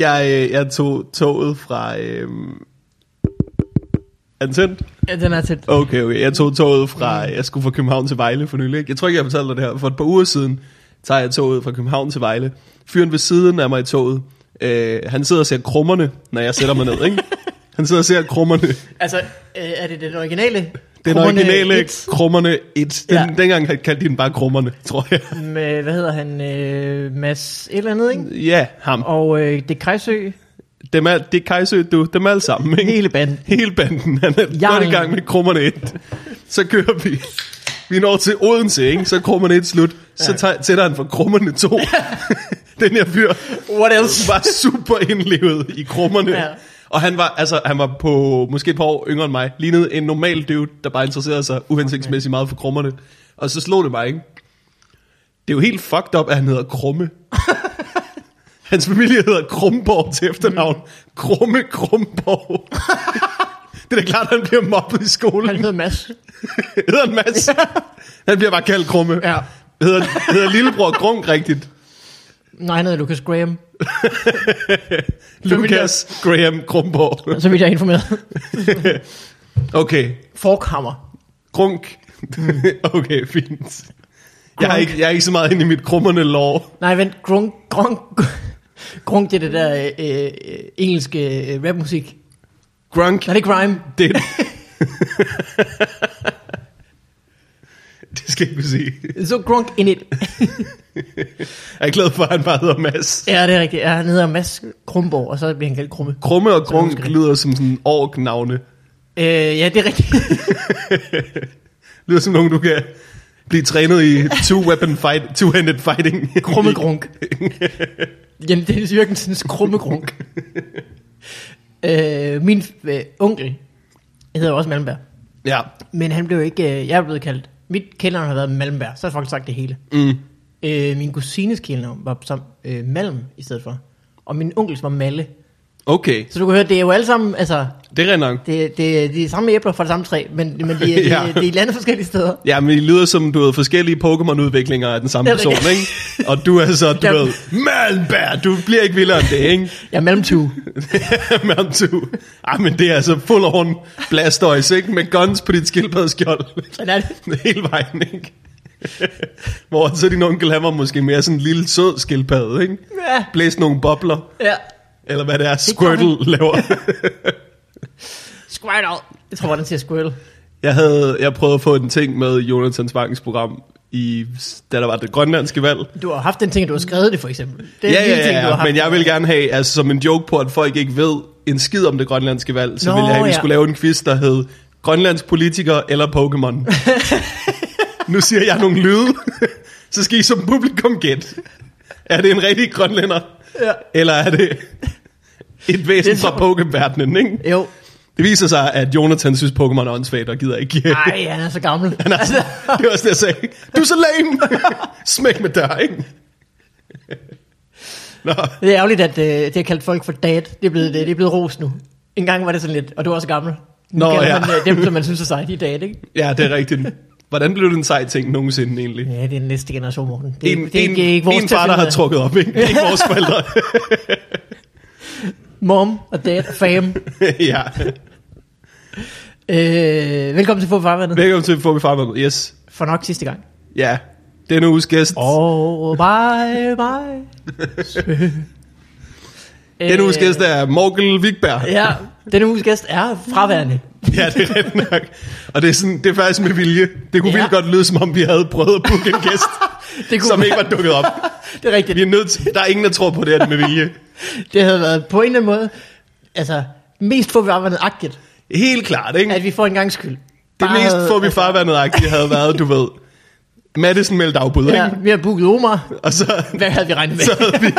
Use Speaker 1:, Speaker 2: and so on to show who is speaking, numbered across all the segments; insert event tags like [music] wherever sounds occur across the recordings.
Speaker 1: Jeg, øh, jeg tog toget fra... Øh... Er den tændt?
Speaker 2: Ja, den er tæt.
Speaker 1: Okay, okay. Jeg tog toget fra... Jeg skulle fra København til Vejle for nylig. ikke? Jeg tror ikke, jeg fortalte dig det her. For et par uger siden tager jeg toget fra København til Vejle. Fyren ved siden af mig i toget, øh, han sidder og ser krummerne, når jeg sætter mig ned, [laughs] ikke? Han sidder og ser krummerne.
Speaker 2: Altså, øh, er det den originale?
Speaker 1: Den
Speaker 2: Krummerne
Speaker 1: originale
Speaker 2: et
Speaker 1: krummerne 1. Den, ja.
Speaker 2: Ja.
Speaker 1: Dengang kaldte de den bare krummerne, tror jeg.
Speaker 2: Med, hvad hedder han? Øh, Mads et eller andet, ikke?
Speaker 1: Ja, ham.
Speaker 2: Og øh, det er Krejsø.
Speaker 1: Dem er, det er Kajsø, du. Dem alle sammen, ikke?
Speaker 2: Hele banden.
Speaker 1: Hele banden. Han er
Speaker 2: Jarlen.
Speaker 1: godt i gang med krummerne 1. Så kører vi. Vi når til Odense, ikke? Så er krummerne 1 slut. Så tager, sætter han for krummerne 2. [laughs] Den her fyr
Speaker 2: What else?
Speaker 1: [laughs] var super indlevet i krummerne. Ja.
Speaker 2: Ja.
Speaker 1: Og han var, altså, han var på måske et par år yngre end mig. Lignede en normal dude, der bare interesserede sig uhensigtsmæssigt meget for krummerne. Og så slog det mig, ikke? Det er jo helt fucked up, at han hedder
Speaker 2: [laughs]
Speaker 1: Krumme. Hans familie hedder Krumborg til efternavn. Krumme
Speaker 2: [laughs]
Speaker 1: Krumborg. det er da klart, at han bliver mobbet i
Speaker 2: Han
Speaker 1: skolen.
Speaker 2: hedder Mads.
Speaker 1: [laughs] hedder han Mads? han bliver bare kaldt Krumme.
Speaker 2: Ja.
Speaker 1: Hedder, hedder lillebror Grunk rigtigt?
Speaker 2: Nej, han hedder Lucas Graham.
Speaker 1: Lukas Graham
Speaker 2: [laughs]
Speaker 1: Krumborg.
Speaker 2: Så vidt jeg er informeret.
Speaker 1: [laughs] Okay,
Speaker 2: Forkhammer.
Speaker 1: Grunk. [laughs] okay, fint. Jeg er, ikke, jeg er ikke så meget inde i mit krummerne lår.
Speaker 2: Nej, vent. Grunk, grunk, grunk, det er det der øh, øh, engelske øh, rapmusik.
Speaker 1: Grunk,
Speaker 2: Nej, det er grime.
Speaker 1: det [laughs] Det skal jeg ikke kunne sige.
Speaker 2: Så grunk in it.
Speaker 1: Jeg er glad for, at han bare hedder Mads.
Speaker 2: [laughs] Ja, det er rigtigt. Ja, han hedder Mads Krumborg, og så bliver han kaldt Krumme.
Speaker 1: Krumme og Grunk
Speaker 2: husker det.
Speaker 1: lyder som sådan ork-navne.
Speaker 2: Øh, ja, det er rigtigt.
Speaker 1: Lyder som nogen, du kan blive trænet i two-weapon fight, two-handed fighting.
Speaker 2: Krumme grunk. [laughs] Jamen, det er Jørgensens krumme grunk. øh, min øh, onkel hedder også Malmberg.
Speaker 1: Ja,
Speaker 2: Men han blev ikke, øh, jeg er blevet kaldt, mit kældnavn har været Malmberg, så har folk sagt det hele.
Speaker 1: Mm.
Speaker 2: Øh, min kusines kældnavn var som, øh, Malm i stedet for. Og min onkels var Malle.
Speaker 1: okay.
Speaker 2: Så du kan høre, det er jo alle sammen, altså,
Speaker 1: Det er rent nok.
Speaker 2: det, det, de er samme æbler fra det samme træ, men, men de, er-
Speaker 1: Ja.
Speaker 2: de, de er landet forskellige steder.
Speaker 1: Ja, men I lyder som, du ved, forskellige Pokémon-udviklinger af den samme
Speaker 2: Det er
Speaker 1: person,
Speaker 2: rigtigt.
Speaker 1: ikke? Og du er så, du
Speaker 2: Ja.
Speaker 1: ved, Malmberg, du bliver ikke vildere end det, ikke? [laughs]
Speaker 2: Jeg er Malmtue.
Speaker 1: Mount 2. Ej, men det er altså full on Blastoise, ikke? Med guns på dit skildpadskjold. [laughs]
Speaker 2: Sådan er det.
Speaker 1: Hele vejen, ikke? [laughs] Hvor så din onkel, han var måske mere sådan en lille sød skildpadde, ikke?
Speaker 2: Ja.
Speaker 1: Blæs nogle bobler,
Speaker 2: Ja.
Speaker 1: eller hvad det er,
Speaker 2: gjorde
Speaker 1: Squirtle laver. [laughs]
Speaker 2: Squirtle. Jeg tror, den siger squirtle.
Speaker 1: Jeg havde, jeg prøvede at få en ting med Jonathans Vangens program, i, da der var det grønlandske valg.
Speaker 2: Du har haft den ting, at du har skrevet det, for eksempel. Det er
Speaker 1: ja,
Speaker 2: en lille
Speaker 1: ja,
Speaker 2: ting,
Speaker 1: ja,
Speaker 2: du har haft.
Speaker 1: men jeg vil gerne have, altså som en joke på, at folk ikke ved en skid om det grønlandske valg, så Nå,
Speaker 2: Nå,
Speaker 1: ville jeg have, at vi
Speaker 2: ja.
Speaker 1: skulle lave en quiz, der hed Grønlandsk politiker eller
Speaker 2: [laughs]
Speaker 1: Pokémon. nu siger jeg nogle lyde, [laughs] så skal I som publikum gætte. Er det en rigtig grønlænder,
Speaker 2: Ja.
Speaker 1: eller er det et væsen
Speaker 2: Det er
Speaker 1: fra Pokémon-verdenen, ikke?
Speaker 2: Jo.
Speaker 1: Det viser sig, at Jonathan synes, Pokémon er åndssvagt og gider ikke. [laughs]
Speaker 2: Nej, han er så gammel. Altså,
Speaker 1: Han er sådan, det var også det, jeg sagde. Du er så lame! Smæk med dig, ikke? Nå,
Speaker 2: [laughs] Det er ærgerligt, at øh, det har kaldt folk for dad. Det er blevet, det, det er blevet ros nu. En gang var det sådan lidt, og du er også gammel. Nu
Speaker 1: Nå,
Speaker 2: kalder
Speaker 1: ja.
Speaker 2: man øh, dem, som man synes er sej, de er dad, ikke?
Speaker 1: ja, det er rigtigt. Hvordan blev det en sej ting nogensinde egentlig?
Speaker 2: Ja, det er den næste generation, Morten. Det, er-
Speaker 1: En,
Speaker 2: det er
Speaker 1: en,
Speaker 2: ikke, ikke vores
Speaker 1: en far, der har
Speaker 2: tilfælde.
Speaker 1: trukket op, ikke? Ikke vores
Speaker 2: [laughs]
Speaker 1: forældre.
Speaker 2: Mom og dad, fam.
Speaker 1: ja.
Speaker 2: Øh, velkommen til Fodbold Farvandet.
Speaker 1: Velkommen til Fobi Farmer. Yes.
Speaker 2: For nok sidste gang.
Speaker 1: Ja. Denne uges gæst. Oh.
Speaker 2: Oh, bye,
Speaker 1: [laughs]
Speaker 2: bye.
Speaker 1: Denne uges
Speaker 2: Øh,
Speaker 1: gæst er Morgel Wigberg.
Speaker 2: [laughs] Ja, denne uges gæst er fraværende.
Speaker 1: Ja, det er rigtigt nok. Og det er, sådan, det er faktisk med vilje. Det kunne
Speaker 2: Ja.
Speaker 1: ja. virkelig godt lyde, som om vi havde prøvet at booke en gæst,
Speaker 2: [laughs] Det kunne
Speaker 1: som
Speaker 2: være-
Speaker 1: ikke var dukket op.
Speaker 2: [laughs] Det er rigtigt.
Speaker 1: Vi er nødt til, der er ingen, der tror på det, at det er med vilje.
Speaker 2: Det havde været på en eller anden måde, altså mest forvarmende agtigt,
Speaker 1: Helt klart, ikke?
Speaker 2: at vi får en gang skyld.
Speaker 1: Det
Speaker 2: Bare
Speaker 1: mest
Speaker 2: havde-
Speaker 1: Fobi Farvandet-agtige havde været, du ved, Madison meldte afbud, ja.
Speaker 2: Ja,
Speaker 1: ikke?
Speaker 2: vi har booket Omar.
Speaker 1: Og så,
Speaker 2: Hvad havde vi regnet med?
Speaker 1: så havde vi,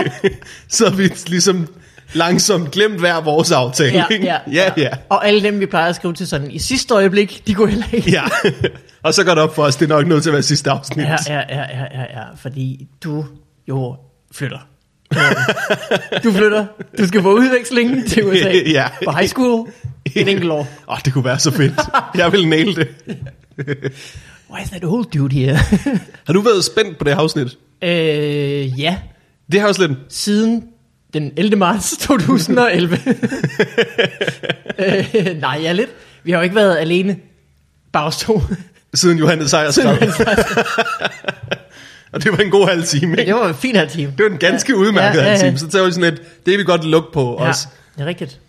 Speaker 1: så havde vi ligesom langsomt glemt hver vores aftale.
Speaker 2: ja,
Speaker 1: ikke?
Speaker 2: ja,
Speaker 1: ja, ja.
Speaker 2: Og alle dem, vi plejer at skrive til sådan i sidste øjeblik, de kunne heller ikke.
Speaker 1: ja. Og så går det op for os, det er nok nødt til at være sidste afsnit.
Speaker 2: ja, ja, ja, ja, ja, ja, fordi du jo
Speaker 1: [laughs]
Speaker 2: flytter. Du flytter. Du skal på udveksling til USA.
Speaker 1: [laughs] Ja.
Speaker 2: På high school. En enkelt
Speaker 1: [laughs]
Speaker 2: år.
Speaker 1: Åh, det kunne være så fedt. Jeg vil næle det.
Speaker 2: Why is that old dude here? [laughs]
Speaker 1: Har du været spændt på det her afsnit?
Speaker 2: øh, ja,
Speaker 1: Det her afsnit,
Speaker 2: siden den 11. marts [laughs] 2011. øh, nej, ja lidt. Vi har jo ikke været alene. Bare os to.
Speaker 1: Siden Johannes Sejers Og det var en god halv time, ikke?
Speaker 2: det var en fin halv time.
Speaker 1: Det var en ganske ja, udmærket ja, ja, ja. halv time. Så det var sådan et, det vil vi godt lukke på ja.
Speaker 2: Ja,
Speaker 1: os.
Speaker 2: det er rigtigt.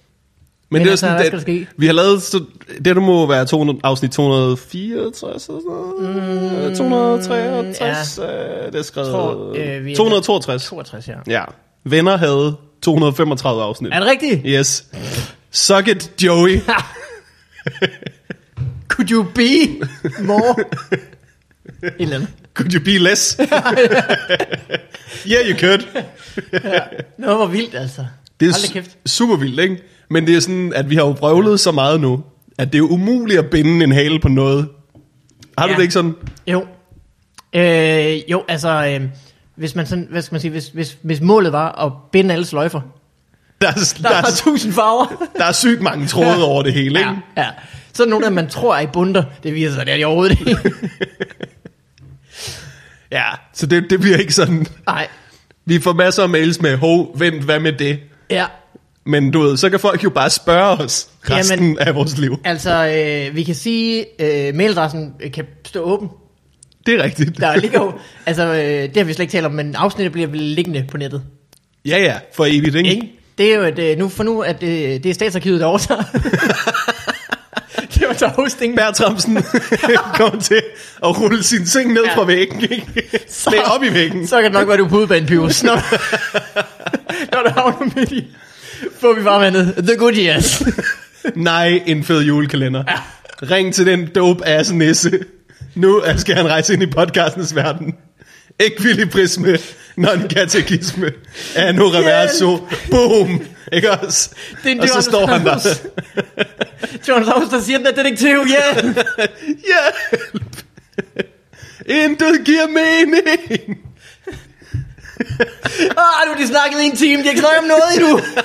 Speaker 1: Men,
Speaker 2: Men
Speaker 1: det er
Speaker 2: altså,
Speaker 1: sådan,
Speaker 2: hvad
Speaker 1: det,
Speaker 2: skal der ske?
Speaker 1: vi har lavet, så, det der må være 200, afsnit 264 eller sådan noget. Mm, 263, ja. det er skrevet.
Speaker 2: Tror, øh, vi er-
Speaker 1: 262.
Speaker 2: 62, ja.
Speaker 1: Ja. Venner havde 235 afsnit.
Speaker 2: Er det rigtigt?
Speaker 1: Yes. Suck it, Joey.
Speaker 2: [laughs] Could you be more? Et eller andet.
Speaker 1: Could you be
Speaker 2: [laughs]
Speaker 1: less? yeah, you could.
Speaker 2: Nå, hvor vildt altså.
Speaker 1: Det er
Speaker 2: Hold da
Speaker 1: su-
Speaker 2: kæft.
Speaker 1: super vildt, ikke? Men det er sådan, at vi har jo vrøvlet så meget nu, at det er jo umuligt at binde en hale på noget. Har du
Speaker 2: Ja.
Speaker 1: det ikke sådan?
Speaker 2: Jo. Øh, jo, altså, øh, hvis man sådan, hvad skal man sige, hvis, hvis, hvis målet var at binde alle sløjfer,
Speaker 1: Der er,
Speaker 2: der,
Speaker 1: der,
Speaker 2: var
Speaker 1: er,
Speaker 2: tusind farver.
Speaker 1: der er sygt mange tråde over det hele, ikke?
Speaker 2: ja, ja. Så er der nogle, der man tror er i bunder, det viser sig, at det er de overhovedet [laughs] ikke.
Speaker 1: Ja. Så det, det bliver ikke sådan.
Speaker 2: Nej,
Speaker 1: Vi får masser af mails med, hov, vent, hvad med det?
Speaker 2: ja.
Speaker 1: Men du ved, så kan folk jo bare spørge os resten
Speaker 2: Jamen.
Speaker 1: Jamen. af vores liv.
Speaker 2: Altså, øh, vi kan sige, øh, mailadressen øh, kan stå åben.
Speaker 1: Det er rigtigt.
Speaker 2: Der ligger jo, altså, øh, det har vi slet ikke talt om, men afsnittet bliver vel liggende på nettet.
Speaker 1: Ja, ja, for evigt, ikke?
Speaker 2: Ikke? Det er jo, at, øh, nu for nu, at øh, det er statsarkivet, der overtager. [laughs] det var så hosting. [laughs]
Speaker 1: Bertramsen kom til at rulle sin seng ned
Speaker 2: Ja.
Speaker 1: ja. fra væggen, ikke? Det er op i væggen.
Speaker 2: Så kan det nok være, du er på udbanepivs. Når, når du havner midt i. Får vi bare vandet. The good years.
Speaker 1: Nej, en fed julekalender. Ja. Ring til den dope ass nisse. Nu er- skal han rejse ind i podcastens verden. Ekvilibrisme, non-katekisme, anno reverso, boom, ikke også?
Speaker 2: Det er en
Speaker 1: Og så
Speaker 2: Johannes
Speaker 1: står han der.
Speaker 2: Raus. John Laus, der siger, den er detektiv, ja. Yeah.
Speaker 1: Hjælp! Intet giver mening!
Speaker 2: Ah, nu har de snakket i en time, de har ikke snakket om noget endnu.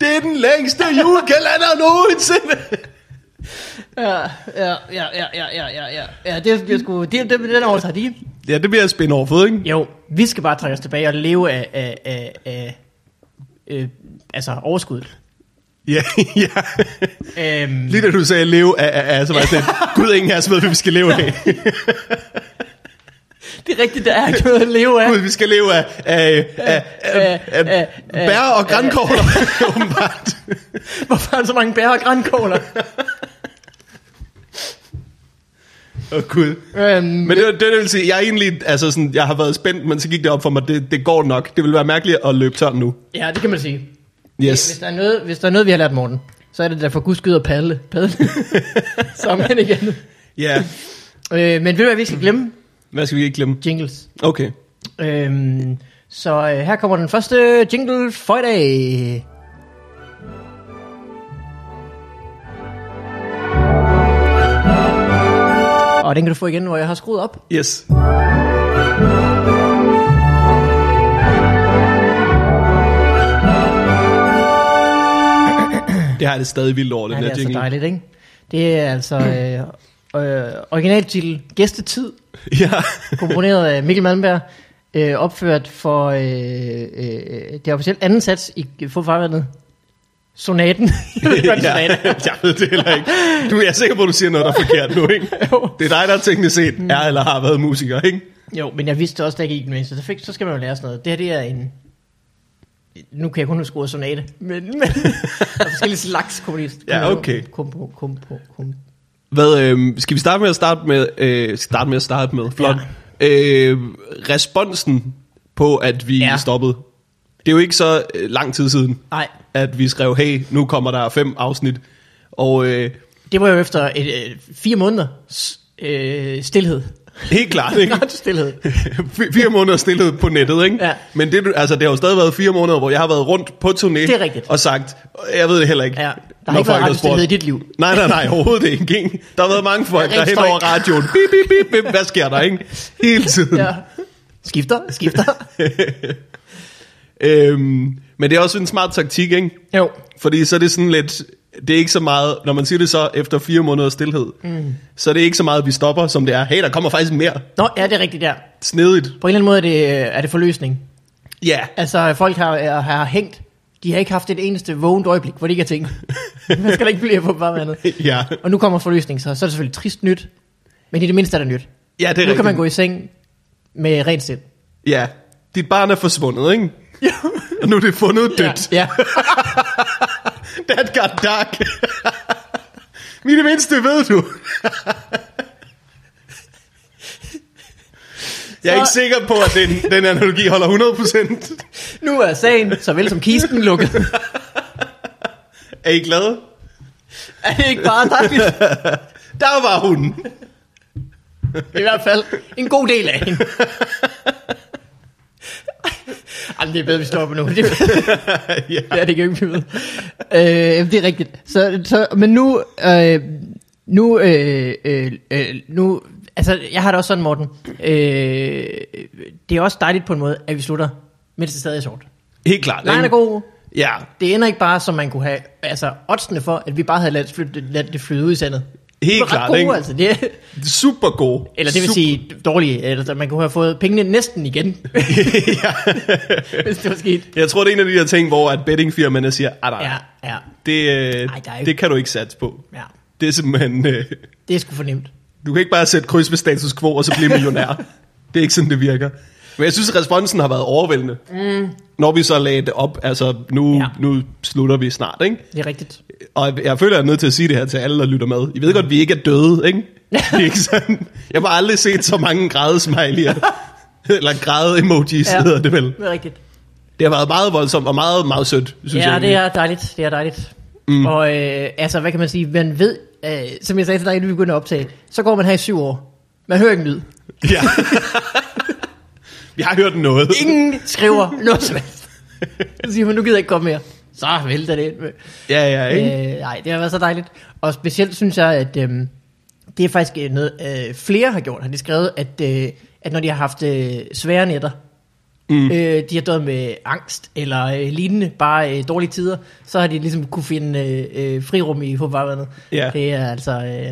Speaker 1: Det er den længste julekalender nogensinde!
Speaker 2: [laughs] Ja, ja, ja, ja, ja, ja, ja, ja. Ja, det bliver sgu, det, det, den overtager de.
Speaker 1: Ja, det bliver spin over ikke?
Speaker 2: Jo, vi skal bare trække os tilbage og leve af, af, af, af øh, altså overskuddet.
Speaker 1: Ja, ja. [laughs]
Speaker 2: Øhm,
Speaker 1: Lige da du sagde leve af, af, af så var jeg sådan, gud, ingen af os ved, hvad vi skal leve af.
Speaker 2: det er rigtigt, der er ikke noget at leve af.
Speaker 1: Gud, vi skal leve af, af, af, af, af,
Speaker 2: øh,
Speaker 1: af bær og grænkogler, [laughs] åbenbart.
Speaker 2: Hvorfor er der så mange bær og grænkogler?
Speaker 1: Åh, gud.
Speaker 2: øhm,
Speaker 1: Men det, det, det vil sige, jeg er egentlig, altså sådan, jeg har været spændt, men så gik det op for mig, det, det går nok. Det vil være mærkeligt at løbe tør nu.
Speaker 2: ja, det kan man sige. Hvis
Speaker 1: Yes.
Speaker 2: der, er noget, hvis der er noget, vi har lært morgen, så er det da for guds skyde at padle. padle. [laughs] Sammen igen.
Speaker 1: [laughs] Ja, yeah.
Speaker 2: Øh, men ved du hvad, vi skal glemme?
Speaker 1: hvad skal vi ikke glemme?
Speaker 2: Jingles.
Speaker 1: Okay.
Speaker 2: Øhm, så øh, her kommer den første jingle for i dag. Og den kan du få igen, hvor jeg har skruet op.
Speaker 1: Yes. [clears throat] Det har jeg det stadig vildt over, den her
Speaker 2: Ja, det er altså
Speaker 1: jingle.
Speaker 2: dejligt, ikke? Det er altså øh, øh, originaltitel Gæstetid,
Speaker 1: [laughs] Ja.
Speaker 2: komponeret af Mikkel Malmberg, øh, opført for øh, øh, det officielt anden sats i Fodfarvandet. Sonaten. [laughs] Jeg ved godt,
Speaker 1: ja,
Speaker 2: sonaten.
Speaker 1: jeg ved det heller ikke. Du, jeg er sikker på, at du siger noget, der er forkert nu, ikke?
Speaker 2: Jo.
Speaker 1: Det er dig, der teknisk set er eller har været musiker, ikke?
Speaker 2: Jo, men jeg vidste også, da jeg gik i den mindste. Så, fik, så skal man jo lære sådan noget. Det her, det er en... Nu kan jeg kun huske ordet sonate, men, [laughs] men der er forskellige slags komponist.
Speaker 1: Ja, okay.
Speaker 2: Kompo, kompo, kompo.
Speaker 1: Hvad, øh, skal vi starte med at starte med, øh, starte med at starte med, flot. Ja. Øh, responsen på, at vi
Speaker 2: Ja.
Speaker 1: ja. stoppede. Det er jo ikke så øh, lang tid siden,
Speaker 2: Nej,
Speaker 1: at vi skrev, hey, nu kommer der fem afsnit. Og øh,
Speaker 2: det var jo efter et, øh, fire måneders øh, stillhed.
Speaker 1: helt klart,
Speaker 2: [laughs]
Speaker 1: ikke?
Speaker 2: Radio stillhed.
Speaker 1: F- fire måneder stillet på nettet, ikke?
Speaker 2: Ja.
Speaker 1: Men det, du- altså, det har jo stadig været fire måneder, hvor jeg har været rundt på turné
Speaker 2: Det er rigtigt.
Speaker 1: og sagt, jeg ved det heller ikke.
Speaker 2: Ja, der har
Speaker 1: når
Speaker 2: ikke været
Speaker 1: folk har
Speaker 2: radiostilhed
Speaker 1: spurgt.
Speaker 2: i dit liv.
Speaker 1: Nej, nej, nej, overhovedet ikke. ikke? Der har været mange folk,
Speaker 2: Rent
Speaker 1: der hen
Speaker 2: støj.
Speaker 1: over radioen. Bip, bip, bip, bip, hvad sker der, ikke? Hele tiden.
Speaker 2: Ja. Skifter, skifter.
Speaker 1: [laughs] Øhm, men det er også en smart taktik, ikke?
Speaker 2: Jo,
Speaker 1: Fordi så er det sådan lidt, det er ikke så meget, når man siger det så efter fire måneder stillhed, mm. så er det ikke så meget, vi stopper, som det er, hey, der kommer faktisk mere
Speaker 2: Nå, ja, det er rigtigt der.
Speaker 1: snedigt.
Speaker 2: På en eller anden måde er det, er det forløsning.
Speaker 1: Ja,
Speaker 2: Altså, folk har, er- har hængt. De har ikke haft et eneste vågent øjeblik, hvor de ikke har tænkt. Man skal da ikke blive på bare andet.
Speaker 1: [laughs] ja.
Speaker 2: Og nu kommer forløsningen så. Så er det selvfølgelig trist nyt. Men i det mindste er det nyt. Det
Speaker 1: ja det er
Speaker 2: nu kan man gå i seng med rent sind.
Speaker 1: Ja, dit barn er forsvundet, ikke?
Speaker 2: Ja.
Speaker 1: Og nu er det fundet dødt.
Speaker 2: Ja.
Speaker 1: That got dark. Mine mindste ved du. Jeg er ikke sikker på, at den, den analogi holder 100%.
Speaker 2: Nu er sagen, såvel som kisten, lukket.
Speaker 1: Er I glade?
Speaker 2: [laughs] er det ikke bare dejligt?
Speaker 1: Der var hun.
Speaker 2: I hvert fald en god del af hende. Ej, men det er bedre, vi stopper nu. Det er bedre.
Speaker 1: ja.
Speaker 2: [laughs] Ja, det kan jo ikke blive ved. øh, det er rigtigt. Så, så, men nu, øh, nu, øh, øh, øh, nu, altså jeg har det også sådan, Morten, øh, det er også dejligt på en måde, at vi slutter, mens det stadig er sort.
Speaker 1: Helt klart.
Speaker 2: Lejen er
Speaker 1: ikke?
Speaker 2: god.
Speaker 1: Ja.
Speaker 2: Det ender ikke bare, som man kunne have, altså oddsene for, at vi bare havde ladt, flytte, ladt det flyde ud i sandet.
Speaker 1: Helt
Speaker 2: Det var ret
Speaker 1: klart,
Speaker 2: gode,
Speaker 1: ikke?
Speaker 2: Altså, det, er-
Speaker 1: Super god.
Speaker 2: eller det vil
Speaker 1: Super- [laughs]
Speaker 2: sige dårlige, eller man kunne have fået pengene næsten igen, [laughs] hvis det var sket.
Speaker 1: Jeg tror, det er en af de der ting, hvor at bettingfirmaerne siger, "Ah, nej,
Speaker 2: Ja,
Speaker 1: nej,
Speaker 2: ja,
Speaker 1: det, øh,
Speaker 2: Ej, der er jo-
Speaker 1: det kan du ikke satse på.
Speaker 2: ja.
Speaker 1: Det er simpelthen... Øh,
Speaker 2: Det er sgu fornemt.
Speaker 1: Du kan ikke bare sætte kryds ved status quo og så blive
Speaker 2: [laughs]
Speaker 1: millionær. det er ikke sådan, det virker. Men jeg synes, at responsen har været overvældende. Mm. Når vi så lagde det op, altså nu,
Speaker 2: Ja.
Speaker 1: ja. nu slutter vi snart, ikke?
Speaker 2: Det er rigtigt.
Speaker 1: Og jeg føler, jeg er nødt til at sige det her til alle, der lytter med. I ved godt, at vi ikke er døde, ikke? Det er ikke sådan. Jeg har aldrig set så mange grædesmiley'er.
Speaker 2: [laughs]
Speaker 1: Eller græde-emojis
Speaker 2: Ja.
Speaker 1: ja. hedder det vel.
Speaker 2: Det er rigtigt.
Speaker 1: Det har været meget voldsomt og meget, meget sødt, synes
Speaker 2: ja,
Speaker 1: jeg.
Speaker 2: det er dejligt, det er dejligt. Mm. Og øh, altså, hvad kan man sige, man ved, øh, som jeg sagde til dig, inden vi begyndte at optage, så går man her i syv år. Man hører ikke en lyd.
Speaker 1: egentlig. [laughs] Ja. vi har hørt noget.
Speaker 2: Ingen skriver noget som helst. Så siger man, nu gider jeg ikke komme mere. Så vælter det ind. med-
Speaker 1: Ja, ja, ikke?
Speaker 2: Øh, nej, det har været så dejligt. Og specielt synes jeg, at øh, det er faktisk øh, noget, øh, flere har gjort. Har de skrevet, at, øh, at når de har haft øh, svære nætter, mm. øh, de har døjet med angst eller øh, lignende, bare øh, dårlige tider, så har de ligesom kunne finde øh, øh, frirum i håbvarvandet.
Speaker 1: Ja.
Speaker 2: Det er altså... Øh,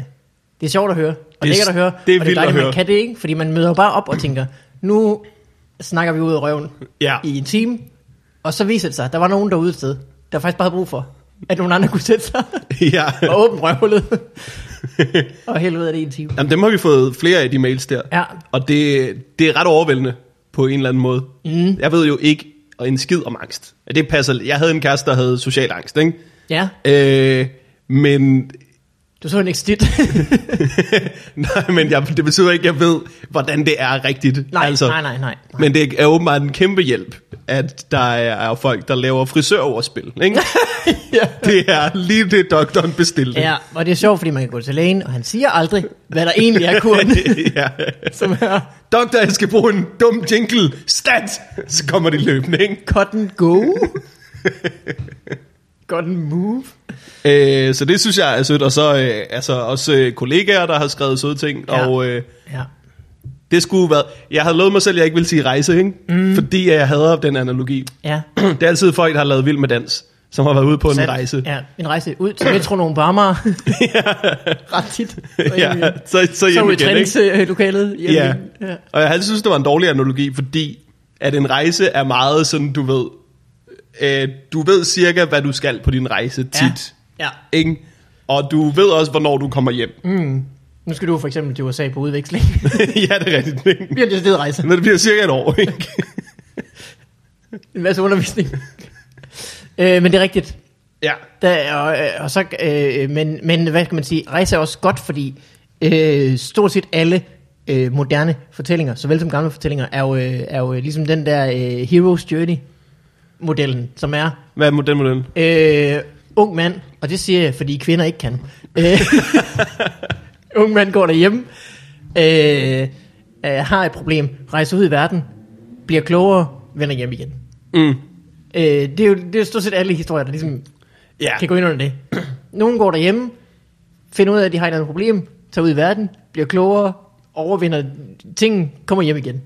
Speaker 2: det er sjovt at høre, og
Speaker 1: Det er-
Speaker 2: lækkert at høre,
Speaker 1: det er
Speaker 2: og det er
Speaker 1: vildt at
Speaker 2: dejligt, at man
Speaker 1: høre.
Speaker 2: kan det, ikke? Fordi man møder jo bare op og tænker, nu snakker vi ud af røven
Speaker 1: Ja.
Speaker 2: i en time, og så viser det sig, at der var nogen derude et sted, der faktisk bare havde brug for, at nogen andre kunne sætte sig
Speaker 1: ja.
Speaker 2: og åbne
Speaker 1: [laughs]
Speaker 2: røvhullet. og helvede er det i en time.
Speaker 1: Jamen, dem har vi fået flere af de mails der.
Speaker 2: Ja.
Speaker 1: Og det, det er ret overvældende på en eller anden måde. Mm. Jeg ved jo ikke og en skid om angst. Ja, Det passer. Jeg havde en kæreste, der havde social angst, ikke?
Speaker 2: Ja,
Speaker 1: Øh, men, [laughs]
Speaker 2: du så en ekstit.
Speaker 1: nej, men jeg, det betyder ikke, at jeg ved, hvordan det er rigtigt.
Speaker 2: [laughs] nej, altså, nej, nej,
Speaker 1: [laughs]
Speaker 2: nej.
Speaker 1: Men det er åbenbart en kæmpe hjælp, at der er folk, der laver frisøroverspil,
Speaker 2: [laughs]
Speaker 1: ikke?
Speaker 2: Ja.
Speaker 1: Det er lige det, doktoren bestilte.
Speaker 2: Ja, og det er sjovt, fordi man kan gå til lægen, og han siger aldrig, hvad der egentlig
Speaker 1: [laughs]
Speaker 2: er kuren.
Speaker 1: ja.
Speaker 2: som er
Speaker 1: Doktor, jeg skal bruge en dum jingle. Stat! Så kommer de løbende, ikke?
Speaker 2: cut and go. Got and move.
Speaker 1: Øh, så det synes jeg er sødt, og så øh, altså også øh, kollegaer, der har skrevet søde ting,
Speaker 2: Ja.
Speaker 1: ja. og øh,
Speaker 2: Ja,
Speaker 1: det skulle være, jeg havde lovet mig selv, at jeg ikke ville sige rejse, ikke? Mm. fordi jeg hader den analogi. [clears throat]
Speaker 2: ja.
Speaker 1: det er altid folk, der har lavet vild med dans, som har været ude på en
Speaker 2: Sandt.
Speaker 1: rejse.
Speaker 2: Ja, en rejse ud til metronomen på Amager. Ret tit.
Speaker 1: [laughs] ja, så, så
Speaker 2: Så
Speaker 1: hjem
Speaker 2: ud i
Speaker 1: igen, ikke?
Speaker 2: træningslokalet. hjem
Speaker 1: Ja.
Speaker 2: øh, igen. ja.
Speaker 1: Og jeg har altid synes, det var en dårlig analogi, fordi at en rejse er meget sådan, du ved, øh, du ved cirka, hvad du skal på din rejse tit.
Speaker 2: Ja.
Speaker 1: Ikke? Og du ved også, hvornår du kommer hjem.
Speaker 2: Nu skal du for eksempel til USA på udveksling.
Speaker 1: [laughs]
Speaker 2: [laughs]
Speaker 1: ja, det er rigtigt. [laughs] Ikke?
Speaker 2: Bliver det sted rejse.
Speaker 1: Men det bliver cirka et år, ikke?
Speaker 2: En masse undervisning. [laughs] øh, men det er rigtigt.
Speaker 1: ja.
Speaker 2: Der, er- og, øh, og så, øh, men, men hvad skal man sige? Rejse er også godt, fordi øh, stort set alle øh, moderne fortællinger, såvel som gamle fortællinger, er jo, øh, er jo øh, ligesom den der øh, Hero's Journey-modellen, som er
Speaker 1: Hvad er mod- den model?
Speaker 2: Øh, ung mand, og det siger jeg, fordi kvinder ikke kan. Øh, [laughs] ung mand går derhjemme, øh, øh, har et problem, rejser ud i verden, bliver klogere, vender hjem igen.
Speaker 1: Mm.
Speaker 2: Øh, det, er jo, det er jo stort set alle historier, der ligesom
Speaker 1: Ja.
Speaker 2: kan gå ind under det. [clears throat] Nogen går derhjemme, finder ud af, at de har et eller andet problem, tager ud i verden, bliver klogere, overvinder ting, kommer hjem igen.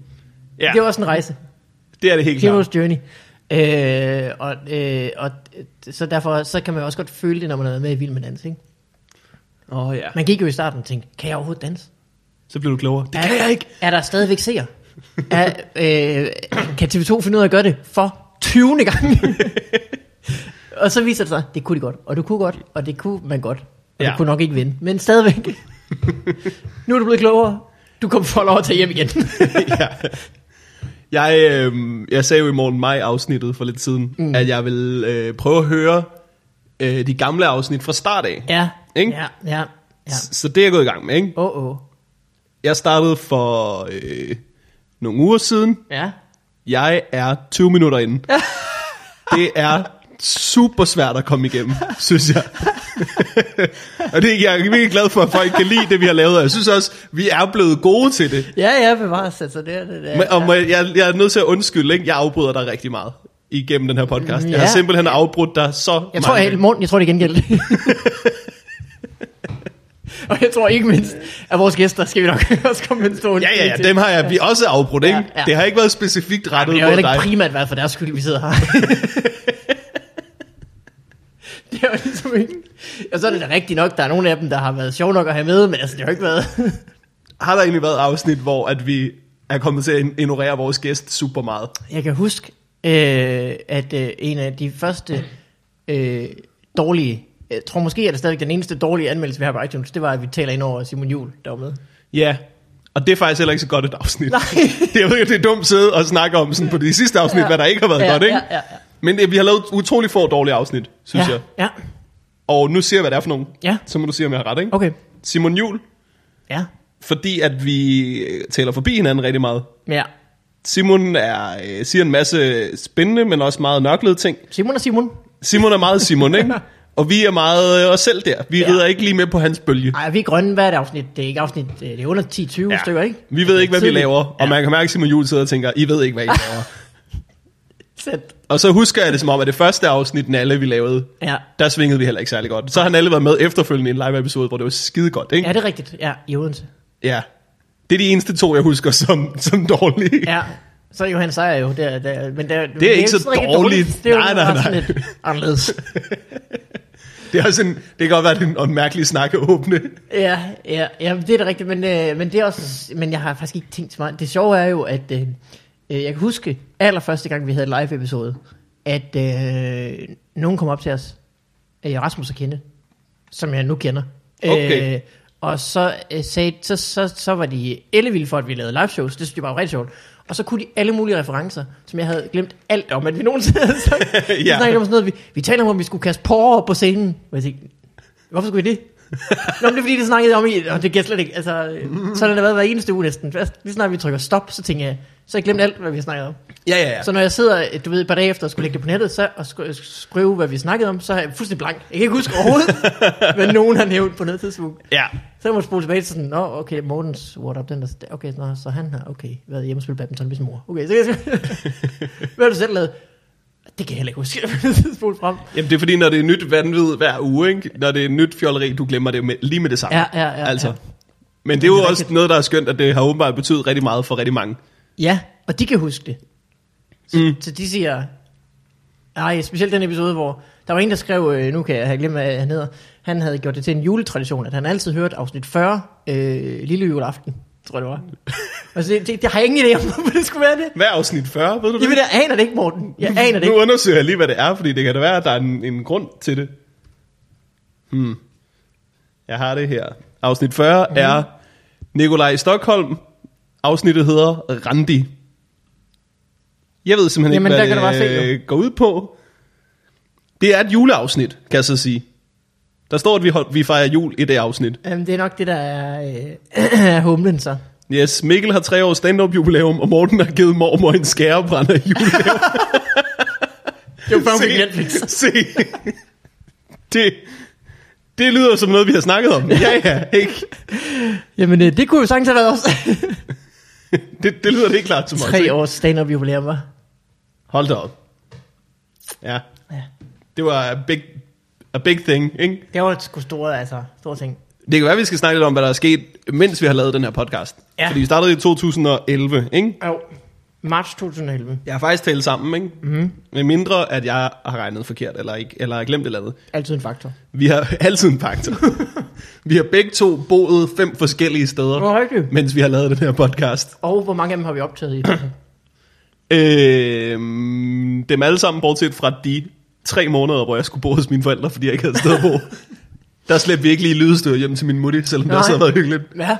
Speaker 1: ja.
Speaker 2: Det er også en rejse.
Speaker 1: Det er det helt klart.
Speaker 2: Hero's Journey. Øh, og, øh, og øh, så derfor så kan man jo også godt føle det, når man har været med i Vild med Dans. Ikke?
Speaker 1: Åh oh, ja.
Speaker 2: Man gik jo i starten og tænkte, kan jeg overhovedet danse?
Speaker 1: Så bliver du klogere. [laughs] Det kan jeg ikke.
Speaker 2: Er der stadigvæk seer? Er, øh, kan TV2 finde ud af at gøre det for 20.
Speaker 1: [laughs]
Speaker 2: gang? og så viser det sig, det kunne de godt, og det kunne godt, og det kunne man godt. Og ja.
Speaker 1: Ja.
Speaker 2: du kunne nok ikke vinde, men stadigvæk.
Speaker 1: [laughs]
Speaker 2: nu er du blevet klogere. Du kommer for lov at tage hjem igen.
Speaker 1: ja. Jeg, øh, jeg sagde jo i morgen mig afsnittet for lidt siden, mm. at jeg vil øh, prøve at høre øh, de gamle afsnit fra start af.
Speaker 2: ja.
Speaker 1: Ikke?
Speaker 2: Ja, ja, ja.
Speaker 1: S- Så det er jeg gået i gang med, ikke?
Speaker 2: Åh, oh, oh.
Speaker 1: Jeg startede for øh, nogle uger siden.
Speaker 2: Ja.
Speaker 1: Jeg er 20 minutter
Speaker 2: [laughs]
Speaker 1: inde. det er super svært at komme igennem, synes jeg. og det, jeg er virkelig glad for, at folk kan lide det, vi har lavet. Og jeg synes også, vi er blevet gode til det.
Speaker 2: Ja, ja, bevares. Altså, det er det. det er,
Speaker 1: Men, og må, jeg, jeg er nødt til at undskylde, ikke? jeg afbryder dig rigtig meget igennem den her podcast.
Speaker 2: Mm,
Speaker 1: Jeg har
Speaker 2: ja.
Speaker 1: simpelthen afbrudt dig så
Speaker 2: Jeg tror,
Speaker 1: mange
Speaker 2: jeg, morgen, jeg tror, det er gengæld.
Speaker 1: [laughs]
Speaker 2: og jeg tror ikke mindst, at vores gæster skal vi nok [laughs] også komme med en stor
Speaker 1: Ja, ja,
Speaker 2: undskyldning
Speaker 1: ja,
Speaker 2: til.
Speaker 1: dem har jeg vi også afbrudt, ikke?
Speaker 2: Ja, ja.
Speaker 1: Det har ikke været specifikt rettet
Speaker 2: Men det har
Speaker 1: mod
Speaker 2: jo heller
Speaker 1: dig.
Speaker 2: ikke primært været for deres skyld, vi sidder her.
Speaker 1: [laughs]
Speaker 2: det er jo ligesom ikke... Og så er det da rigtigt nok, der er nogle af dem, der har været sjov nok at have med, men altså, det har jo ikke været...
Speaker 1: Har der egentlig været afsnit, hvor at vi er kommet til at in- ignorere vores gæst super meget?
Speaker 2: Jeg kan huske, øh, at øh, en af de første øh, dårlige... Jeg tror måske, er det stadigvæk den eneste dårlige anmeldelse, vi har på iTunes, det var, at vi taler ind over Simon Jul, der var med.
Speaker 1: Ja, og det er faktisk heller ikke så godt et afsnit.
Speaker 2: Nej.
Speaker 1: [laughs] det er jo det er dumt at sidde og snakke om sådan på de sidste afsnit, ja. hvad der ikke har været
Speaker 2: Ja,
Speaker 1: godt, ikke?
Speaker 2: ja, ja, ja.
Speaker 1: Men det, vi har lavet utrolig få dårlige afsnit, synes
Speaker 2: ja,
Speaker 1: jeg.
Speaker 2: Ja,
Speaker 1: Og nu ser jeg, hvad det er for nogen.
Speaker 2: Ja.
Speaker 1: Så må du sige, om jeg har ret, ikke?
Speaker 2: okay.
Speaker 1: Simon Jul,
Speaker 2: Ja,
Speaker 1: fordi at vi øh, taler forbi hinanden rigtig meget.
Speaker 2: ja.
Speaker 1: Simon er, øh, siger en masse spændende, men også meget nørklede ting.
Speaker 2: Simon og Simon.
Speaker 1: Simon er meget Simon,
Speaker 2: [laughs]
Speaker 1: ikke? Og vi er meget øh, os selv der. Vi
Speaker 2: Ja.
Speaker 1: rider ikke lige med på hans bølge.
Speaker 2: Ej, vi er grønne. Hvad er det afsnit? Det er ikke afsnit. øh, Det er under 10-20 ja. stykker, ikke?
Speaker 1: Vi ved ikke, hvad vi
Speaker 2: Tidligt.
Speaker 1: laver, og
Speaker 2: Ja.
Speaker 1: man kan mærke, at Simon Juhl sidder og tænker, I ved ikke, hvad I
Speaker 2: [laughs]
Speaker 1: laver.
Speaker 2: Sæt.
Speaker 1: Og så husker jeg det som om, at det første afsnit, Nalle, vi lavede,
Speaker 2: Ja.
Speaker 1: der svingede vi heller ikke særlig godt. Så har Nalle været med efterfølgende i en live-episode, hvor det var skide godt, ikke?
Speaker 2: ja, det er rigtigt. Ja, i Odense.
Speaker 1: Ja. Det er de eneste to, jeg husker som, som dårlige.
Speaker 2: Ja. Så er Johan Sejer jo der, der men der,
Speaker 1: ikke så dårligt.
Speaker 2: Det er jo
Speaker 1: Nej, nej,
Speaker 2: bare sådan
Speaker 1: nej.
Speaker 2: lidt anderledes.
Speaker 1: [laughs] Det, er også en, det kan godt være, at det er en, en mærkelig snak at åbne.
Speaker 2: Ja, ja, ja, det er da rigtigt, men, øh, men det er også, men jeg har faktisk ikke tænkt så meget. Det sjove er jo, at øh, øh, jeg kan huske allerførste gang, vi havde en live episode, at øh, nogen kom op til os, øh, Rasmus og Kende, som jeg nu kender.
Speaker 1: Okay.
Speaker 2: Øh, og så, øh, sagde, så, så, så var de ellevilde for, at vi lavede live shows. Det synes de bare var rigtig sjovt. Og så kunne de alle mulige referencer, som jeg havde glemt alt om, at vi nogensinde havde sagt. ja. Vi snakkede om sådan noget, vi, vi taler om, om vi skulle kaste porre op på scenen. Og jeg tænkte, hvorfor skulle vi det? Nå, men det er fordi, det snakkede om i, og det giver slet ikke, altså, øh, sådan har det været hver eneste uge næsten. Først, Lige snart vi trykker stop, så tænker jeg, så har jeg glemt alt, hvad vi har snakket om.
Speaker 1: Ja, ja, ja.
Speaker 2: Så når jeg sidder, øh, du ved, et par dage efter og skulle lægge det på nettet, så og sk- øh, skrive, hvad vi snakkede om, så er jeg fuldstændig blank. Jeg kan ikke huske overhovedet, hvad nogen har nævnt på noget tidspunkt.
Speaker 1: ja.
Speaker 2: Så jeg må spole tilbage til sådan, nå, okay, Mortens what up, den der, okay, nå, så han har, okay, været hjemme og spille badminton med sin mor. Okay, så kan jeg [laughs] hvad har du selv lavet? Det kan jeg heller ikke huske, [laughs] jeg vil spole frem.
Speaker 1: Jamen, det er fordi, når det er nyt vanvid hver uge, ikke? når det er nyt fjolleri, du glemmer det med, lige med det samme.
Speaker 2: Ja, ja, ja,
Speaker 1: altså.
Speaker 2: ja.
Speaker 1: Men det er jo
Speaker 2: Det er
Speaker 1: også
Speaker 2: rigtigt.
Speaker 1: noget, der er skønt, at det har åbenbart betydet rigtig meget for rigtig mange.
Speaker 2: Ja, og de kan huske det. Så, mm. så de siger, nej, specielt den episode, hvor der var en, der skrev, øh, nu kan jeg have glemt, hvad han hedder, han havde gjort det til en juletradition, at han altid hørte afsnit 40, øh, lille juleaften, tror jeg det [laughs] var. og så, det, det, har jeg ingen idé om, hvorfor det skulle være det.
Speaker 1: Hver afsnit 40, ved du det?
Speaker 2: Jamen, jeg aner det ikke, Morten. [laughs] Jeg aner det
Speaker 1: nu
Speaker 2: ikke.
Speaker 1: undersøger jeg lige, hvad det er, fordi det kan da være, at der er en, en grund til det. Hmm. Jeg har det her. Afsnit 40
Speaker 2: Mhm.
Speaker 1: mm. er Nikolaj i Stockholm. Afsnittet hedder Randi. Jeg ved simpelthen
Speaker 2: Jamen, der
Speaker 1: ikke,
Speaker 2: kan du
Speaker 1: hvad
Speaker 2: bare
Speaker 1: det
Speaker 2: se,
Speaker 1: øh, går ud på. Det er et juleafsnit, kan jeg så sige. Der står, at vi, hold, vi fejrer jul i det afsnit.
Speaker 2: Jamen, Øhm, det er nok det, der er øh, [clears throat] humlen så.
Speaker 1: Yes, Mikkel har tre års stand-up jubilæum, og Morten har givet mormor en skærebrænder i julelæum.
Speaker 2: Det var før, vi Netflix.
Speaker 1: [laughs] Se. Det, det lyder som noget, vi har snakket om. Ja, ja, ikke?
Speaker 2: Jamen, øh, det kunne jo sagtens have været også.
Speaker 1: Det, det lyder det ikke klart til mig.
Speaker 2: [laughs] Tre års stand-up jubilæum, var.
Speaker 1: Hold da op. Ja,
Speaker 2: Ja.
Speaker 1: det var a big, a big thing, ikke?
Speaker 2: Det var sgu store, altså, store ting.
Speaker 1: Det kan være, vi skal snakke lidt om, hvad der er sket, mens vi har lavet den her podcast.
Speaker 2: Ja.
Speaker 1: Fordi vi startede i 2011, ikke?
Speaker 2: Jo. Marts 2011.
Speaker 1: Jeg har faktisk talt sammen, ikke?
Speaker 2: Mhm.
Speaker 1: Mm-hmm. Med mindre, at jeg har regnet forkert, eller, ikke, eller har glemt et eller andet.
Speaker 2: Altid en faktor.
Speaker 1: Vi har [laughs] altid en
Speaker 2: [laughs]
Speaker 1: faktor. vi har begge to boet fem forskellige steder,
Speaker 2: Hvor rigtigt.
Speaker 1: mens vi har lavet den her podcast.
Speaker 2: Og hvor mange af dem har vi optaget i?
Speaker 1: Øh, dem alle sammen, bortset fra de tre måneder, hvor jeg skulle bo hos mine forældre, fordi jeg ikke havde et sted at
Speaker 2: [laughs]
Speaker 1: bo. Der slæbte vi ikke lige lydstyr hjem til min mutti, selvom det
Speaker 2: Nej.
Speaker 1: også havde været hyggeligt.
Speaker 2: [clears throat]
Speaker 1: [laughs]
Speaker 2: ja,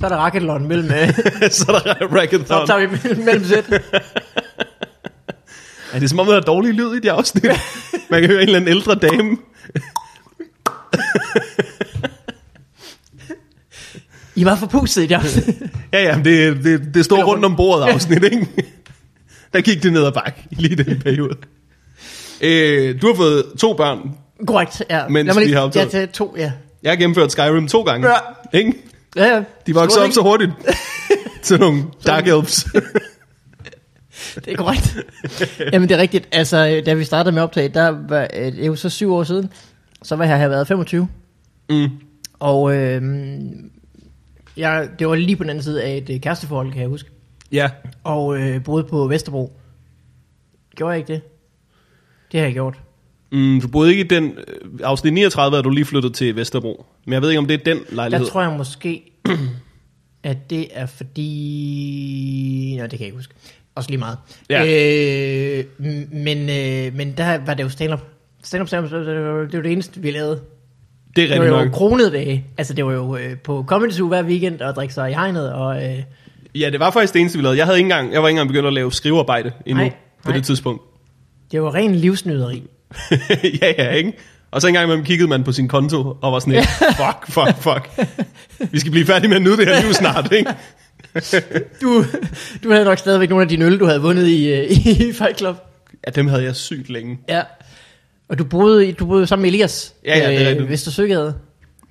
Speaker 2: så er der racketlon mellem, øh,
Speaker 1: så er der
Speaker 2: så
Speaker 1: rackathon.
Speaker 2: optager vi mellem- mellem sæt.
Speaker 1: Er det som om, der er dårlig lyd i det
Speaker 2: [laughs]
Speaker 1: afsnit? Man kan høre en eller anden ældre dame.
Speaker 2: I var forpustet
Speaker 1: [laughs]
Speaker 2: i det også.
Speaker 1: Ja, ja, men det, det, det står rundt om
Speaker 2: [laughs]
Speaker 1: bordet afsnit, ikke? Der gik det ned ad bakke lige i den periode. Øh, du har fået to børn.
Speaker 2: Korrekt, ja.
Speaker 1: Mens
Speaker 2: Lad mig
Speaker 1: vi har optaget.
Speaker 2: Ja, tage to, ja.
Speaker 1: Jeg har gennemført Skyrim to gange.
Speaker 2: Ja.
Speaker 1: Ikke?
Speaker 2: ja, ja.
Speaker 1: De vokser
Speaker 2: Stort,
Speaker 1: op så
Speaker 2: [laughs]
Speaker 1: hurtigt til nogle dark elves.
Speaker 2: ikke? Det er
Speaker 1: [laughs]
Speaker 2: korrekt. Jamen, det er rigtigt. Altså, øh, da vi startede med optag, der var øh, det er jo så syv år siden. Så var jeg her været 25.
Speaker 1: Mm.
Speaker 2: Og øh, jeg, det var lige på den anden side af et øh, kæresteforhold, kan jeg huske.
Speaker 1: Ja.
Speaker 2: Og øh, boede på Vesterbro. Gjorde jeg ikke det? Det har jeg gjort.
Speaker 1: Mm, du boede ikke i den... øh, Afsnit 39 er du lige flyttet til Vesterbro. Men jeg ved ikke, om det er den lejlighed.
Speaker 2: Der tror jeg måske, [clears throat] at det er fordi... Nå, det kan jeg ikke huske. Også lige meget.
Speaker 1: Ja.
Speaker 2: Øh, m- men, øh, men der var det jo stand-up. Stand-up, stand-up, stand-up, stand-up, det var det eneste, vi lavede.
Speaker 1: det er
Speaker 2: Det var jo
Speaker 1: rigtigt nok.
Speaker 2: kronede dage. Altså, det var jo øh, på Comedy Zoo hver weekend og drikke sig i hegnet. Og, øh,
Speaker 1: Ja, det var faktisk det eneste, vi lavede. Jeg, havde ikke engang, jeg var ikke engang begyndt at lave skrivearbejde endnu
Speaker 2: Nej,
Speaker 1: på
Speaker 2: nej.
Speaker 1: det tidspunkt. [laughs]
Speaker 2: det var ren livsnyderi.
Speaker 1: ja, ja, ikke? Og så engang imellem kiggede man på sin konto og var sådan lidt, [laughs] fuck, fuck, fuck. Vi skal blive færdige med at nyde det her liv snart, ikke?
Speaker 2: Du, du havde nok stadigvæk nogle af dine øl, du havde vundet i, øh, i Fight Club.
Speaker 1: Ja, dem havde jeg sygt længe.
Speaker 2: Ja. Og du boede, i- du boede sammen med Elias. øh,
Speaker 1: Ja, ja, det er rigtigt.
Speaker 2: Vestersøgade.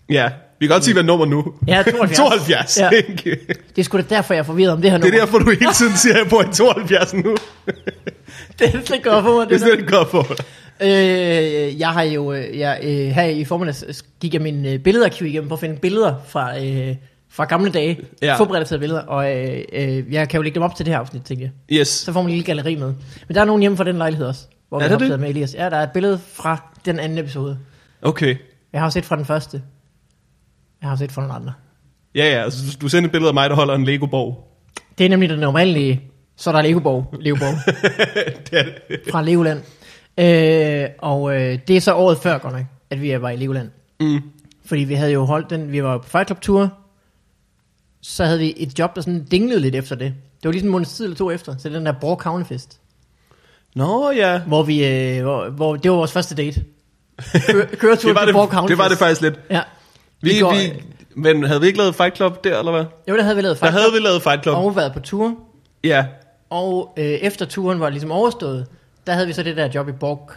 Speaker 1: Ja, vi kan godt sige, hvad nummer nu.
Speaker 2: Ja,
Speaker 1: [laughs]
Speaker 2: 72.
Speaker 1: 72,
Speaker 2: Ja.
Speaker 1: ikke?
Speaker 2: Det er sgu da derfor, jeg er forvirret om det her
Speaker 1: Det er
Speaker 2: nummer.
Speaker 1: derfor, du hele tiden siger, at jeg bor i 72
Speaker 2: [laughs]
Speaker 1: nu.
Speaker 2: Det er slet ikke godt for mig.
Speaker 1: Det er
Speaker 2: Det
Speaker 1: slet ikke godt for dig.
Speaker 2: der. øh, jeg har jo, øh, jeg, øh, her i formiddags gik jeg min øh, billedarkiv igennem for at finde billeder fra, øh, fra gamle dage.
Speaker 1: Ja.
Speaker 2: Ja. Forberedte billeder, og øh, øh, jeg kan jo lægge dem op til det her afsnit, tænker jeg.
Speaker 1: Yes.
Speaker 2: Så får man en lille galleri med. Men der er nogen hjemme fra den lejlighed også, hvor
Speaker 1: Er
Speaker 2: vi
Speaker 1: der
Speaker 2: har
Speaker 1: det?
Speaker 2: optaget med Elias. Ja, der er et billede fra den anden episode.
Speaker 1: Okay.
Speaker 2: Jeg har også set fra den første. Jeg har også set fra nogle andre.
Speaker 1: Ja, ja, altså, du sendte et billede af mig, der holder en Lego-borg.
Speaker 2: Det er nemlig den normale, så er der Legoborg, Legoborg
Speaker 1: [laughs] Det er det.
Speaker 2: fra Legoland. Øh, og øh, det er så året før, godt nok, at vi var i Legoland.
Speaker 1: Mm.
Speaker 2: Fordi vi havde jo holdt den, vi var på Fight Club Tour, så havde vi et job, der sådan dinglede lidt efter det. Det var lige sådan en måneds tid eller to efter, så den der Borg County Fest,
Speaker 1: Nå ja.
Speaker 2: hvor vi, øh, hvor, hvor, det var vores første date.
Speaker 1: [laughs]
Speaker 2: Kø- Køretur
Speaker 1: Det var
Speaker 2: til Borg
Speaker 1: det,
Speaker 2: County
Speaker 1: det, var det
Speaker 2: Fest.
Speaker 1: faktisk lidt.
Speaker 2: Ja.
Speaker 1: Vi,
Speaker 2: Vi går-
Speaker 1: vi, men havde vi ikke lavet Fight Club der, eller hvad?
Speaker 2: Jo, der havde vi lavet
Speaker 1: Der
Speaker 2: Fight
Speaker 1: havde
Speaker 2: Club,
Speaker 1: vi lavet Fight Club.
Speaker 2: og været på tur,
Speaker 1: Ja,
Speaker 2: og øh, efter turen var ligesom overstået, der havde vi så det der job i Borg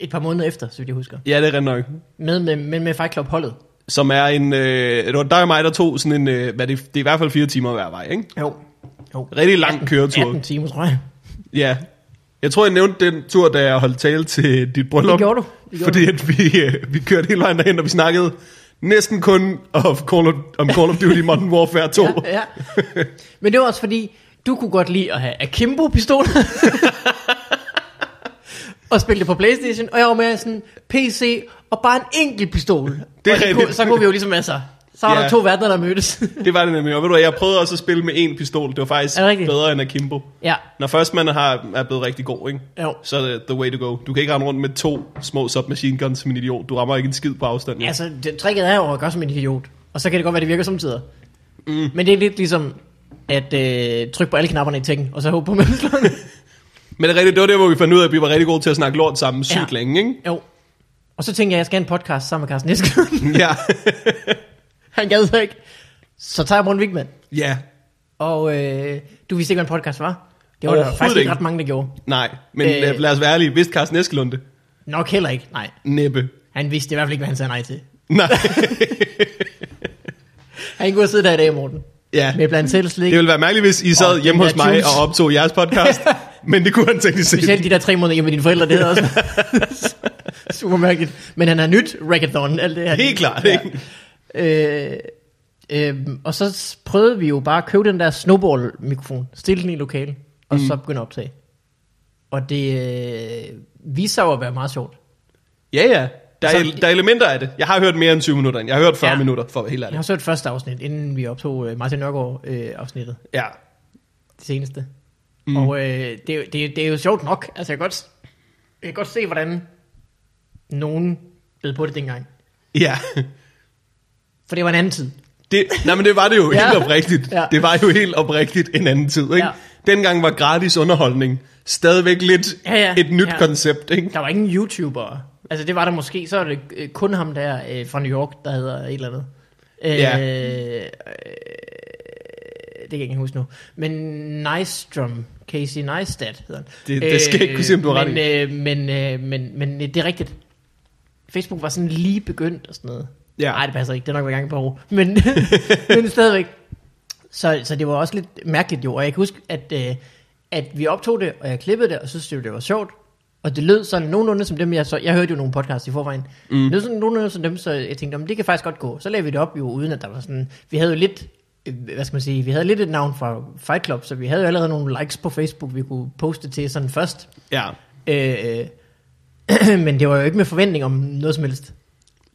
Speaker 2: et par måneder efter, så vidt jeg husker.
Speaker 1: ja det er rent nok.
Speaker 2: Med, med, med, med Fight Club holdet.
Speaker 1: Som er en, øh, det var dig og mig, der tog sådan en, øh, hvad er det, det er i hvert fald fire timer hver vej, ikke?
Speaker 2: Jo. jo.
Speaker 1: Rigtig lang køretur.
Speaker 2: 18 timer, tror jeg.
Speaker 1: Ja. Jeg tror, jeg nævnte den tur, da jeg holdt tale til dit bryllup.
Speaker 2: Det gjorde du. Det gjorde
Speaker 1: fordi at vi, øh, vi kørte hele vejen derhen, og vi snakkede næsten kun om Call of, om Call of Duty Modern Warfare 2. [laughs]
Speaker 2: Ja, ja. Men det var også fordi, du kunne godt lide at have Akimbo-pistol.
Speaker 1: [laughs]
Speaker 2: og spille det på Playstation, og jeg var med sådan PC og bare en enkelt pistol.
Speaker 1: Det er
Speaker 2: og
Speaker 1: rigtigt.
Speaker 2: Kunne, så kunne vi jo ligesom, altså, så var
Speaker 1: Ja.
Speaker 2: der to verdener, der
Speaker 1: [laughs]
Speaker 2: mødtes.
Speaker 1: Det var det nemlig. Og ved du hvad, jeg prøvede også at spille med én pistol. Det var faktisk
Speaker 2: Er det rigtigt?
Speaker 1: bedre end Akimbo.
Speaker 2: ja,
Speaker 1: Når først man har, er blevet rigtig god, ikke?
Speaker 2: jo.
Speaker 1: så er det the way to go. Du kan ikke rende rundt med to små submachine guns som en idiot. Du rammer ikke en skid på afstand.
Speaker 2: Altså, det, tricket er jo at gøre som en idiot. Og så kan det godt være, det virker samtidig. Mm. Men det er lidt ligesom at øh, trykke på alle knapperne i tænken, og så håbe
Speaker 1: [laughs]
Speaker 2: på mellemslående.
Speaker 1: Men det, er rigtigt, det var der, hvor vi fandt ud af, at vi var rigtig gode til at snakke lort sammen sygt
Speaker 2: Ja.
Speaker 1: længe,
Speaker 2: [laughs]
Speaker 1: ikke?
Speaker 2: jo. Og så tænkte jeg, at jeg skal have en podcast sammen med Carsten Eskelund.
Speaker 1: Ja.
Speaker 2: [laughs] Han gad så ikke. Så tager jeg Morten Wigman.
Speaker 1: ja.
Speaker 2: Og øh, du vidste ikke, hvad en podcast var? Det var der
Speaker 1: Overhovedet
Speaker 2: faktisk ikke
Speaker 1: ikke.
Speaker 2: ret mange, der gjorde.
Speaker 1: Nej, men
Speaker 2: Øh.
Speaker 1: øh. lad os være ærlige. Vidste Carsten Eskelund det?
Speaker 2: Nok heller ikke, nej.
Speaker 1: Næppe.
Speaker 2: Han vidste i hvert fald ikke, hvad han sagde nej til.
Speaker 1: Nej.
Speaker 2: Han kunne have siddet der i dag, Morten.
Speaker 1: [laughs] ja.
Speaker 2: Med blandt selv slik.
Speaker 1: Det ville være mærkeligt, hvis I sad
Speaker 2: den
Speaker 1: hjemme hos
Speaker 2: der
Speaker 1: mig
Speaker 2: juice.
Speaker 1: og optog jeres
Speaker 2: [laughs]
Speaker 1: podcast. men det kunne han teknisk set.
Speaker 2: Specielt de der tre måneder hjemme med dine forældre, det havde også [laughs] super mærkeligt. Men han har nyt rackathon, alt det her.
Speaker 1: Helt klart, ikke?
Speaker 2: Øh, øh, og så s- prøvede vi jo bare at købe den der snowball-mikrofon. Stille den i lokale. og mm. så begynde at optage. Og det øh, viser sig jo at være meget sjovt.
Speaker 1: Ja, ja. Der er,
Speaker 2: Så-
Speaker 1: der er elementer af det. Jeg har hørt mere end 20 minutter. end- Jeg har hørt 40 ja.
Speaker 2: Altså, Ja.
Speaker 1: minutter, for at være helt
Speaker 2: Jeg
Speaker 1: ærlig.
Speaker 2: har så et første afsnit, inden vi optog øh, Martin Nørgaard øh, afsnittet,
Speaker 1: Ja.
Speaker 2: det seneste.
Speaker 1: Mm.
Speaker 2: Mm. Og øh, det, er jo- det, er- det er jo sjovt nok. Altså, jeg kan godt, s- jeg kan godt se, hvordan nogen blev på det dengang.
Speaker 1: Ja. [laughs]
Speaker 2: For det var en anden tid.
Speaker 1: Det, nej, men det var det jo
Speaker 2: Ja.
Speaker 1: helt oprigtigt.
Speaker 2: Ja.
Speaker 1: Det var jo helt oprigtigt en anden tid, ikke?
Speaker 2: Ja.
Speaker 1: Dengang var gratis underholdning stadigvæk lidt
Speaker 2: Ja, ja.
Speaker 1: et nyt
Speaker 2: Ja.
Speaker 1: koncept, ikke?
Speaker 2: Der var ingen YouTuber. Altså, det var der måske. Så er det øh, kun ham der øh, fra New York, der hedder et eller andet. Øh,
Speaker 1: Ja.
Speaker 2: øh, det kan jeg ikke huske nu. Men Nystrom, Casey Neistat hedder han.
Speaker 1: Det- det skal jeg ikke kunne sige, om du har
Speaker 2: men,
Speaker 1: ret
Speaker 2: øh, men, øh, men, men øh, det er rigtigt. Facebook var sådan lige begyndt og sådan noget.
Speaker 1: Ja.
Speaker 2: Nej, det passer ikke. Det er nok været i gang på år. Men, [laughs] men stadigvæk. Så, så det var også lidt mærkeligt jo, og jeg kan huske, at, øh, at vi optog det, og jeg klippede det, og synes det, det var sjovt. Og det lød sådan nogenlunde som dem, jeg så... Jeg hørte jo nogle podcasts i forvejen. Mm. Det lød sådan nogenlunde som dem, så jeg tænkte, "Nå, men det kan faktisk godt gå. Så lavede vi det op jo, uden at der var sådan... Vi havde jo lidt... øh, Hvad skal man sige? Vi havde lidt et navn fra Fight Club, så vi havde jo allerede nogle likes på Facebook, vi kunne poste til sådan først.
Speaker 1: Ja.
Speaker 2: Øh, [clears throat] øh, men det var jo ikke med forventning om noget som helst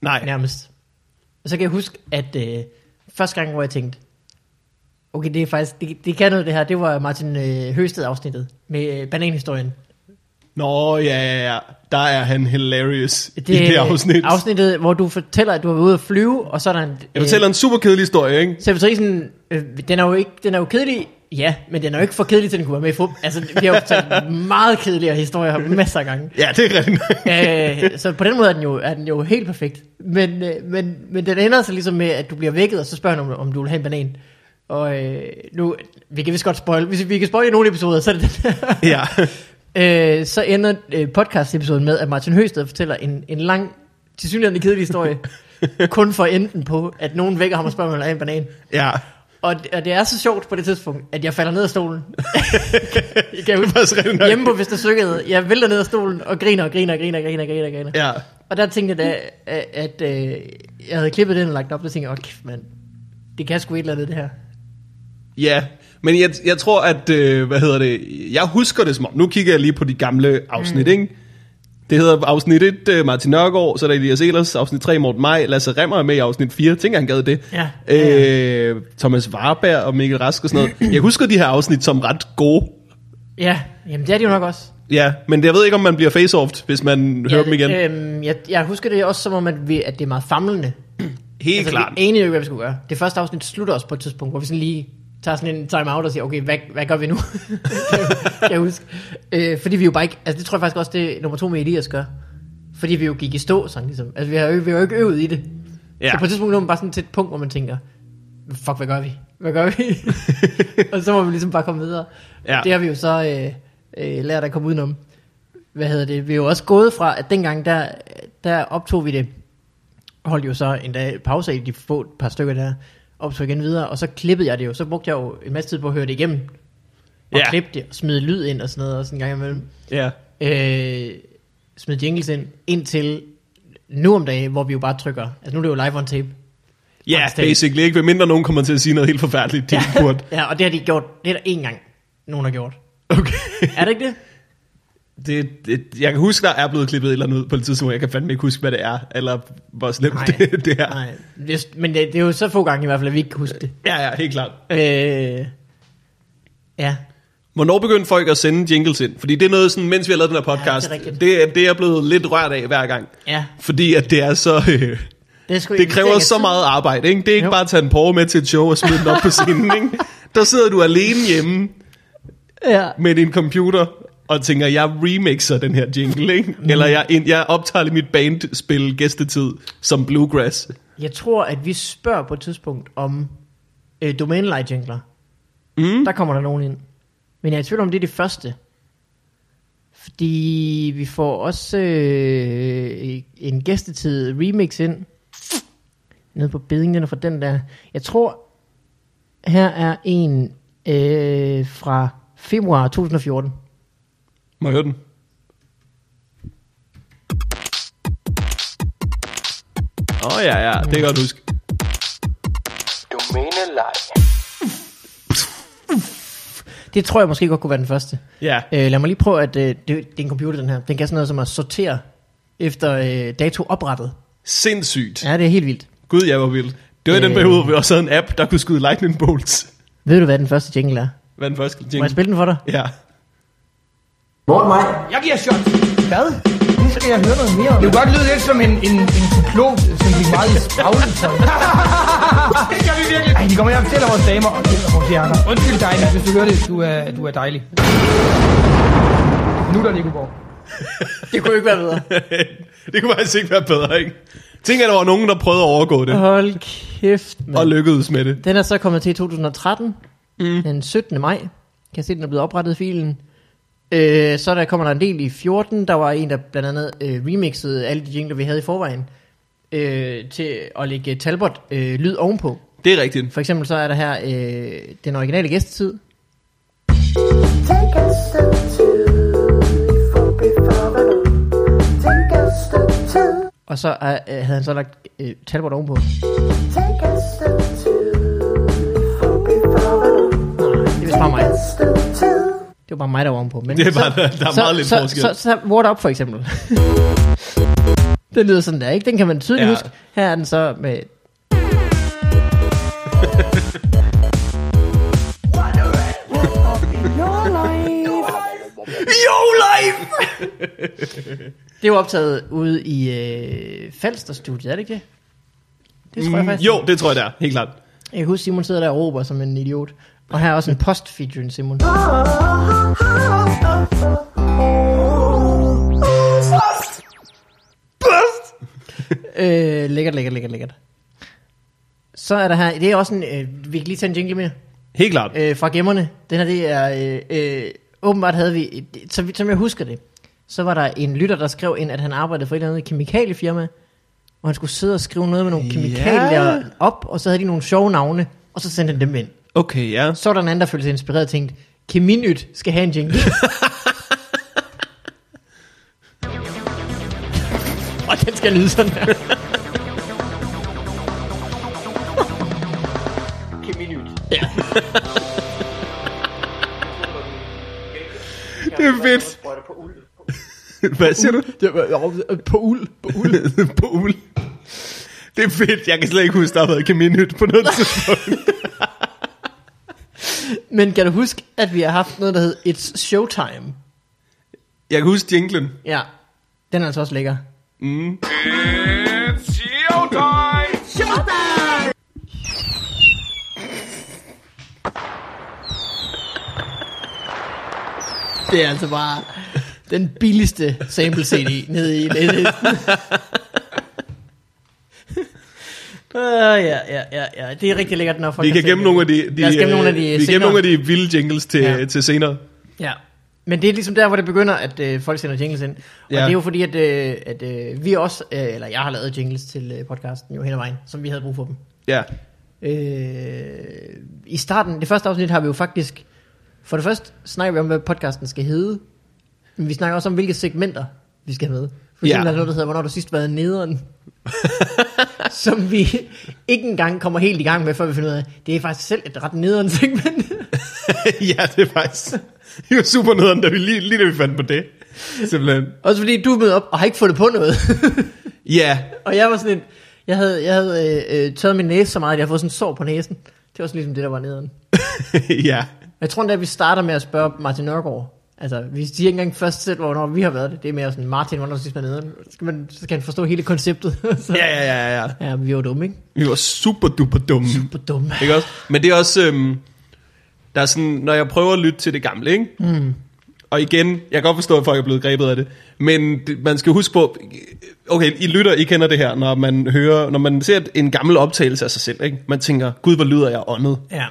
Speaker 1: Nej.
Speaker 2: nærmest. Og så kan jeg huske, at øh, første gang, hvor jeg tænkte, okay, det er faktisk, det, det kan noget det her, det var Martin øh, Høsted-afsnittet med øh, bananhistorien.
Speaker 1: Nå, ja, ja, ja. Der er han hilarious
Speaker 2: Det,
Speaker 1: det, i det afsnit. afsnit.
Speaker 2: Afsnittet, hvor du fortæller, at du har været ude at flyve, og så er der en... Øh,
Speaker 1: Jeg fortæller en super kedelig historie, ikke?
Speaker 2: servitrisen, øh, den er jo ikke, den er jo kedelig, ja, men den er jo ikke for kedelig til, den kunne være med i fodbold. Altså, vi har jo fortalt meget kedeligere historier masser af gange.
Speaker 1: Ja, det er rigtigt. nok.
Speaker 2: øh, så på den måde er den jo, er den jo helt perfekt. Men, øh, men, men den ender så ligesom med, at du bliver vækket, og så spørger han, om, om du vil have en banan. Og øh, nu, vi kan vist godt spoil, hvis vi kan spoil i nogle episoder, så er det den.
Speaker 1: ja.
Speaker 2: øh, så ender øh, podcast-episoden med, at Martin Høsted fortæller en, en lang, tilsyneladende kedelig
Speaker 1: [laughs]
Speaker 2: historie, kun for enten på, at nogen vækker ham og spørger, om han vil have en banan.
Speaker 1: Ja.
Speaker 2: Og, og det er så sjovt på det tidspunkt, at jeg falder ned af
Speaker 1: [laughs]
Speaker 2: stolen. jeg kan
Speaker 1: Det er
Speaker 2: huske,
Speaker 1: faktisk rigtigt nok.
Speaker 2: hjemme på Vestersøkket, jeg vælter ned af stolen og griner og griner og griner og griner og griner. og griner.
Speaker 1: Ja.
Speaker 2: Og der tænkte jeg da, at, at øh, jeg havde klippet den og lagt den op, og tænkte jeg, åh kæft mand, det kan sgu et eller andet det her.
Speaker 1: Ja, men jeg, jeg tror, at, øh, hvad hedder det, jeg husker det som om, nu kigger jeg lige på de gamle afsnit, mm. ikke? Det hedder afsnit 1, øh, Martin Nørgaard, så er der Elias Ehlers, afsnit 3, Morten Maj, Lasse Remmer er med i afsnit 4, tænker han gad det.
Speaker 2: Ja,
Speaker 1: Øh, Thomas Warberg og Mikkel Rask og sådan noget. Jeg husker de her afsnit som ret gode.
Speaker 2: Ja, jamen det er det jo nok også.
Speaker 1: Ja, men jeg ved ikke, om man bliver face-offed, hvis man hører
Speaker 2: ja,
Speaker 1: dem igen. Øh,
Speaker 2: Øhm, jeg, jeg husker det også som om, at, vi, at det er meget famlende.
Speaker 1: Helt altså, klart.
Speaker 2: Vi er enige jo ikke, hvad vi skulle gøre. Det første afsnit slutter også på et tidspunkt, hvor vi sådan lige tager sådan en time out og siger, okay, hvad, hvad gør vi nu? [laughs] kan, jeg- kan jeg huske. Øh, fordi vi jo bare ikke, altså det tror jeg faktisk også, det er nummer to med Elias gør. Fordi vi jo gik i stå, sådan ligesom. Altså vi har jo, vi har jo ikke øvet i det.
Speaker 1: Ja.
Speaker 2: Ja. Så på et tidspunkt når man bare sådan til et punkt, hvor man tænker, fuck, hvad gør vi? Hvad gør
Speaker 1: [laughs]
Speaker 2: vi? og så må vi ligesom bare komme videre.
Speaker 1: Ja.
Speaker 2: Det har vi jo så øh, øh, lært at komme udenom. Hvad hedder det? Vi er jo også gået fra, at dengang der, der optog vi det, holdt jo så en dag pause i de få par stykker der, optog igen videre, og så klippede jeg det jo. Så brugte jeg jo en masse tid på at høre det igennem.
Speaker 1: Ja.
Speaker 2: Og ja. klippe det, og smide lyd ind og sådan noget, og sådan en gang imellem
Speaker 1: Ja.
Speaker 2: øh, smide jingles ind, indtil nu om dagen, hvor vi jo bare trykker. Altså nu er det jo live on tape.
Speaker 1: Ja,
Speaker 2: Faktisk talt.
Speaker 1: basically ikke, ved mindre nogen kommer til at sige noget helt forfærdeligt, de ja. burde.
Speaker 2: ja, og det har de gjort. Det er der én gang, nogen har gjort.
Speaker 1: Okay.
Speaker 2: Er det ikke
Speaker 1: [laughs]
Speaker 2: det?
Speaker 1: Det, det, jeg kan huske, der er blevet klippet et eller andet ud på et tidspunkt. Jeg kan fandme ikke huske, hvad det er, eller hvor slemt det, det er.
Speaker 2: Nej. Det- Men det, det, er jo så få gange i hvert fald, at vi ikke kan huske det.
Speaker 1: Ja, ja, helt klart.
Speaker 2: Øh, ja.
Speaker 1: Hvornår begyndte folk at sende jingles ind? Fordi det er noget, sådan, mens vi har lavet den her podcast,
Speaker 2: Ja, det er rigtigt.
Speaker 1: det, er- det er jeg blevet lidt rørt af hver gang.
Speaker 2: Ja.
Speaker 1: Fordi at det er så... [laughs] Øh,
Speaker 2: Det, er sgu
Speaker 1: det kræver
Speaker 2: investering af
Speaker 1: så
Speaker 2: tid.
Speaker 1: meget arbejde, ikke? Det er ikke jo.
Speaker 2: Jo.
Speaker 1: bare at tage en porre med til et show og smide den op på scenen, ikke? Der sidder du alene hjemme
Speaker 2: Ja.
Speaker 1: med din computer og tænker, jeg remixer den her jingle, ikke?
Speaker 2: Mm.
Speaker 1: Eller jeg, jeg optager lige mit bandspil gæstetid som bluegrass.
Speaker 2: Jeg tror, at vi spørger på et tidspunkt om øh, domænelejjingler.
Speaker 1: Mm.
Speaker 2: Der kommer der nogen ind. Men jeg er i tvivl om, det er det første. Fordi vi får også øh, en gæstetid remix ind. Nede på bedingerne fra den der. Jeg tror, her er en øh, fra februar 2014.
Speaker 1: Må jeg høre den? Åh oh, ja, ja, det kan jeg godt huske.
Speaker 3: Domænelej.
Speaker 2: Det tror jeg måske godt kunne være den første.
Speaker 1: Ja.
Speaker 2: Øh, lad mig lige prøve, at øh, det, det er en computer, den her. Den kan sådan noget som at sortere efter øh, dato oprettet.
Speaker 1: Sindssygt. Ja.
Speaker 2: Ja, det er helt vildt.
Speaker 1: Gud, jeg var vild. Det var øh. den
Speaker 2: Øh.
Speaker 1: periode, hvor vi også havde en app, der kunne skyde lightning bolts.
Speaker 2: Ved du, hvad den første jingle er?
Speaker 1: Hvad er den første
Speaker 2: Må jeg
Speaker 1: jingle?
Speaker 2: spille den for dig?
Speaker 1: Ja. [laughs]
Speaker 3: Morten Maj.
Speaker 4: Jeg giver shot.
Speaker 5: Hvad? Nu skal jeg høre noget mere om
Speaker 4: Det kunne godt lyde lidt som en, en, en cyklop, som gik meget i spavlet.
Speaker 5: [laughs]
Speaker 4: det gør vi virkelig. Ej, de kommer her og fortæller vores damer og fortæller vores hjerner. Undskyld dig, Nick, hvis du hører det. Du er, du er dejlig. Nu er der Nicoborg.
Speaker 2: [laughs] Det kunne ikke være bedre.
Speaker 1: det kunne faktisk ikke være bedre, ikke? Tænk, at der var nogen, der prøvede at overgå det,
Speaker 2: Hold kæft,
Speaker 1: og
Speaker 2: mand.
Speaker 1: lykkedes med det.
Speaker 2: Den er så kommet til i 2013, mm. den 17. maj. Kan jeg se, den er blevet oprettet i filen. Øh, så der kommer der en del i 14. Der var en, der blandt andet øh, remixede alle de jingler, vi havde i forvejen, øh, til at lægge Talbot øh, lyd ovenpå.
Speaker 1: Det er rigtigt.
Speaker 2: For eksempel så er der her øh, den originale gæstetid.
Speaker 6: Take us to two, for before the Take us to two,
Speaker 2: Og så er, øh, havde han så lagt øh, Talbot ovenpå.
Speaker 6: take us to two, for before the
Speaker 2: Det er vist bare mig.
Speaker 6: Take us to two.
Speaker 2: Det var bare mig, der var ovenpå. Men
Speaker 1: Det er bare, der er
Speaker 2: så,
Speaker 1: meget lidt
Speaker 2: så,
Speaker 1: forskel.
Speaker 2: Så, så, så Word Up for eksempel. [laughs] den lyder sådan der, ikke? Den kan man tydeligt
Speaker 1: Ja.
Speaker 2: ja. huske. Her er den så
Speaker 1: [laughs]
Speaker 2: med...
Speaker 1: Yo, life!
Speaker 2: Det var optaget ude i øh, Falster Studiet, er det ikke det? Det tror jeg faktisk.
Speaker 1: Mm, Jo, det tror jeg, det er. Helt klart.
Speaker 2: Jeg kan huske, Simon sidder der og råber som en idiot. Og her er også en post featuring Simon. Øh, lækkert, lækkert, lækkert, lækkert. Så er der her, det er også en, øh, vi kan lige tage en jingle mere,
Speaker 1: Helt klart.
Speaker 2: øh, fra gemmerne. Den her, det er, øh, øh, åbenbart havde vi, det, som, som jeg husker det, så var der en lytter, der skrev ind, at han arbejdede for et eller andet kemikaliefirma, og han skulle sidde og skrive noget med nogle kemikalier
Speaker 1: Ja.
Speaker 2: op, og så havde de nogle sjove navne, og så sendte han dem ind.
Speaker 1: Okay, ja.
Speaker 2: Så var der en anden, der følte sig inspireret og tænkte, Keminyt skal have en jingle. [laughs] og den skal lyde sådan her.
Speaker 1: Det er fedt. [laughs] Hvad siger du?
Speaker 2: øh, På uld.
Speaker 1: På uld. [laughs] på uld. Det er fedt. Jeg kan slet ikke huske, der har været kaminhyt på noget tidspunkt.
Speaker 2: Men kan du huske, at vi har haft noget, der hed It's Showtime?
Speaker 1: [laughs] Jeg kan huske jinglen.
Speaker 2: Ja, den er altså også lækker.
Speaker 1: Mm.
Speaker 2: Mm. It's showtime! Showtime! Det er altså bare den billigste sample CD nede
Speaker 1: [laughs]
Speaker 2: i playlisten. Uh, ja, ja, ja, ja. Det er rigtig lækkert, når folk
Speaker 1: Vi kan
Speaker 2: se
Speaker 1: gemme
Speaker 2: det.
Speaker 1: nogle af de, de,
Speaker 2: Lad os gemme nogle af de
Speaker 1: øh, vi
Speaker 2: senere.
Speaker 1: gemmer nogle af de vilde jingles til, ja.
Speaker 2: Ja.
Speaker 1: til senere.
Speaker 2: Ja, men det er ligesom der, hvor det begynder, at øh, folk sender jingles ind. Og
Speaker 1: Ja.
Speaker 2: ja. det er jo fordi, at, øh, at øh, vi også, øh, eller jeg har lavet jingles til øh, podcasten jo hen ad vejen, som vi havde brug for dem.
Speaker 1: Ja. [laughs]
Speaker 2: Øh, I starten, det første afsnit har vi jo faktisk, for det første snakker vi om, hvad podcasten skal hedde, men vi snakker også om, hvilke segmenter vi skal have med. For
Speaker 1: Ja.
Speaker 2: eksempel ja. er der noget, der hedder, hvornår har du sidst været [laughs] nederen, som vi ikke engang kommer helt i gang med, før vi finder ud af, det er faktisk selv et ret nederen segment. [laughs]
Speaker 1: ja, det er faktisk... [laughs] Det var super nederen, da vi lige, lige da vi fandt på det. Simpelthen.
Speaker 2: også fordi du er mødt op og har ikke fundet på noget. [laughs]
Speaker 1: Ja, [laughs]
Speaker 2: Og jeg var sådan en, jeg havde, jeg havde øh, øh, tørret min næse så meget, at jeg havde fået sådan en sår på næsen. Det var sådan ligesom det, der var nederen.
Speaker 1: ja.
Speaker 2: Jeg tror endda, at vi starter med at spørge Martin Nørgaard. Altså, vi siger ikke engang først selv, hvornår vi har været det. Det er mere sådan, Martin, hvornår sidst man nederen? Så skal, man, så skal han forstå hele konceptet. [laughs] så,
Speaker 1: Ja, ja, ja, ja.
Speaker 2: ja, men vi var dumme, ikke?
Speaker 1: Vi var super duper dumme.
Speaker 2: På dumme.
Speaker 1: Ikke også? Men det er også... Øhm, der er sådan, når jeg prøver at lytte til det gamle, ikke? Mm. Og igen, jeg kan godt forstå, at folk er blevet grebet af det. Men det, man skal huske på... Okay, I lytter, I kender det her, når man hører... Når man ser en gammel optagelse af sig selv, ikke? Man tænker, gud, hvor lyder jeg åndet.
Speaker 2: Ja.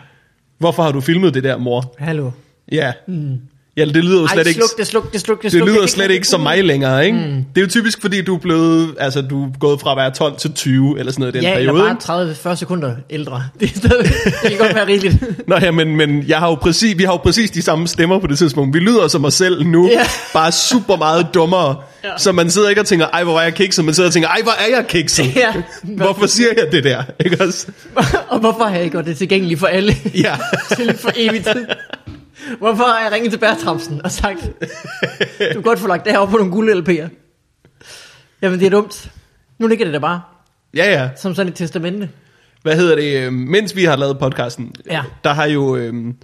Speaker 1: Hvorfor har du filmet det der, mor?
Speaker 2: Hallo.
Speaker 1: Ja. Mm. Ja, det lyder jo
Speaker 2: Ej,
Speaker 1: slet ikke...
Speaker 2: sluk det, sluk det, sluk det, sluk
Speaker 1: Det lyder
Speaker 2: kan
Speaker 1: slet ikke som mig længere, ikke? Mm. Det er jo typisk, fordi du er blevet, altså du er gået fra at være 12 til 20, eller sådan noget i den
Speaker 2: Ja, eller
Speaker 1: periode, ikke?
Speaker 2: bare 30-40 sekunder ældre. [laughs] Det, er stadig, det kan godt være rigeligt. [laughs]
Speaker 1: Nå ja, men, men jeg har jo præcis, vi har jo præcis de samme stemmer på det tidspunkt. Vi lyder som os selv nu,
Speaker 2: Ja.
Speaker 1: bare super meget dummere. Ja.
Speaker 2: Ja.
Speaker 1: Så man sidder ikke og tænker, ej, hvor var jeg kikset. Man sidder og tænker, ej, hvor er jeg kikset.
Speaker 2: Ja.
Speaker 1: Hvorfor siger jeg det der? Ikke også?
Speaker 2: [laughs] og hvorfor har jeg ikke gjort det tilgængeligt for alle?
Speaker 1: Ja.
Speaker 2: til for evigt tid. Hvorfor har jeg ringet til Bertramsen og sagt, du kan godt få lagt det her op på nogle guld LP'er? Jamen, det er dumt. Nu ligger det der bare,
Speaker 1: Ja, ja.
Speaker 2: som sådan et testamente.
Speaker 1: Hvad hedder det? øhm, Mens vi har lavet podcasten,
Speaker 2: Ja.
Speaker 1: der har jo... øhm,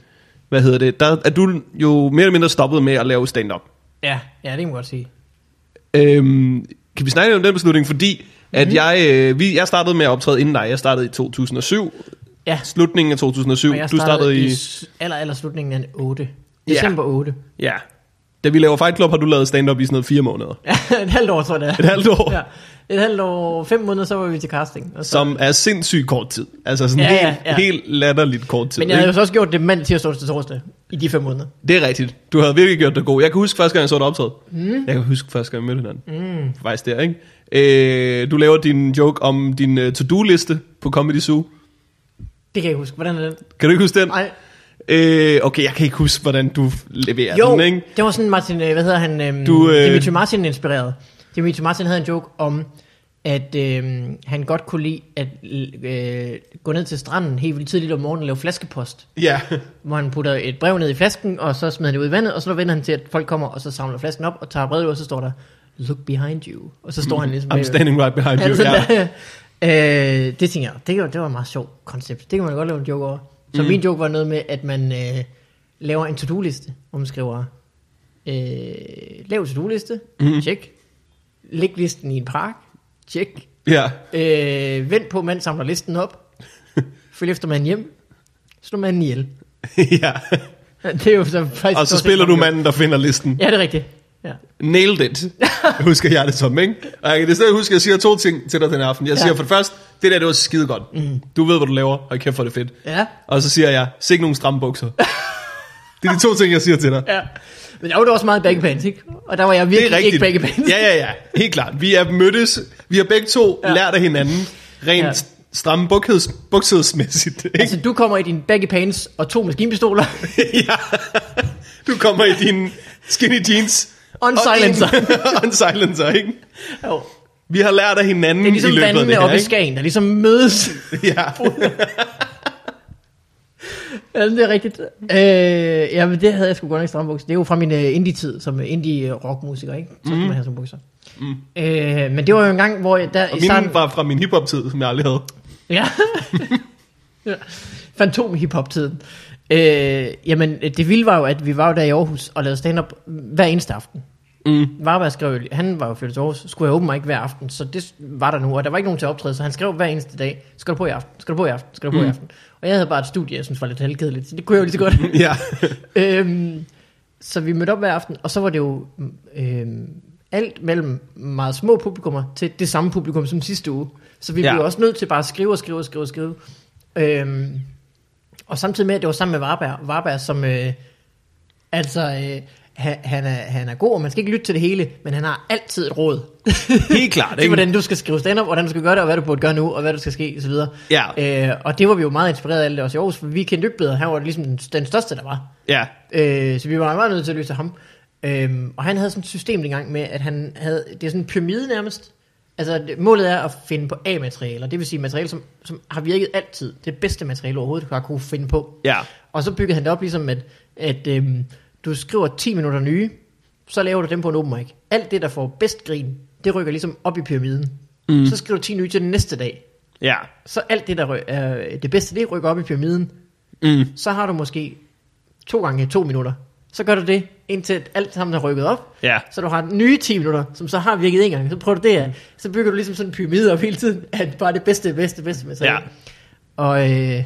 Speaker 1: Hvad hedder det? Der er du jo mere eller mindre stoppet med at lave stand-up.
Speaker 2: Ja, ja, det kan man godt sige.
Speaker 1: Øhm, kan vi snakke lidt om den beslutning? Fordi
Speaker 2: Mhm.
Speaker 1: at jeg, øh, vi, jeg startede med at optræde inden dig. Jeg startede i 2007.
Speaker 2: Ja,
Speaker 1: Slutningen af 2007.
Speaker 2: og jeg
Speaker 1: du startede i...
Speaker 2: s- aller, aller slutningen af 8.
Speaker 1: Ja.
Speaker 2: December 8.
Speaker 1: Ja. Da vi laver Fight Club, har du lavet stand-up i sådan noget fire måneder.
Speaker 2: Ja, [laughs] et halvt år, tror jeg det er.
Speaker 1: Et halvt år.
Speaker 2: Ja. Et halvt år, fem måneder, så var vi til casting. Og så.
Speaker 1: Som er sindssygt kort tid. Altså sådan
Speaker 2: Ja,
Speaker 1: ja,
Speaker 2: ja,
Speaker 1: helt, ja,
Speaker 2: ja.
Speaker 1: ja. helt latterligt kort tid.
Speaker 2: Men jeg havde
Speaker 1: ikke?
Speaker 2: jo så også gjort det mandag, tirsdag, onsdag, torsdag i de fem måneder.
Speaker 1: Det er rigtigt. Du havde virkelig gjort dig god. Jeg kan huske første gang, jeg så dig optræde. Mm. Jeg kan huske første gang, jeg mødte hinanden. Mm. Faktisk der, ikke? Øh, du laver din joke om din uh, to-do-liste på Comedy Zoo.
Speaker 2: Det kan jeg ikke huske. Hvordan er den?
Speaker 1: Kan du ikke huske den?
Speaker 2: Nej.
Speaker 1: Øh, okay, jeg kan ikke huske, hvordan du leverer
Speaker 2: Jo,
Speaker 1: den, ikke?
Speaker 2: det var sådan Martin, øh, hvad hedder han, øhm,
Speaker 1: Du,
Speaker 2: du,
Speaker 1: øh,
Speaker 2: øh... Dimitri Martin inspireret. Dimitri Martin havde en joke om, at øhm, han godt kunne lide at øh, gå ned til stranden helt vildt tidligt om morgenen og lave flaskepost.
Speaker 1: Ja.
Speaker 2: Hvor han putter et brev ned i flasken, og så smider han det ud i vandet, og så vender han til, at folk kommer, og så samler flasken op og tager brevet ud, og så står der, look behind you. Og så
Speaker 1: Mm.
Speaker 2: står han ligesom...
Speaker 1: I'm standing right behind you.
Speaker 2: Altså,
Speaker 1: Ja. [laughs]
Speaker 2: der, [laughs] øh, det tænker jeg, det, var- det var et meget sjovt koncept. Det kan man godt lave en joke over. Så mm. min joke var noget med, at man øh, laver en to-do-liste, hvor man skriver, øh, lav to-do-liste, mm. tjek. Læg listen i en park, tjek.
Speaker 1: ja.
Speaker 2: Øh, vent på, at man samler
Speaker 1: [laughs]
Speaker 2: listen op. Følg efter manden hjem. Slå manden ihjel. [laughs]
Speaker 1: ja. [laughs]
Speaker 2: Det er jo så faktisk...
Speaker 1: Og så
Speaker 2: stort set
Speaker 1: spiller du
Speaker 2: nok, jo.
Speaker 1: manden, der finder listen.
Speaker 2: Ja, det er rigtigt. Ja.
Speaker 1: Nailed
Speaker 2: [laughs]
Speaker 1: it, husker jeg det som, ikke? Og jeg kan i stedet huske, at jeg siger to ting til dig den aften. Jeg
Speaker 2: Ja.
Speaker 1: siger for det første, det der, det var skide godt. Mm. Du ved, hvad du laver, og kæft for det fedt.
Speaker 2: Ja.
Speaker 1: Og så siger jeg, sikke nogle stramme
Speaker 2: [laughs]
Speaker 1: bukser. det er de to ting, jeg siger til dig.
Speaker 2: ja. Men der var jo også meget baggy pants, ikke? Og der var jeg
Speaker 1: Det er
Speaker 2: virkelig ikke
Speaker 1: rigtigt.
Speaker 2: baggy pants.
Speaker 1: Ja, ja, ja. Helt klart. Vi er mødtes. Vi har begge to
Speaker 2: Ja.
Speaker 1: ja. lært af hinanden. Rent
Speaker 2: Ja.
Speaker 1: ja. stramme bukheds, buksedsmæssigt. Ikke?
Speaker 2: Altså, du kommer i dine baggy pants og to maskinpistoler
Speaker 1: ja. Du kommer i dine skinny jeans.
Speaker 2: og en
Speaker 1: og
Speaker 2: silencer.
Speaker 1: [laughs] en- og en silencer, ikke?
Speaker 2: Jo.
Speaker 1: Vi har lært af hinanden
Speaker 2: Det er [laughs]
Speaker 1: [laughs]
Speaker 2: ligesom
Speaker 1: i løbet af det
Speaker 2: vandene
Speaker 1: her,
Speaker 2: oppe i
Speaker 1: ikke?
Speaker 2: Skagen, der ligesom mødes. [laughs]
Speaker 1: Ja.
Speaker 2: ja, det er rigtigt. Øh, ja, men det havde jeg sgu godt nok stramme bukser. Det er jo fra min uh, indie-tid som indie-rockmusiker, ikke? Så
Speaker 1: Mhm.
Speaker 2: skulle man have sådan bukser. Mm. Øh, men det var jo en gang, hvor jeg der
Speaker 1: Og
Speaker 2: i starten...
Speaker 1: mine var fra min hiphop-tid, som jeg aldrig
Speaker 2: [laughs]
Speaker 1: havde.
Speaker 2: Ja. ja. Fantom hiphop-tiden. Øh, jamen, det vilde var jo, at vi var jo der i Aarhus og lavede stand-up hver eneste aften. Mm. Varberg skrev, jo- han var jo flyttet til Aarhus, skulle jeg åbne mig ikke hver aften, så det var der nu, og der var ikke nogen til at optræde, så han skrev hver eneste dag, skal du på i aften, skal du på i aften, skal du på i aften. Og jeg havde bare et studie, jeg synes var lidt halvkedeligt, så det kunne jeg jo lige så godt.
Speaker 1: Ja.
Speaker 2: øhm, så vi mødte op hver aften, og så var det jo øhm, alt mellem meget små publikummer til det samme publikum som sidste uge. Så vi ja.
Speaker 1: Ja.
Speaker 2: blev også nødt til bare at skrive og skrive og skrive og skrive. Øhm, og samtidig med, at det var sammen med Varberg, Varberg som... Øh, altså, øh, han, han, er, han er god, og man skal ikke lytte til det hele, men han har altid et råd.
Speaker 1: Helt klart,
Speaker 2: [laughs] til,
Speaker 1: ikke?
Speaker 2: hvordan du skal skrive stand-up, hvordan du skal gøre det, og hvad du burde gøre nu, og hvad du skal ske, osv.
Speaker 1: Ja.
Speaker 2: Øh, og det var vi jo meget inspireret af, alle også i Aarhus, for vi kendte jo ikke bedre. Han var ligesom den, den største, der var.
Speaker 1: Ja.
Speaker 2: Øh, så vi var meget nødt til at lytte til ham. Øhm, og han havde sådan et system dengang med, at han havde, det er sådan en pyramide nærmest. Altså det- målet er at finde på A-materialer, det vil sige materiale, som, som har virket altid. Det bedste materiale overhovedet, du har kunne finde på.
Speaker 1: Ja.
Speaker 2: Og så byggede han det op ligesom, at, at øhm, du skriver 10 minutter nye, så laver du dem på en open mic. Alt det, der får bedst grin, det rykker ligesom op i pyramiden. Mm. Så skriver du 10 nye til den næste dag.
Speaker 1: Ja.
Speaker 2: Så alt det, der ry- er det bedste, det rykker op i pyramiden
Speaker 1: Mm.
Speaker 2: så har du måske to gange to minutter. Så gør du det, indtil alt sammen er rykket op.
Speaker 1: Ja. Mm.
Speaker 2: Så du har nye 10 minutter, som så har virket en gang. Så prøver du det af. Så bygger du ligesom sådan en pyramide op hele tiden, at bare det bedste, bedste, bedste med sig.
Speaker 1: Ja.
Speaker 2: Og, øh,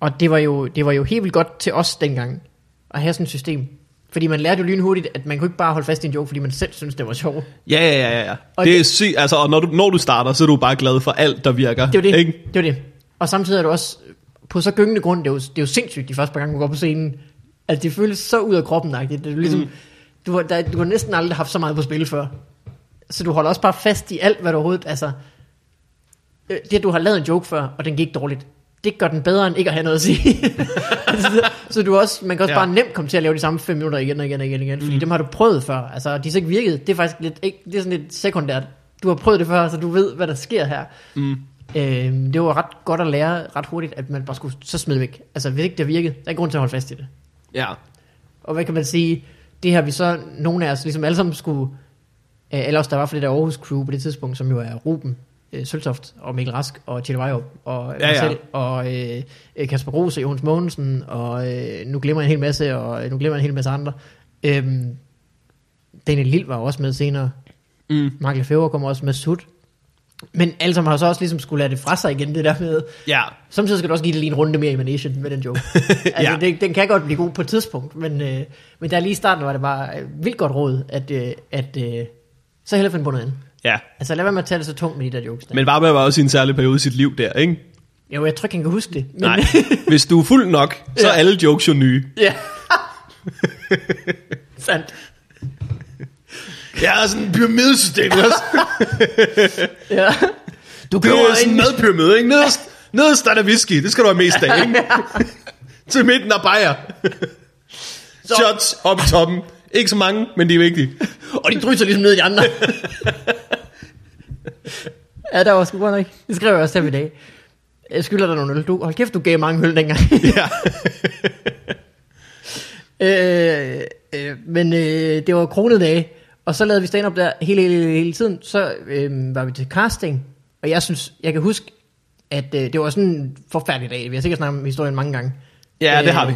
Speaker 2: og det, var jo, det var jo helt vildt godt til os dengang, at have sådan et system. Fordi man lærte jo lynhurtigt, at man kunne ikke bare holde fast i en joke, fordi man selv synes det var sjovt.
Speaker 1: Ja, ja, ja, ja, ja.
Speaker 2: Og
Speaker 1: Det er
Speaker 2: det-
Speaker 1: sygt, altså, og når du, når du starter, så er du bare glad for alt, der virker.
Speaker 2: Det er jo
Speaker 1: Ikke?
Speaker 2: det. Ikke? Det er jo det. Og samtidig er du også på så gyngende grund, det er jo, det er jo sindssygt de første par gange, du går på scenen, at det føles så ud af kroppen -agtigt. Det er jo ligesom, mm. du, har- der, du har næsten aldrig haft så meget på spil før. Så du holder også bare fast i alt, hvad du overhovedet, altså, øh, det at du har lavet en joke før, og den gik dårligt, det gør den bedre end ikke at have noget at sige. [laughs] altså, så- så du også, man kan også ja.
Speaker 1: Ja.
Speaker 2: bare nemt komme til at lave de samme fem minutter igen og igen og igen, og igen fordi mm. dem har du prøvet før, altså, og de har så ikke virket, det er faktisk lidt, ikke, det er sådan lidt sekundært. Du har prøvet det før, så du ved, hvad der sker her. Mm. Øhm, det var ret godt at lære ret hurtigt, at man bare skulle så smide væk. Altså, hvis ikke det virkede, der er ikke grund til at holde fast i det.
Speaker 1: Ja.
Speaker 2: Og hvad kan man sige, det her vi så, nogle af os ligesom alle sammen skulle, øh, eller også der var for det der Aarhus crew på det tidspunkt, som jo er Ruben, øh, Søltoft og Mikkel Rask og Tjelle Vejrup og
Speaker 1: Ja,
Speaker 2: ja,
Speaker 1: ja.
Speaker 2: ja. Marcel og øh, øh, Kasper Rose, Jonas Mogensen og øh, nu glemmer jeg en hel masse og øh, nu glemmer jeg en hel masse andre. Øhm, Daniel Lille var jo også med senere.
Speaker 1: Mm.
Speaker 2: Mark Lefebvre kommer også med sut. Men alle sammen har så også ligesom skulle lade det fra sig igen, det der med,
Speaker 1: Ja,
Speaker 2: Samtidig skal du også give det lige en runde mere i Manation med den
Speaker 1: [laughs]
Speaker 2: joke. altså,
Speaker 1: Ja.
Speaker 2: ja. det, den kan godt blive god på et tidspunkt, men, øh, men der lige i starten var det bare øh, vildt godt råd, at, øh, at øh, så hellere finde på noget andet.
Speaker 1: ja.
Speaker 2: Altså lad være med at tage det så tungt med de der jokes der. Men,
Speaker 1: Men Varberg var også i en særlig periode i sit liv der, ikke?
Speaker 2: jo, jeg tror ikke, han kan huske det. Men,
Speaker 1: Nej. Hvis du er fuld nok, så er
Speaker 2: [laughs] Ja.
Speaker 1: alle jokes jo nye.
Speaker 2: [laughs]
Speaker 1: [laughs]
Speaker 2: ja. Sandt.
Speaker 1: Jeg er sådan en pyramidesystem også.
Speaker 2: Ja. Du
Speaker 1: Det
Speaker 2: køber
Speaker 1: er sådan en
Speaker 2: en...
Speaker 1: madpyramide, ikke? Nederst, nederst der er der whisky, det skal du have mest af, [laughs] ikke? Til midten er bajer. Shots op i toppen. Ikke så mange, men de er vigtige.
Speaker 2: Og de drysser ligesom ned i de
Speaker 1: [laughs]
Speaker 2: andre. ja, der var sgu godt nok. Det skrev jeg også til i dag. Jeg skylder dig nogle øl. Du, hold kæft, du gav mange øl dengang.
Speaker 1: Ja.
Speaker 2: Øh, øh, men øh, det var kronedage, og så lavede vi stand-up der hele, hele, hele, hele tiden. Så øh, var vi til casting, og jeg synes, jeg kan huske, at øh, det var sådan en forfærdelig dag. Vi har sikkert snakket om historien mange gange.
Speaker 1: Ja, det har vi.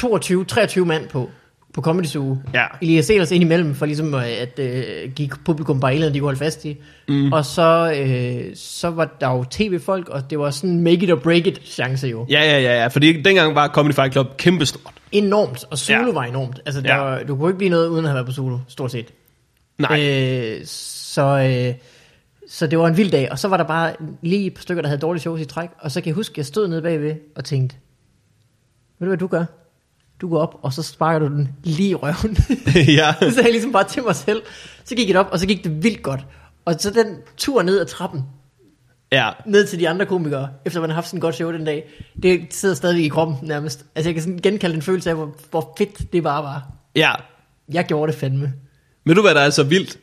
Speaker 2: 22-23 mand på, på Comedy Zoo.
Speaker 1: Ja.
Speaker 2: Elias Ehlers ind imellem, for ligesom øh, at øh, give publikum bare et eller andet, de kunne holde fast i. Mm. Og så, øh, så var der jo tv-folk, og det var sådan en make it or break it chance jo.
Speaker 1: Ja, ja, ja, ja. Fordi dengang var Comedy Fight Club kæmpestort.
Speaker 2: enormt, og Zulu
Speaker 1: Ja.
Speaker 2: ja. var enormt. Altså, der,
Speaker 1: Ja.
Speaker 2: var, du kunne ikke blive noget uden at have været på Zulu, stort set.
Speaker 1: Nej.
Speaker 2: Øh, så, øh, så det var en vild dag, og så var der bare lige et par stykker, der havde dårlige shows i træk, og så kan jeg huske, at jeg stod nede bagved og tænkte, ved du hvad du gør? Du går op, og så sparker du den lige i røven. [laughs]
Speaker 1: Øh. [laughs] ja.
Speaker 2: så sagde jeg ligesom bare til mig selv. Så gik jeg op, og så gik det vildt godt. Og så den tur ned ad trappen,
Speaker 1: Ja.
Speaker 2: ned til de andre komikere, efter man har haft sådan en godt show den dag, det sidder stadigvæk i kroppen nærmest. Altså jeg kan sådan genkalde den følelse af, hvor, hvor fedt det bare var.
Speaker 1: Ja.
Speaker 2: Jeg gjorde det fandme.
Speaker 1: Men du hvad der er så vildt?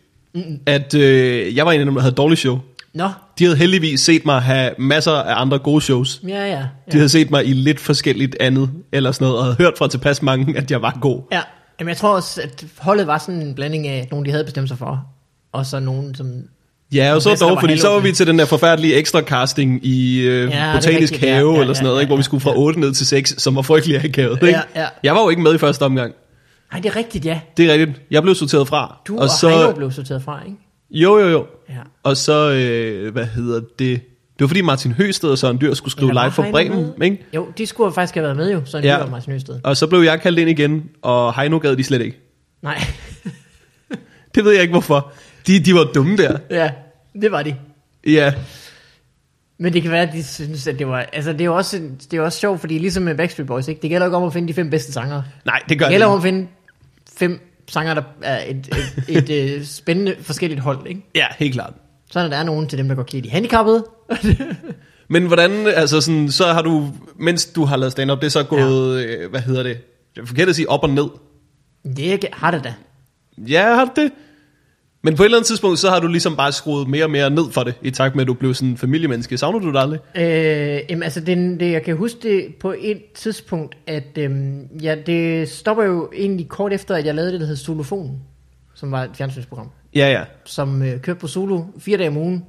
Speaker 1: At øh, jeg var en af dem, der havde dårlig show.
Speaker 2: Nå,
Speaker 1: De havde heldigvis set mig have masser af andre gode shows.
Speaker 2: ja ja.
Speaker 1: De
Speaker 2: Ja,
Speaker 1: havde set mig i lidt forskelligt andet, eller sådan noget, og havde hørt fra tilpas mange, at jeg var god.
Speaker 2: ja. Jamen, jeg tror også, at holdet var sådan en blanding af nogen, de havde bestemt sig for, og så nogen, som...
Speaker 1: Ja, og så
Speaker 2: Men så
Speaker 1: dog,
Speaker 2: var
Speaker 1: fordi så var
Speaker 2: halvåbne.
Speaker 1: vi til den der forfærdelige ekstra casting i øh,
Speaker 2: det
Speaker 1: ja,
Speaker 2: er
Speaker 1: Botanisk
Speaker 2: rigtigt. Ja,
Speaker 1: Have,
Speaker 2: ja,
Speaker 1: eller sådan noget,
Speaker 2: ja,
Speaker 1: ikke, hvor vi
Speaker 2: ja,
Speaker 1: skulle fra 8 ned til 6, som var frygtelig akavet. Ikke?
Speaker 2: Ja, ja.
Speaker 1: Jeg var jo ikke med i første omgang.
Speaker 2: Nej, det er rigtigt, ja.
Speaker 1: Det er rigtigt. Jeg blev sorteret fra.
Speaker 2: Du og, og så... Heino blev sorteret fra, ikke?
Speaker 1: Jo, jo, jo.
Speaker 2: Ja.
Speaker 1: Og så, øh, hvad hedder det? Det var fordi Martin Høsted og Søren Dyr skulle skrive
Speaker 2: Eller var
Speaker 1: live for
Speaker 2: Heino
Speaker 1: Bremen,
Speaker 2: med?
Speaker 1: ikke?
Speaker 2: Jo, de skulle faktisk have været med jo, sådan
Speaker 1: Ja.
Speaker 2: ja. var Martin Østed.
Speaker 1: Og så blev jeg kaldt ind igen, og Heino gad de slet ikke.
Speaker 2: Nej, [laughs]
Speaker 1: Det ved jeg ikke, hvorfor. De, de var dumme der.
Speaker 2: ja, det var de.
Speaker 1: Ja,
Speaker 2: Men det kan være, at de synes, at det var... Altså, det er jo også, det er jo også sjovt, fordi ligesom med Backstreet Boys, ikke? det gælder jo ikke om at finde de fem bedste sangere.
Speaker 1: nej, det gør
Speaker 2: Det gælder om
Speaker 1: det.
Speaker 2: at finde fem sanger, der er et, et, et, et øh, spændende forskelligt hold, ikke?
Speaker 1: Ja, helt klart.
Speaker 2: Sådan, at der er nogen til dem, der går klædt i handicappede.
Speaker 1: Men hvordan, altså sådan, så har du, mens du har lavet stand-up, det er så gået, ja. hvad hedder det? Det er forkert at sige op og ned.
Speaker 2: Det er ikke- har det da.
Speaker 1: Ja, har du det? Men på et eller andet tidspunkt, så har du ligesom bare skruet mere og mere ned for det, i takt med, at du blev sådan en familiemenneske. Savner du det aldrig?
Speaker 2: Øh, jamen, altså, det, det, jeg kan huske det på et tidspunkt, at øhm, ja, det stopper jo egentlig kort efter, at jeg lavede det, der hed Solofonen, som var et fjernsynsprogram,
Speaker 1: Ja, ja.
Speaker 2: som øh, kørte på Solo fire dage om ugen.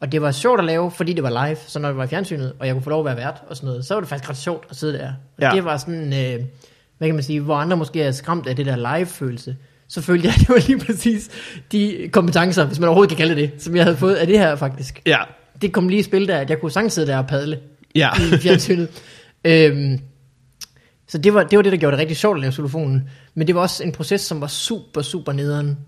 Speaker 2: Og det var sjovt at lave, fordi det var live, så når det var i fjernsynet, og jeg kunne få lov at være vært og sådan noget, så var det faktisk ret sjovt at sidde der. Og
Speaker 1: Ja.
Speaker 2: ja. det var sådan, øh, hvad kan man sige, hvor andre måske er skræmt af det der live-følelse, så følte jeg, [laughs] at det var lige præcis de kompetencer, hvis man overhovedet kan kalde det det, som jeg havde fået af det her faktisk
Speaker 1: Ja,
Speaker 2: det kom lige i spil der, at jeg kunne sagtens sidde der og padle
Speaker 1: ja.
Speaker 2: i fjernsynet. øhm, så det var, det var det, der gjorde det rigtig sjovt at lave solofonen. Men det var også en proces, som var super, super nederen.
Speaker 1: [laughs]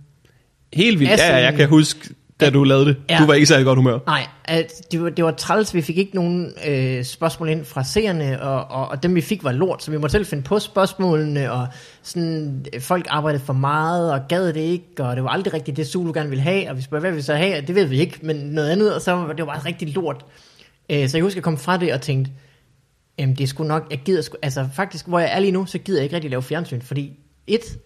Speaker 1: Helt vildt.
Speaker 2: Altså-
Speaker 1: Ja, ja, jeg kan huske, da du lavede det.
Speaker 2: Ja.
Speaker 1: Du var ikke i særlig godt humør.
Speaker 2: Nej, at det, var, det var træls. Vi fik ikke nogen øh, spørgsmål ind fra seerne, og, og, og dem vi fik var lort, så vi måtte selv finde på spørgsmålene, og sådan, øh, folk arbejdede for meget, og gad det ikke, og det var aldrig rigtigt det, Zulu gerne ville have, og vi spurgte, hvad vil vi så have? Det ved vi ikke, men noget andet, og så var det var bare rigtig lort. Øh, så jeg husker, jeg kom fra det og tænkte, Jamen, det er sgu nok, jeg gider sgu, altså faktisk, hvor jeg er lige nu, så gider jeg ikke rigtig lave fjernsyn, fordi et,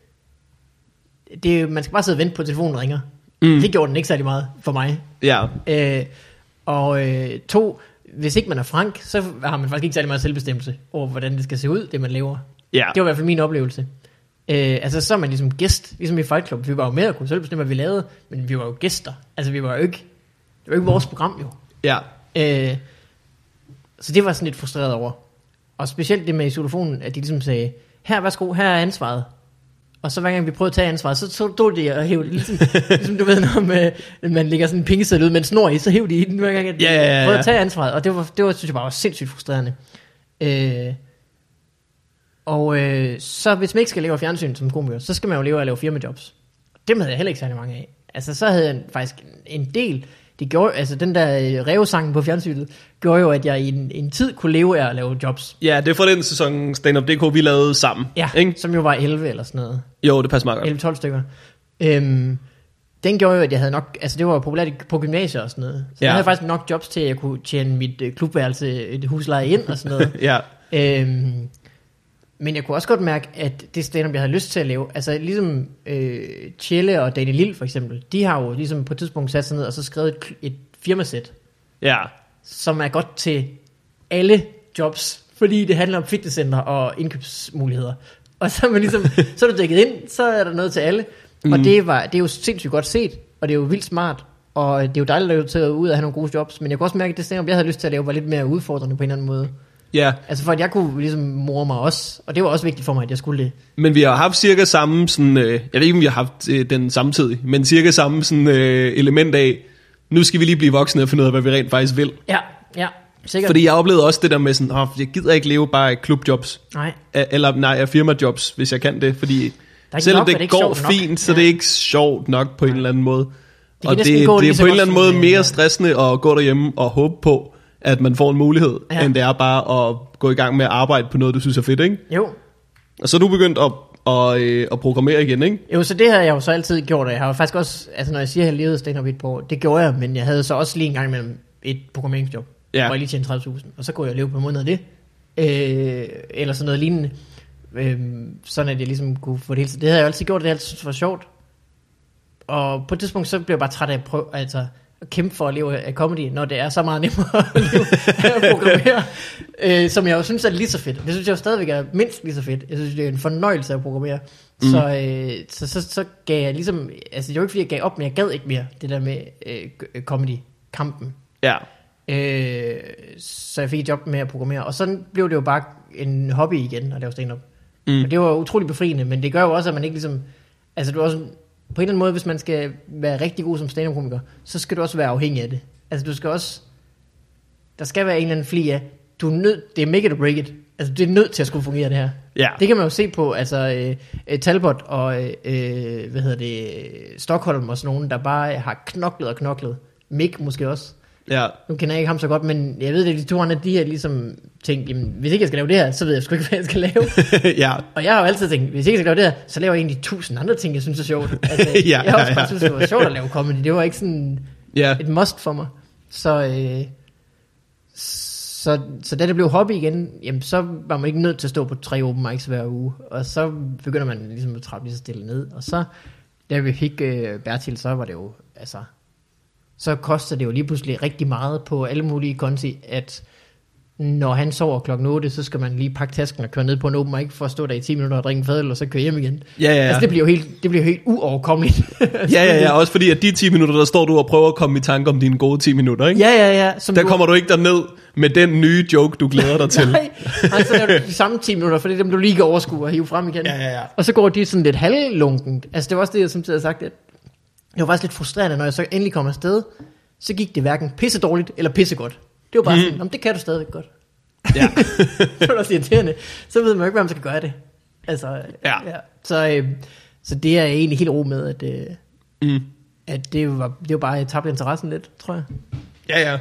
Speaker 2: det, er- man skal bare sidde og vente på, at telefonen ringer. Mm. Det gjorde den ikke særlig meget for mig.
Speaker 1: Ja,
Speaker 2: Øh, og øh, to, hvis ikke man er frank, så har man faktisk ikke særlig meget selvbestemmelse over, hvordan det skal se ud, det man laver.
Speaker 1: ja.
Speaker 2: Det var i hvert fald min oplevelse. Øh, altså så er man ligesom gæst, ligesom i Fight Club. Vi var jo med og kunne selv bestemme, hvad vi lavede, men vi var jo gæster. Altså vi var jo ikke, det var ikke vores program jo.
Speaker 1: Ja.
Speaker 2: Øh, så det var jeg sådan lidt frustreret over. Og specielt det med isolofonen, at de ligesom sagde, her værsgo, her er ansvaret. Og så hver gang vi prøvede at tage ansvaret, så tog tog de og hævde,
Speaker 1: [laughs]
Speaker 2: ligesom, ligesom du ved, når man, øh, man lægger sådan en pengeseddel ud med en snor i, så hævde de i den hver gang, at de
Speaker 1: Ja, ja, ja, ja.
Speaker 2: prøvede at tage ansvaret. Og det var, det var, synes jeg bare var sindssygt frustrerende. Øh, og øh, så hvis man ikke skal leve af fjernsyn som komiker, så skal man jo leve af at lave firmajobs. Dem havde jeg heller ikke særlig mange af. Altså, så havde jeg faktisk en del. Det gjorde, altså, den der øh, revsangen på fjernsynet, gjorde jo, at jeg i en, en tid kunne leve af at lave jobs.
Speaker 1: Ja, det er fra den sæson Stand Up DK, vi lavede sammen.
Speaker 2: Ja,
Speaker 1: Ikke?
Speaker 2: som jo var 11 eller sådan noget.
Speaker 1: Jo, det passer meget godt.
Speaker 2: 11-12 stykker. Øhm, den gjorde jo, at jeg havde nok, altså det var jo populært i- på gymnasier og sådan noget. Så ja.
Speaker 1: Ja.
Speaker 2: jeg havde faktisk nok jobs til, at jeg kunne tjene mit øh, klubværelse, et husleje ind og sådan
Speaker 1: [laughs]
Speaker 2: noget.
Speaker 1: Ja.
Speaker 2: Øhm, men jeg kunne også godt mærke, at det stand jeg havde lyst til at lave, altså ligesom øh, Chelle og Daniel Lille for eksempel, de har jo ligesom på et tidspunkt sat sig ned og så skrevet et, kl- et firmasæt,
Speaker 1: Ja.
Speaker 2: som er godt til alle jobs, fordi det handler om fitnesscenter og indkøbsmuligheder. [laughs] Og så er, man ligesom, så er du dækket ind, så er der noget til alle. Mm. Og det, var, det er jo sindssygt godt set, og det er jo vildt smart, og det er jo dejligt at lave til at ud og have nogle gode jobs, men jeg kunne også mærke, at det stand jeg havde lyst til at lave, var lidt mere udfordrende på en eller anden måde.
Speaker 1: Ja.
Speaker 2: Altså for at jeg kunne ligesom more mig også, og det var også vigtigt for mig, at jeg skulle det.
Speaker 1: Men vi har haft cirka samme sådan, øh, jeg ved ikke om vi har haft øh, den samtidig, men cirka samme sådan øh, element af, nu skal vi lige blive voksne og finde ud af, hvad vi rent faktisk vil.
Speaker 2: Ja, ja, sikkert.
Speaker 1: Fordi jeg oplevede også det der med sådan, oh, jeg gider ikke leve bare af klubjobs,
Speaker 2: Nej,
Speaker 1: af- eller nej, af firmajobs, hvis jeg kan det, fordi
Speaker 2: ikke
Speaker 1: selvom
Speaker 2: nok,
Speaker 1: det,
Speaker 2: er det ikke
Speaker 1: går
Speaker 2: sjovt nok?
Speaker 1: fint, så
Speaker 2: Ja.
Speaker 1: det er ikke sjovt nok på en eller anden måde. og
Speaker 2: kan
Speaker 1: det,
Speaker 2: næsten
Speaker 1: det er
Speaker 2: gå
Speaker 1: på en
Speaker 2: lige så
Speaker 1: eller
Speaker 2: godt
Speaker 1: anden måde
Speaker 2: som, øh,
Speaker 1: mere stressende at gå derhjemme og håbe på, at man får en mulighed,
Speaker 2: Ja.
Speaker 1: ja. end det er bare at gå i gang med at arbejde på noget, du synes er fedt, ikke?
Speaker 2: jo.
Speaker 1: Og så er du begyndt at, at, øh, at programmere igen, ikke?
Speaker 2: Jo, så det har jeg jo så altid gjort, og jeg har jo faktisk også, altså når jeg siger, at jeg levede stand-up i et par år, det gjorde jeg, men jeg havde så også lige en gang imellem et programmeringsjob,
Speaker 1: Ja.
Speaker 2: hvor jeg lige tjente 30.000, og så kunne jeg leve på en måned af det, øh, eller sådan noget lignende, øh, sådan at jeg ligesom kunne få det hele. Det havde jeg jo altid gjort, det har jeg altid syntes var sjovt, og på et tidspunkt, så blev jeg bare træt af at prøve, altså, at kæmpe for at leve af comedy, når det er så meget nemmere [laughs] at leve af at programmere, øh, som jeg jo synes er lige så fedt. Det synes jeg jo stadigvæk er mindst lige så fedt. Jeg synes, det er en fornøjelse at programmere. Mm. Så, øh, så, så, så gav jeg ligesom, altså det var ikke fordi, jeg gav op, men jeg gad ikke mere det der med øh, g- comedy-kampen.
Speaker 1: Ja.
Speaker 2: Øh, så jeg fik et job med at programmere, og sådan blev det jo bare en hobby igen at lave stand-up. Mm. Og det var utrolig befriende, men det gør jo også, at man ikke ligesom, altså du er også, på en eller anden måde, hvis man skal være rigtig god som stand-up-komiker, så skal du også være afhængig af det. Altså du skal også, der skal være en eller anden fli af, du er nødt, det er make it or break it. Altså det er nødt til at skulle fungere det her.
Speaker 1: Ja.
Speaker 2: Det kan man jo se på, altså øh, øh, Talbot og, øh, øh, hvad hedder det, øh, Stockholm og sådan nogen, der bare har knoklet og knoklet. Mick måske også.
Speaker 1: Ja. [laughs]
Speaker 2: Nu kender jeg ikke ham så godt, men jeg ved, at de to andre, de har ligesom tænkt, jamen, hvis ikke jeg skal lave det her, så ved jeg sgu ikke, [laughs] hvad jeg skal lave.
Speaker 1: ja.
Speaker 2: Og jeg har jo altid tænkt, hvis ikke jeg skal lave det her, så laver jeg egentlig tusind andre ting, jeg synes er
Speaker 1: [laughs]
Speaker 2: sjovt. Altså,
Speaker 1: Ja,
Speaker 2: jeg har også
Speaker 1: ja,
Speaker 2: bare
Speaker 1: ja.
Speaker 2: synes, det var sjovt at lave comedy. Det var ikke sådan
Speaker 1: Ja.
Speaker 2: [laughs] et must for mig. Så, øh, så, så da det blev hobby igen, jamen, så var man ikke nødt til at stå på tre open mics hver uge. Og så begynder man ligesom at trappe lige så stille ned. Og så, da vi fik øh, Bertil, så var det jo, altså, så koster det jo lige pludselig rigtig meget på alle mulige konti, at når han sover klokken 8, så skal man lige pakke tasken og køre ned på en open mic for at stå der i 10 minutter og drikke en fadøl, og så køre hjem igen.
Speaker 1: Ja, ja, ja.
Speaker 2: Altså, det bliver jo helt, det bliver jo helt uoverkommeligt.
Speaker 1: Ja, ja, ja. Også fordi, at de 10 minutter, der står du og prøver at komme i tanke om dine gode 10 minutter, ikke?
Speaker 2: [laughs] ja, ja, ja. Som
Speaker 1: Der
Speaker 2: du-
Speaker 1: kommer du ikke derned med den nye joke, du glæder
Speaker 2: [laughs]
Speaker 1: dig til.
Speaker 2: Nej, nej, så laver du de samme 10 minutter, for det er dem, du lige kan overskue og hive frem igen.
Speaker 1: Ja, ja, ja.
Speaker 2: Og så går de sådan lidt halvlunkent. Altså, det var også det, jeg samtidig havde sagt, at det var faktisk lidt frustrerende, når jeg så endelig kom afsted, så gik det hverken pisse dårligt eller pisse godt. Det var bare mm. sådan, "Nå, men det kan du stadigvæk godt. [laughs]
Speaker 1: Ja.
Speaker 2: det var også irriterende. Så ved man jo ikke, hvad man skal gøre af det. Altså,
Speaker 1: Ja.
Speaker 2: Så, øh, så det er jeg egentlig helt ro med, at, øh,
Speaker 1: Mm.
Speaker 2: at det, var, det var bare, at jeg tabte interessen lidt, tror jeg.
Speaker 1: Ja, ja.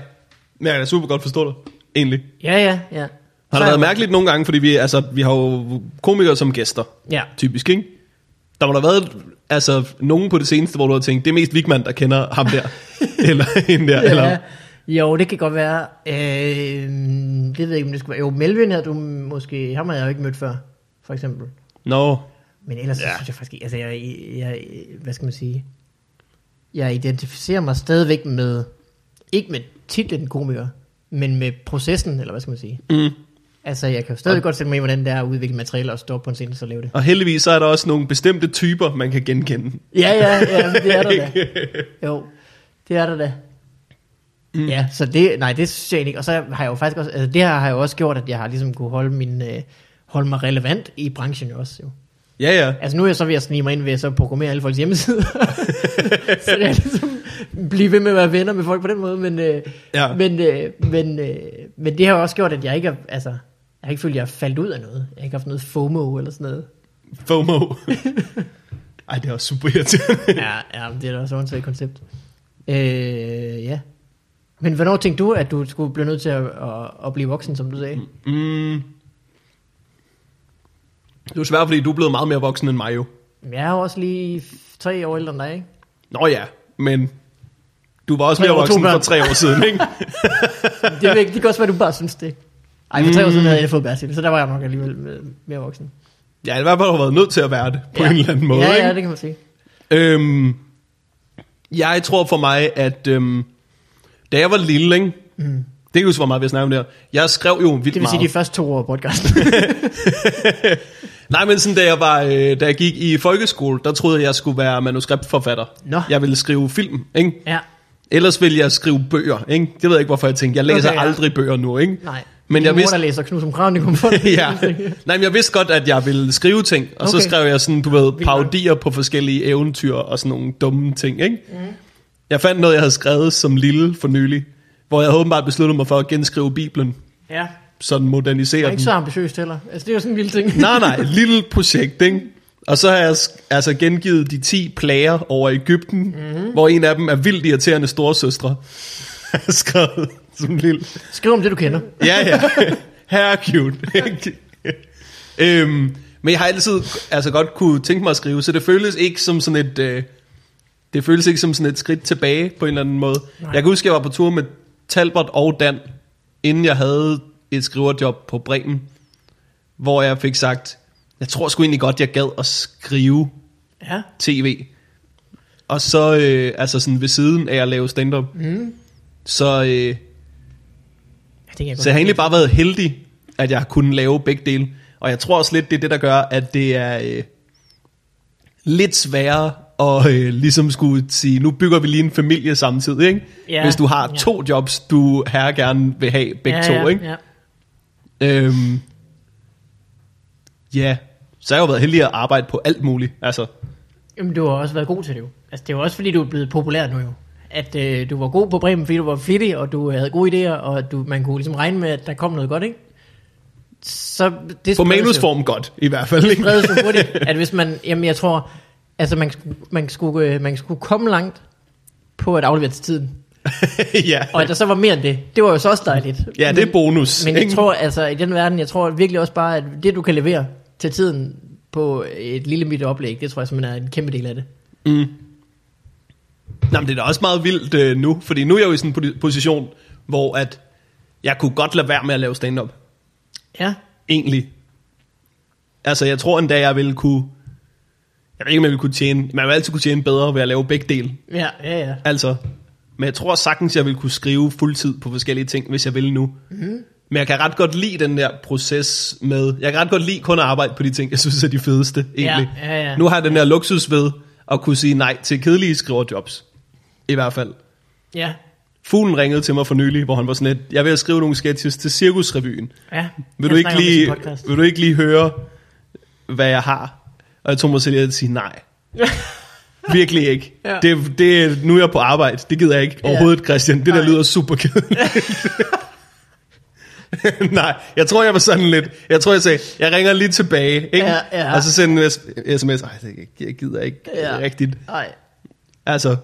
Speaker 1: Men jeg kan super godt forstå dig, egentlig.
Speaker 2: Ja, ja, ja.
Speaker 1: Har
Speaker 2: Så
Speaker 1: det
Speaker 2: er jeg-
Speaker 1: været mærkeligt nogle gange, fordi vi, altså, vi har jo komikere som gæster,
Speaker 2: Ja.
Speaker 1: typisk, ikke? Der må der have været altså, nogen på det seneste, hvor du har tænkt, det er mest Vigman, der kender ham
Speaker 2: [laughs]
Speaker 1: der, eller hende der, ja. [laughs] eller...
Speaker 2: Jo, det kan godt være. Øh, det ved jeg ikke, om det skulle være. Jo, Melvin havde du måske, ham havde jeg jo ikke mødt før, for eksempel.
Speaker 1: Nå,
Speaker 2: Men ellers ja.
Speaker 1: Ja.
Speaker 2: synes jeg faktisk ikke, altså jeg, jeg, hvad skal man sige, jeg identificerer mig stadigvæk med, ikke med titlen komiker, men med processen, eller hvad skal man sige.
Speaker 1: mm.
Speaker 2: Altså, jeg kan jo stadig godt sætte mig i, hvordan det er at udvikle materialer og stå op på en scene og så lave det.
Speaker 1: Og heldigvis så er der også nogle bestemte typer, man kan genkende.
Speaker 2: Ja, ja, ja, men det er der da. Jo, det er der da. Mm. Ja, så det, nej, det synes jeg egentlig ikke. Og så har jeg jo faktisk også, altså det her har jeg jo også gjort, at jeg har ligesom kunne holde, min, øh, holde mig relevant i branchen jo også. Jo.
Speaker 1: Ja, ja.
Speaker 2: Altså nu er jeg så ved at snige mig ind ved at så programmere alle folks hjemmesider. [laughs] så jeg ligesom blive ved med at være venner med folk på den måde, men, øh,
Speaker 1: Ja.
Speaker 2: men, øh, men, øh, men det har jo også gjort, at jeg ikke har, altså, jeg har ikke følt, at jeg er faldt ud af noget. Jeg har ikke haft noget FOMO eller sådan noget.
Speaker 1: [laughs] FOMO. Ej, det er også super [laughs] irriterende.
Speaker 2: ja, ja, men det er da også et koncept. Øh, ja. Men hvornår tænkte du, at du skulle blive nødt til at, at, at blive voksen, som du sagde?
Speaker 1: Mm. Det er jo svært, fordi du er blevet meget mere voksen end mig jo.
Speaker 2: Mm. Jeg er jo også lige f- tre år ældre end dig, ikke?
Speaker 1: Nå ja, men du var også
Speaker 2: Tre
Speaker 1: mere
Speaker 2: år, to
Speaker 1: voksen for
Speaker 2: børn.
Speaker 1: tre år siden, [laughs] ikke?
Speaker 2: Det, er, ikke- det kan også være, du bare synes det. Ej, for tre år
Speaker 1: Mm.
Speaker 2: siden havde jeg fået bærsil, så der var jeg nok alligevel øh, mere voksen.
Speaker 1: Ja, i hvert fald har været nødt til at være det, på
Speaker 2: ja.
Speaker 1: en eller anden måde,
Speaker 2: Ja,
Speaker 1: ikke?
Speaker 2: ja, det kan man sige.
Speaker 1: Øhm, jeg tror for mig, at øhm, da jeg var lille, ikke? Mm. det kan jeg huske, hvor meget vi har snakket om det her. Jeg skrev jo vildt
Speaker 2: Det vil
Speaker 1: meget.
Speaker 2: sige, de første to år af
Speaker 1: [laughs]
Speaker 2: podcasten.
Speaker 1: Nej, men sådan, da jeg, var, øh, da jeg gik i folkeskole, der troede jeg, jeg skulle være manuskriptforfatter.
Speaker 2: Nå.
Speaker 1: Jeg ville skrive film, ikke?
Speaker 2: ja.
Speaker 1: Ellers ville jeg skrive bøger, ikke? Det ved jeg ikke, hvorfor jeg tænkte. Jeg læser
Speaker 2: Okay,
Speaker 1: okay,
Speaker 2: ja.
Speaker 1: ja. aldrig bøger nu, ikke?
Speaker 2: Nej.
Speaker 1: Men
Speaker 2: Din
Speaker 1: jeg
Speaker 2: mor,
Speaker 1: vidste-
Speaker 2: der læser Knus om Kravnikum for det.
Speaker 1: [laughs] ja. Nej, men jeg vidste godt, at jeg ville skrive ting, og okay.
Speaker 2: Okay.
Speaker 1: så skrev jeg sådan, du ved,
Speaker 2: nok.
Speaker 1: parodier på forskellige eventyr og sådan nogle dumme ting, ikke? Mm.
Speaker 2: Mhm.
Speaker 1: Jeg fandt noget, jeg havde skrevet som lille for nylig, hvor jeg havde åbenbart besluttet mig for at genskrive Bibelen,
Speaker 2: [laughs] ja.
Speaker 1: sådan
Speaker 2: Jeg
Speaker 1: modernisere
Speaker 2: er
Speaker 1: den.
Speaker 2: ikke så ambitiøst heller. Altså, det er jo sådan en lille ting.
Speaker 1: Nej, nej, et lille projekt, ikke? Og så har jeg sk- altså gengivet de 10 plager over Ægypten, mm-hmm. hvor en af dem er vildt irriterende storesøstre. [laughs] skrevet som lille.
Speaker 2: Skriv om det, du kender.
Speaker 1: Ja, ja. Her cute. ikke? øhm, men jeg har altid altså godt kunne tænke mig at skrive, så det føles ikke som sådan et... Øh, det føles ikke som sådan et skridt tilbage på en eller anden måde. Nej. Jeg kan huske, jeg var på tur med Talbot og Dan, inden jeg havde et skriverjob på Bremen, hvor jeg fik sagt, jeg tror sgu egentlig godt, jeg gad at skrive
Speaker 2: Ja.
Speaker 1: tv. Og så, øh, altså sådan ved siden af at lave stand-up. Mm. Så, øh,
Speaker 2: Ja, det kan jeg godt
Speaker 1: så jeg har egentlig bare været heldig, at jeg kunne lave begge dele. Og jeg tror også lidt, det er det, der gør, at det er øh, lidt sværere at øh, ligesom skulle sige, nu bygger vi lige en familie samtidig, ikke?
Speaker 2: Ja.
Speaker 1: Hvis du har
Speaker 2: Ja.
Speaker 1: to jobs, du her gerne vil have begge
Speaker 2: ja,
Speaker 1: to,
Speaker 2: ja,
Speaker 1: ikke?
Speaker 2: Ja.
Speaker 1: Øhm, ja, så har jeg jo været heldig at arbejde på alt muligt, altså.
Speaker 2: Jamen, du har også været god til det jo. Altså, det er jo også fordi, du er blevet populær nu jo. At øh, du var god på Bremen, fordi du var flittig, og du havde gode idéer, og at du, man kunne ligesom regne med, at der kom noget godt, ikke? Så det
Speaker 1: På
Speaker 2: spredes jo.
Speaker 1: manusform godt, i hvert fald, ikke?
Speaker 2: spredes så hurtigt, at hvis man, jamen jeg tror, altså man, skulle- man, skulle, øh, man skulle komme langt på at aflevere til tiden.
Speaker 1: [laughs] ja.
Speaker 2: Og at der så var mere end det, det var jo så også dejligt.
Speaker 1: ja, det er bonus.
Speaker 2: Men jeg
Speaker 1: ikke?
Speaker 2: tror, altså i den verden, jeg tror virkelig også bare, at det du kan levere til tiden på et lille midt oplæg, det tror jeg simpelthen er en kæmpe del af det.
Speaker 1: Nå, men det er da også meget vildt øh, nu, fordi nu er jeg jo i sådan en poti- position, hvor at jeg kunne godt lade være med at lave stand-up,
Speaker 2: Ja,
Speaker 1: egentlig. Altså, jeg tror endda, jeg ville kunne... Jeg ved ikke, om jeg ville kunne tjene... Man vil altid kunne tjene bedre ved at lave begge dele,
Speaker 2: ja, ja, ja.
Speaker 1: altså. Men jeg tror sagtens, jeg ville kunne skrive fuldtid på forskellige ting, hvis jeg ville nu. Mm-hmm. Men jeg kan ret godt lide den der proces med... Jeg kan ret godt lide kun at arbejde på de ting, jeg synes er de fedeste, egentlig.
Speaker 2: ja, ja.
Speaker 1: Nu har jeg den der luksus ved at kunne sige nej til kedelige skriverjobs. I hvert fald.
Speaker 2: Ja,
Speaker 1: Fuglen ringede til mig for nylig, hvor han var sådan lidt, jeg vil skrive nogle sketches til Cirkusrevyen.
Speaker 2: ja.
Speaker 1: Vil
Speaker 2: Jeg
Speaker 1: du, ikke
Speaker 2: snakker om det i
Speaker 1: lige,
Speaker 2: sin podcast.
Speaker 1: vil du ikke lige høre, hvad jeg har? Og jeg tog mig selv i at sige nej. Virkelig ikke.
Speaker 2: [laughs] Ja.
Speaker 1: Det, det, nu er jeg på arbejde. Det gider jeg ikke overhovedet, Christian. Det der
Speaker 2: Nej.
Speaker 1: lyder super kedeligt. [laughs] nej, jeg tror, jeg var sådan lidt... Jeg tror, jeg sagde, jeg ringer lige tilbage. Ikke?
Speaker 2: Ja, ja.
Speaker 1: Og så sendte en sms. Ej, [laughs] det jeg gider ikke
Speaker 2: Ja.
Speaker 1: ja. rigtigt.
Speaker 2: Nej,
Speaker 1: Altså,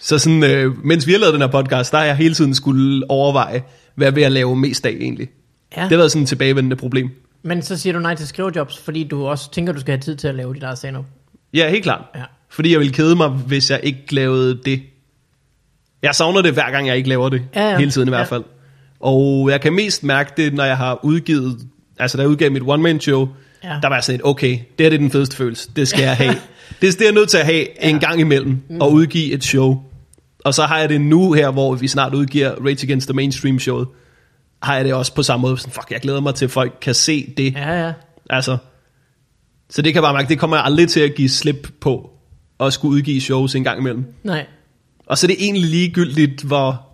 Speaker 1: så sådan, øh, mens vi har lavet den her podcast, der har jeg hele tiden skulle overveje, hvad vil jeg lave mest af egentlig.
Speaker 2: Ja.
Speaker 1: Ja. Det har været sådan et tilbagevendende problem.
Speaker 2: men så siger du nej til skrivejobs, fordi du også tænker, du skal have tid til at lave dit eget stand-up.
Speaker 1: Ja, helt klart.
Speaker 2: Ja.
Speaker 1: Fordi jeg ville kede mig, hvis jeg ikke lavede det. Jeg savner det, hver gang jeg ikke laver det.
Speaker 2: Ja, ja.
Speaker 1: Hele tiden i hvert
Speaker 2: Ja.
Speaker 1: fald. Og jeg kan mest mærke det, når jeg har udgivet, altså da jeg udgav mit one-man-show,
Speaker 2: Ja.
Speaker 1: ja. der var jeg sådan et, okay, det her det er den fedeste følelse, det skal jeg have.
Speaker 2: [laughs]
Speaker 1: det, er- det er jeg nødt til at have ja. en gang imellem, mm. og udgive et show. Og så har jeg det nu her, hvor vi snart udgiver Rage Against the Mainstream-showet. har jeg det også på samme måde. Sådan, fuck, jeg glæder mig til, at folk kan se det. Ja.
Speaker 2: Ja, ja.
Speaker 1: Altså, så det kan jeg bare mærke, det kommer jeg aldrig til at give slip på, at skulle udgive shows en gang imellem.
Speaker 2: Nej.
Speaker 1: Og så er det egentlig ligegyldigt, hvor,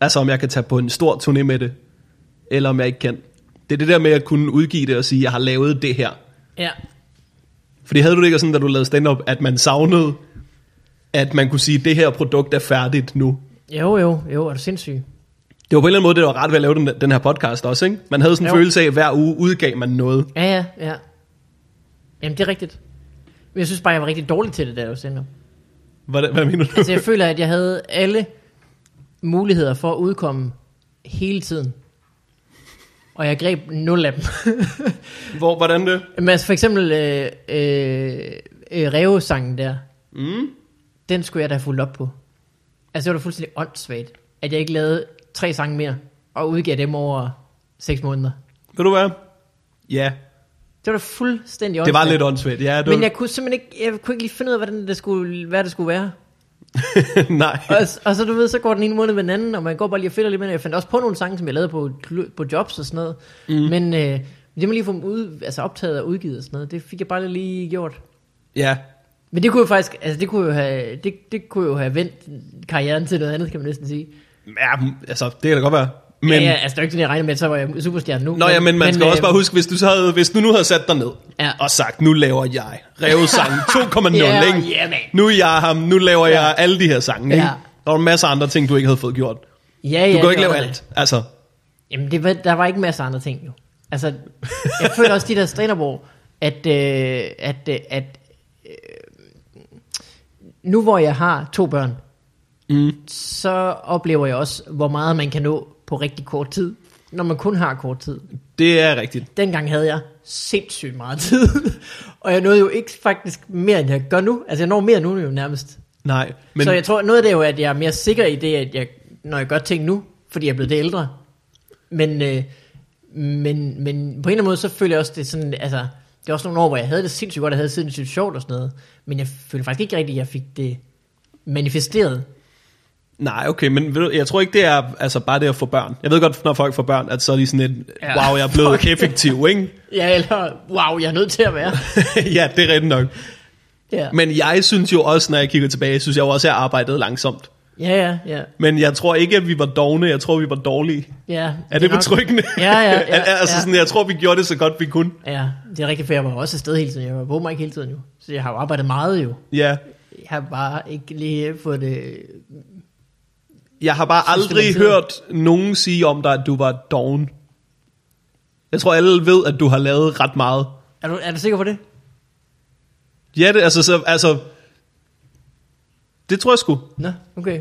Speaker 1: altså om jeg kan tage på en stor turné med det, eller om jeg ikke kan. Det er det der med at kunne udgive det og sige, jeg har lavet det her.
Speaker 2: Ja.
Speaker 1: Fordi havde du det ikke sådan, da du lavede stand-up, at man savnede, at man kunne sige, det her produkt er færdigt nu.
Speaker 2: Jo, jo, jo, er du sindssyg?
Speaker 1: Det var på en eller anden måde, det var ret ved at lave den, den her podcast også, ikke? Man havde sådan en
Speaker 2: Jo.
Speaker 1: følelse af, at hver uge udgav man noget.
Speaker 2: Ja, ja, ja. Jamen, det er rigtigt. Men jeg synes bare, jeg var rigtig dårlig til det der, jeg var
Speaker 1: Hvad, hvad mener du?
Speaker 2: Altså, jeg føler, at jeg havde alle muligheder for at udkomme hele tiden. Og jeg greb nul af dem. [laughs]
Speaker 1: [laughs] Hvor, hvordan det?
Speaker 2: Men altså, for eksempel øh, øh, øh, Reo-sangen der.
Speaker 1: Mm.
Speaker 2: Den skulle jeg da have fulgt op på. Altså, det var da fuldstændig åndssvagt, at jeg ikke lavede tre sange mere, og udgav dem over seks måneder.
Speaker 1: Ved du hvad? Ja,
Speaker 2: Det var da fuldstændig
Speaker 1: det
Speaker 2: åndssvagt.
Speaker 1: var lidt åndssvagt. Ja, det var...
Speaker 2: Men jeg kunne simpelthen ikke, jeg kunne ikke lige finde ud af, hvordan det skulle, hvad det skulle
Speaker 1: [laughs]
Speaker 2: være.
Speaker 1: Nej.
Speaker 2: Og, og så du ved, så går den ene måned med den anden, og man går bare lige og finder lidt med den. Jeg fandt også på nogle sange, som jeg lavede på, kl- på jobs og sådan noget. Mm.
Speaker 1: Mhm.
Speaker 2: Men øh, det med lige at få dem ud, altså optaget og udgivet og sådan noget, det fik jeg bare lige gjort.
Speaker 1: Ja,
Speaker 2: Men det kunne jo faktisk, altså det kunne jo have, det, det kunne jo have vendt karrieren til noget andet, kan man næsten sige.
Speaker 1: ja, altså, det kan da godt være. Men,
Speaker 2: Men, ja, ja, altså det er jo ikke sådan, jeg regner med, at så var jeg superstjerne nu.
Speaker 1: Nå ja, men man skal også
Speaker 2: øh,
Speaker 1: bare huske, hvis du, så havde, hvis du nu havde sat dig ned
Speaker 2: Ja.
Speaker 1: og sagt, nu laver jeg Revsang 2.0,
Speaker 2: [laughs] Ja,
Speaker 1: ikke?
Speaker 2: ja, man.
Speaker 1: nu er jeg ham, nu laver ja. jeg alle de her sange. Ikke?
Speaker 2: Ja.
Speaker 1: Der var masser af andre ting, du ikke havde fået gjort. Du
Speaker 2: Ja, ja,
Speaker 1: ja, kan
Speaker 2: det
Speaker 1: ikke lave
Speaker 2: var det.
Speaker 1: alt. Altså,
Speaker 2: Jamen, det var, der var ikke masser af andre ting, jo. Altså, jeg føler også de der Strenerborg, at, øh, at, øh, at øh, nu hvor jeg har to børn,
Speaker 1: mm,
Speaker 2: så oplever jeg også, hvor meget man kan nå på rigtig kort tid, når man kun har kort tid.
Speaker 1: det er rigtigt.
Speaker 2: Dengang havde jeg sindssygt meget tid, og jeg nåede jo ikke faktisk mere, end jeg gør nu. Altså, jeg når mere nu jo nærmest.
Speaker 1: Nej,
Speaker 2: Men...
Speaker 1: men
Speaker 2: Så jeg tror, noget af det er jo, at jeg er mere sikker i det, at jeg, når jeg gør ting nu, fordi jeg er blevet det ældre. Men, øh, men, men på en eller anden måde, så føler jeg også, det er sådan, altså, det er også nogle år, hvor jeg havde det sindssygt godt, jeg havde det sindssygt sjovt og sådan noget. Men jeg føler faktisk ikke rigtigt, at jeg fik det manifesteret.
Speaker 1: nej, okay, men ved du, jeg tror ikke, det er altså, bare det at få børn. Jeg ved godt, når folk får børn, at så er de sådan et,
Speaker 2: Ja.
Speaker 1: wow, jeg er
Speaker 2: [laughs]
Speaker 1: blevet
Speaker 2: Fuck.
Speaker 1: effektiv, ikke? [laughs]
Speaker 2: Ja, eller wow, jeg er nødt til at være.
Speaker 1: ja, det er rigtigt nok.
Speaker 2: Ja,
Speaker 1: Men jeg synes jo også, når jeg kigger tilbage, synes jeg jo også, at jeg arbejdede langsomt.
Speaker 2: ja, ja. ja.
Speaker 1: Men jeg tror ikke, at vi var dogne, jeg tror, vi var dårlige.
Speaker 2: ja
Speaker 1: Er det
Speaker 2: nok-
Speaker 1: betryggende?
Speaker 2: Ja,
Speaker 1: [laughs]
Speaker 2: ja, ja,
Speaker 1: Al- altså
Speaker 2: ja.
Speaker 1: sådan, jeg tror, vi gjorde det så godt, vi kunne.
Speaker 2: Ja, det er rigtigt, for jeg var også afsted hele tiden. Jeg var på mig ikke hele tiden jo. Så jeg har jo arbejdet meget jo.
Speaker 1: Ja.
Speaker 2: Jeg har bare ikke lige fået det
Speaker 1: Jeg har bare
Speaker 2: Synes, det er
Speaker 1: aldrig
Speaker 2: fedt.
Speaker 1: hørt nogen sige om dig, at du var doven. Jeg tror, alle ved, at du har lavet ret meget.
Speaker 2: Er du, er du sikker på det?
Speaker 1: Ja, det, altså, så, altså, det tror jeg sgu.
Speaker 2: Nå, okay.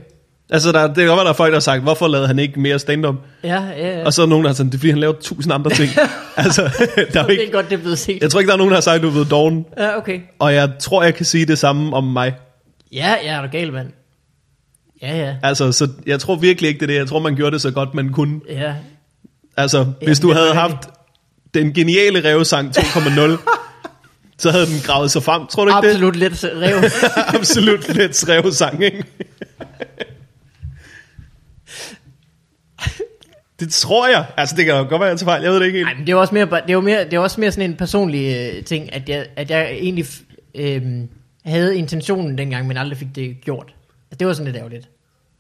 Speaker 1: Altså, der, det kan godt være, der er folk, der har sagt, hvorfor lavede han ikke mere stand-up?
Speaker 2: Ja, ja, ja.
Speaker 1: Og så er der nogen, der har sagt, det er fordi, han lavede tusind andre
Speaker 2: [laughs]
Speaker 1: ting. altså, [laughs] der er jo
Speaker 2: det er
Speaker 1: ikke,
Speaker 2: godt, det er blevet set.
Speaker 1: jeg tror ikke, der er nogen, der har sagt, at du er blevet doven.
Speaker 2: Ja, okay.
Speaker 1: Og jeg tror, jeg kan sige det samme om mig.
Speaker 2: Ja, ja, er du gal, mand? Ja, ja.
Speaker 1: Altså, så jeg tror virkelig ikke, det er det. Jeg tror, man gjorde det så godt, man kunne.
Speaker 2: Ja,
Speaker 1: Altså, hvis du
Speaker 2: det er
Speaker 1: havde
Speaker 2: rigtigt.
Speaker 1: haft den geniale revsang 2.0, så havde den gravet sig frem, tror du ikke
Speaker 2: absolut lidt rev.
Speaker 1: det? [laughs] Absolut lidt revsang, ikke? det tror jeg. Altså, det kan jo godt være, jeg tager fejl. Jeg ved det ikke helt.
Speaker 2: Nej, men det er jo også mere, bare- det er jo mere, det er også mere sådan en personlig øh, ting, at jeg, at jeg egentlig øh, havde intentionen dengang, men aldrig fik det gjort. Altså, det var sådan lidt ærgerligt.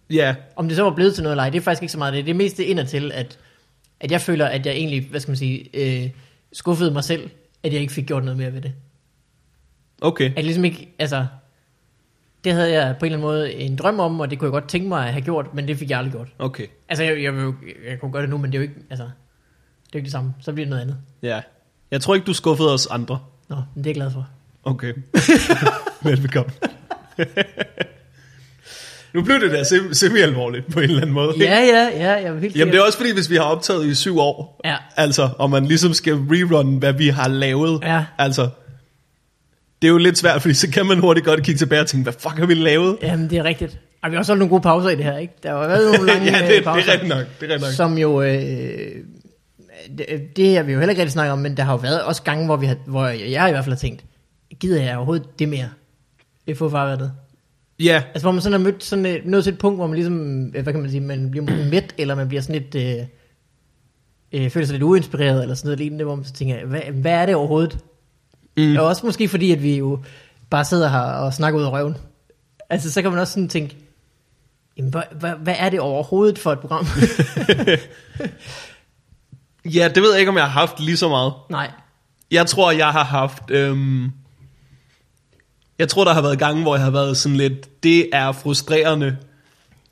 Speaker 1: Ja,
Speaker 2: Om det så var blevet til noget eller ej, det er faktisk ikke så meget det. Det er mest det indadtil, at, at jeg føler, at jeg egentlig, hvad skal man sige, øh, skuffede mig selv, at jeg ikke fik gjort noget mere ved det.
Speaker 1: okay.
Speaker 2: at ligesom ikke, altså, det havde jeg på en eller anden måde en drøm om, og det kunne jeg godt tænke mig at have gjort, men det fik jeg aldrig gjort.
Speaker 1: Okay,
Speaker 2: Altså, jeg, jeg, vil jo- jeg kunne gøre det nu, men det er jo ikke, altså, det er jo ikke det samme. Så bliver det noget andet.
Speaker 1: ja. Jeg tror ikke, du skuffede os andre.
Speaker 2: Nå, men det er jeg glad for.
Speaker 1: Okay. [laughs] Velbekomme. [laughs] nu blev det der sem- semi-alvorligt på en eller anden måde. ikke?
Speaker 2: Ja, ja, ja, jeg vil helt
Speaker 1: Jamen det er også fordi, hvis vi har optaget i syv år,
Speaker 2: Ja.
Speaker 1: altså, og man ligesom skal rerun, hvad vi har lavet,
Speaker 2: Ja.
Speaker 1: altså, det er jo lidt svært, fordi så kan man hurtigt godt kigge tilbage og tænke, hvad fuck har vi lavet?
Speaker 2: Jamen, det er rigtigt. Og vi har også holdt nogle gode pauser i det her, ikke? Der
Speaker 1: [laughs]
Speaker 2: har jo været nogle
Speaker 1: ja,
Speaker 2: lange
Speaker 1: det,
Speaker 2: øh,
Speaker 1: det er
Speaker 2: pauser,
Speaker 1: rigtigt nok, det er rigtigt nok. Så...
Speaker 2: som jo... Øh, det, det har vi jo heller ikke rigtig snakket om, men der har jo været også gange, hvor, vi har, hvor jeg, jeg i hvert fald har tænkt, gider jeg overhovedet det mere? Jeg får farvandet.
Speaker 1: Ja,
Speaker 2: Altså hvor man sådan er mødt sådan, øh, nået til et punkt, hvor man ligesom, øh, hvad kan man sige, man bliver måske mæt, eller man bliver sådan lidt, øh, øh, føler sig lidt uinspireret, eller sådan noget lignende, hvor man så tænker, hvad, hvad er det overhovedet? Mm. Og også måske fordi, at vi jo bare sidder her og snakker ud af røven. Altså, så kan man også sådan tænke, jamen, hvad, hvad, hvad er det overhovedet for et program?
Speaker 1: Ja, det ved jeg ikke, om jeg har haft lige så meget.
Speaker 2: Nej.
Speaker 1: Jeg tror, jeg har haft... Øhm, jeg tror, der har været gange, hvor jeg har været sådan lidt... Det er frustrerende,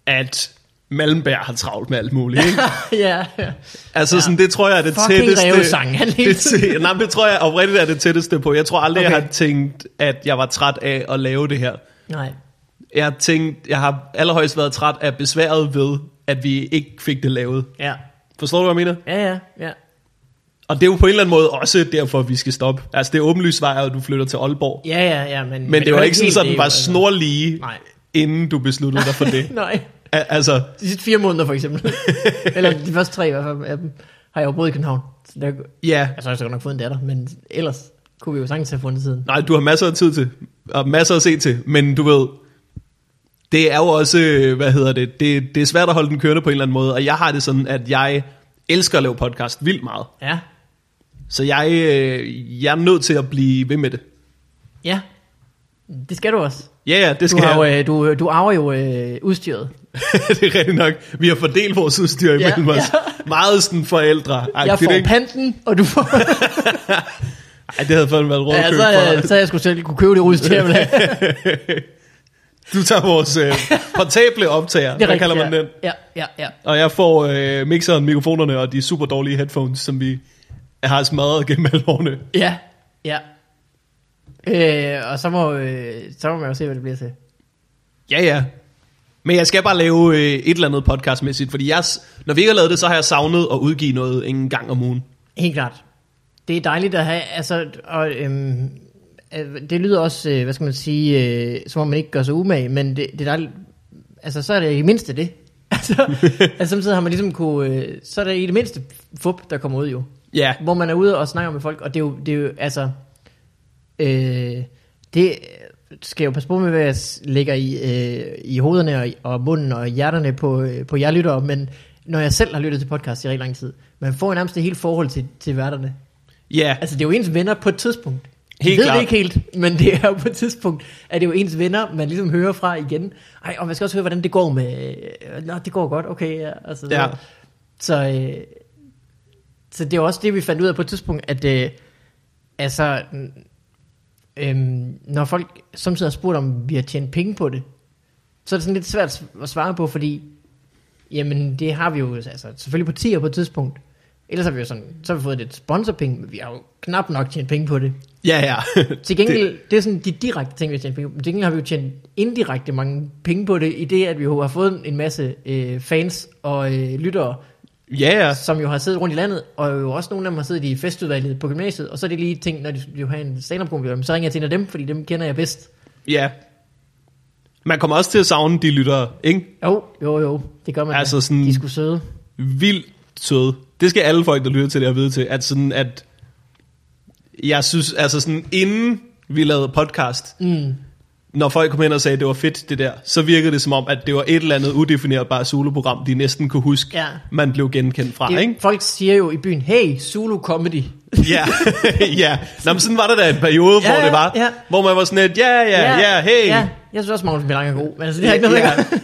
Speaker 1: at Malmberg har travlt med alt muligt. [laughs] Ikke?
Speaker 2: [laughs] ja, ja.
Speaker 1: Altså, ja. sådan, det tror jeg er det
Speaker 2: Fucking
Speaker 1: tætteste...
Speaker 2: rævesang, han hele
Speaker 1: [laughs] det,
Speaker 2: tiden.
Speaker 1: tæ- nej, men det tror jeg oprigtigt er det tætteste på. Jeg tror aldrig, okay. jeg
Speaker 2: Okay.
Speaker 1: har tænkt, at jeg var træt af at lave det her.
Speaker 2: Nej.
Speaker 1: Jeg har tænkt, jeg har allerhøjst været træt af besværet ved, at vi ikke fik det lavet.
Speaker 2: Ja.
Speaker 1: Forstår du, hvad jeg mener?
Speaker 2: Ja, ja, ja.
Speaker 1: Og det er jo på en eller anden måde også derfor, vi skal stoppe. Altså, det åbenlyst var, at du flytter til Aalborg.
Speaker 2: Ja, ja, ja, men...
Speaker 1: Men det var ikke sådan,
Speaker 2: helt
Speaker 1: at den
Speaker 2: det,
Speaker 1: var
Speaker 2: altså.
Speaker 1: snorlige,
Speaker 2: Nej.
Speaker 1: inden du besluttede dig for det.
Speaker 2: [laughs] Nej.
Speaker 1: Al- altså,
Speaker 2: De sidste fire måneder,
Speaker 1: [laughs]
Speaker 2: for eksempel. Eller de første tre i hvert fald af dem, har jeg jo boet i København. Så der,
Speaker 1: ja.
Speaker 2: altså, jeg har så godt nok fået en datter, men ellers kunne vi jo sagtens have fundet tiden.
Speaker 1: Nej, du har masser af tid til, og masser at se til, men du ved, det er jo også, øh, hvad hedder det, det, det er svært at holde den kørende på en eller anden måde, og jeg har det sådan, at jeg elsker at lave podcast vildt meget,
Speaker 2: Ja,
Speaker 1: så jeg, øh, jeg er nødt til at blive ved med det.
Speaker 2: ja. Det skal du også.
Speaker 1: Ja, ja, det
Speaker 2: Du,
Speaker 1: skal
Speaker 2: har jo,
Speaker 1: jeg.
Speaker 2: øh, du, du arver jo øh, udstyret.
Speaker 1: [laughs] det er rigtigt nok. Vi har fordelt vores udstyr imellem os.
Speaker 2: ja.
Speaker 1: Meget sådan forældre. Ej,
Speaker 2: Jeg får
Speaker 1: ikke?
Speaker 2: panten, og du får...
Speaker 1: [laughs] Ej, det havde fandme været råd
Speaker 2: ja,
Speaker 1: ja,
Speaker 2: så, øh, så jeg skulle selv kunne købe det udstyr, jeg
Speaker 1: [laughs]
Speaker 2: ville have.
Speaker 1: Du tager vores øh, portable optager,
Speaker 2: [laughs] Det er
Speaker 1: hvad kalder
Speaker 2: rigtigt,
Speaker 1: man
Speaker 2: ja.
Speaker 1: den?
Speaker 2: Ja, ja, ja.
Speaker 1: Og jeg får øh, mixeren, mikrofonerne og de super dårlige headphones, som vi har smadret gennem alle årene.
Speaker 2: Ja, ja. Øh, og så må, øh, så må man jo se, hvad det bliver til.
Speaker 1: Ja, ja. Men jeg skal bare lave øh, et eller andet podcastmæssigt, fordi jeg, s- når vi ikke har lavet det, så har jeg savnet at udgive noget en gang om ugen.
Speaker 2: Helt klart. Det er dejligt at have, altså, og, øhm, øh, det lyder også, øh, hvad skal man sige, øh, som om man ikke gør sig umage, men det, det er dejligt, altså så er det i det mindste det. [laughs] Altså, altså samtidig har man ligesom kunne, øh, så er det i det mindste fup, der kommer ud jo.
Speaker 1: Ja,
Speaker 2: Hvor man er ude og snakker med folk, og det er jo, det er jo altså, øh, det skal jeg jo passe på med, hvad jeg s- lægger i, øh, i hovederne og, i- og munden og hjerterne på, øh, på jer lyttere, men når jeg selv har lyttet til podcast i rigtig lang tid, man får jo nærmest det hele forhold til, til værterne.
Speaker 1: ja,
Speaker 2: Altså, det er jo ens venner på et tidspunkt.
Speaker 1: Helt
Speaker 2: Helt ved
Speaker 1: klart.
Speaker 2: det ikke helt, men det er jo på et tidspunkt, at det er jo ens venner, man ligesom hører fra igen. Ej, og man skal også høre, hvordan det går med... øh, Nå, det går godt, okay, ja, og så,
Speaker 1: Ja.
Speaker 2: videre. så, øh, så det er jo også det, vi fandt ud af på et tidspunkt, at øh, altså, øh, når folk samtidig har spurgt, om vi har tjent penge på det, så er det sådan lidt svært at svare på, fordi Jamen, det har vi jo altså, selvfølgelig på 10'er på et tidspunkt. Ellers har vi jo sådan, så har vi fået lidt sponsorpenge, men vi har jo knap nok tjent penge på det.
Speaker 1: ja, ja.
Speaker 2: Til gengæld, det, det er sådan de direkte ting, vi har tjent penge på. Men til gengæld har vi jo tjent indirekte mange penge på det, i det, at vi jo har fået en masse øh, fans og øh, lyttere,
Speaker 1: [laughs] Det, ja, ja.
Speaker 2: som jo har siddet rundt i landet, og jo også nogle af dem har siddet i festudvalget på gymnasiet, og så er det lige ting, når de skulle jo have en stand up så ringer jeg til en af dem, fordi dem kender jeg bedst.
Speaker 1: ja. Man kommer også til at savne de lyttere, ikke?
Speaker 2: Jo, jo, jo, det gør man da.
Speaker 1: Altså sådan-
Speaker 2: De skulle søde.
Speaker 1: vildt søde. Det skal alle folk, der lytter til det, her vide til, at sådan, at jeg synes, altså sådan, inden vi lavede podcast, mm. når folk kom hen og sagde, at det var fedt, det der, så virkede det som om, at det var et eller andet udefinerbart soloprogram, de næsten kunne huske,
Speaker 2: Ja.
Speaker 1: man blev genkendt fra,
Speaker 2: Det,
Speaker 1: ikke?
Speaker 2: folk siger jo i byen, hey, Zulu Comedy.
Speaker 1: Ja, [laughs] ja. Nå, men sådan var der da en periode,
Speaker 2: Ja,
Speaker 1: hvor det var,
Speaker 2: ja.
Speaker 1: hvor man var sådan lidt, ja, ja, ja, hey.
Speaker 2: Ja, jeg synes også, Magnus Milang er god, men altså, det har ikke noget at gøre.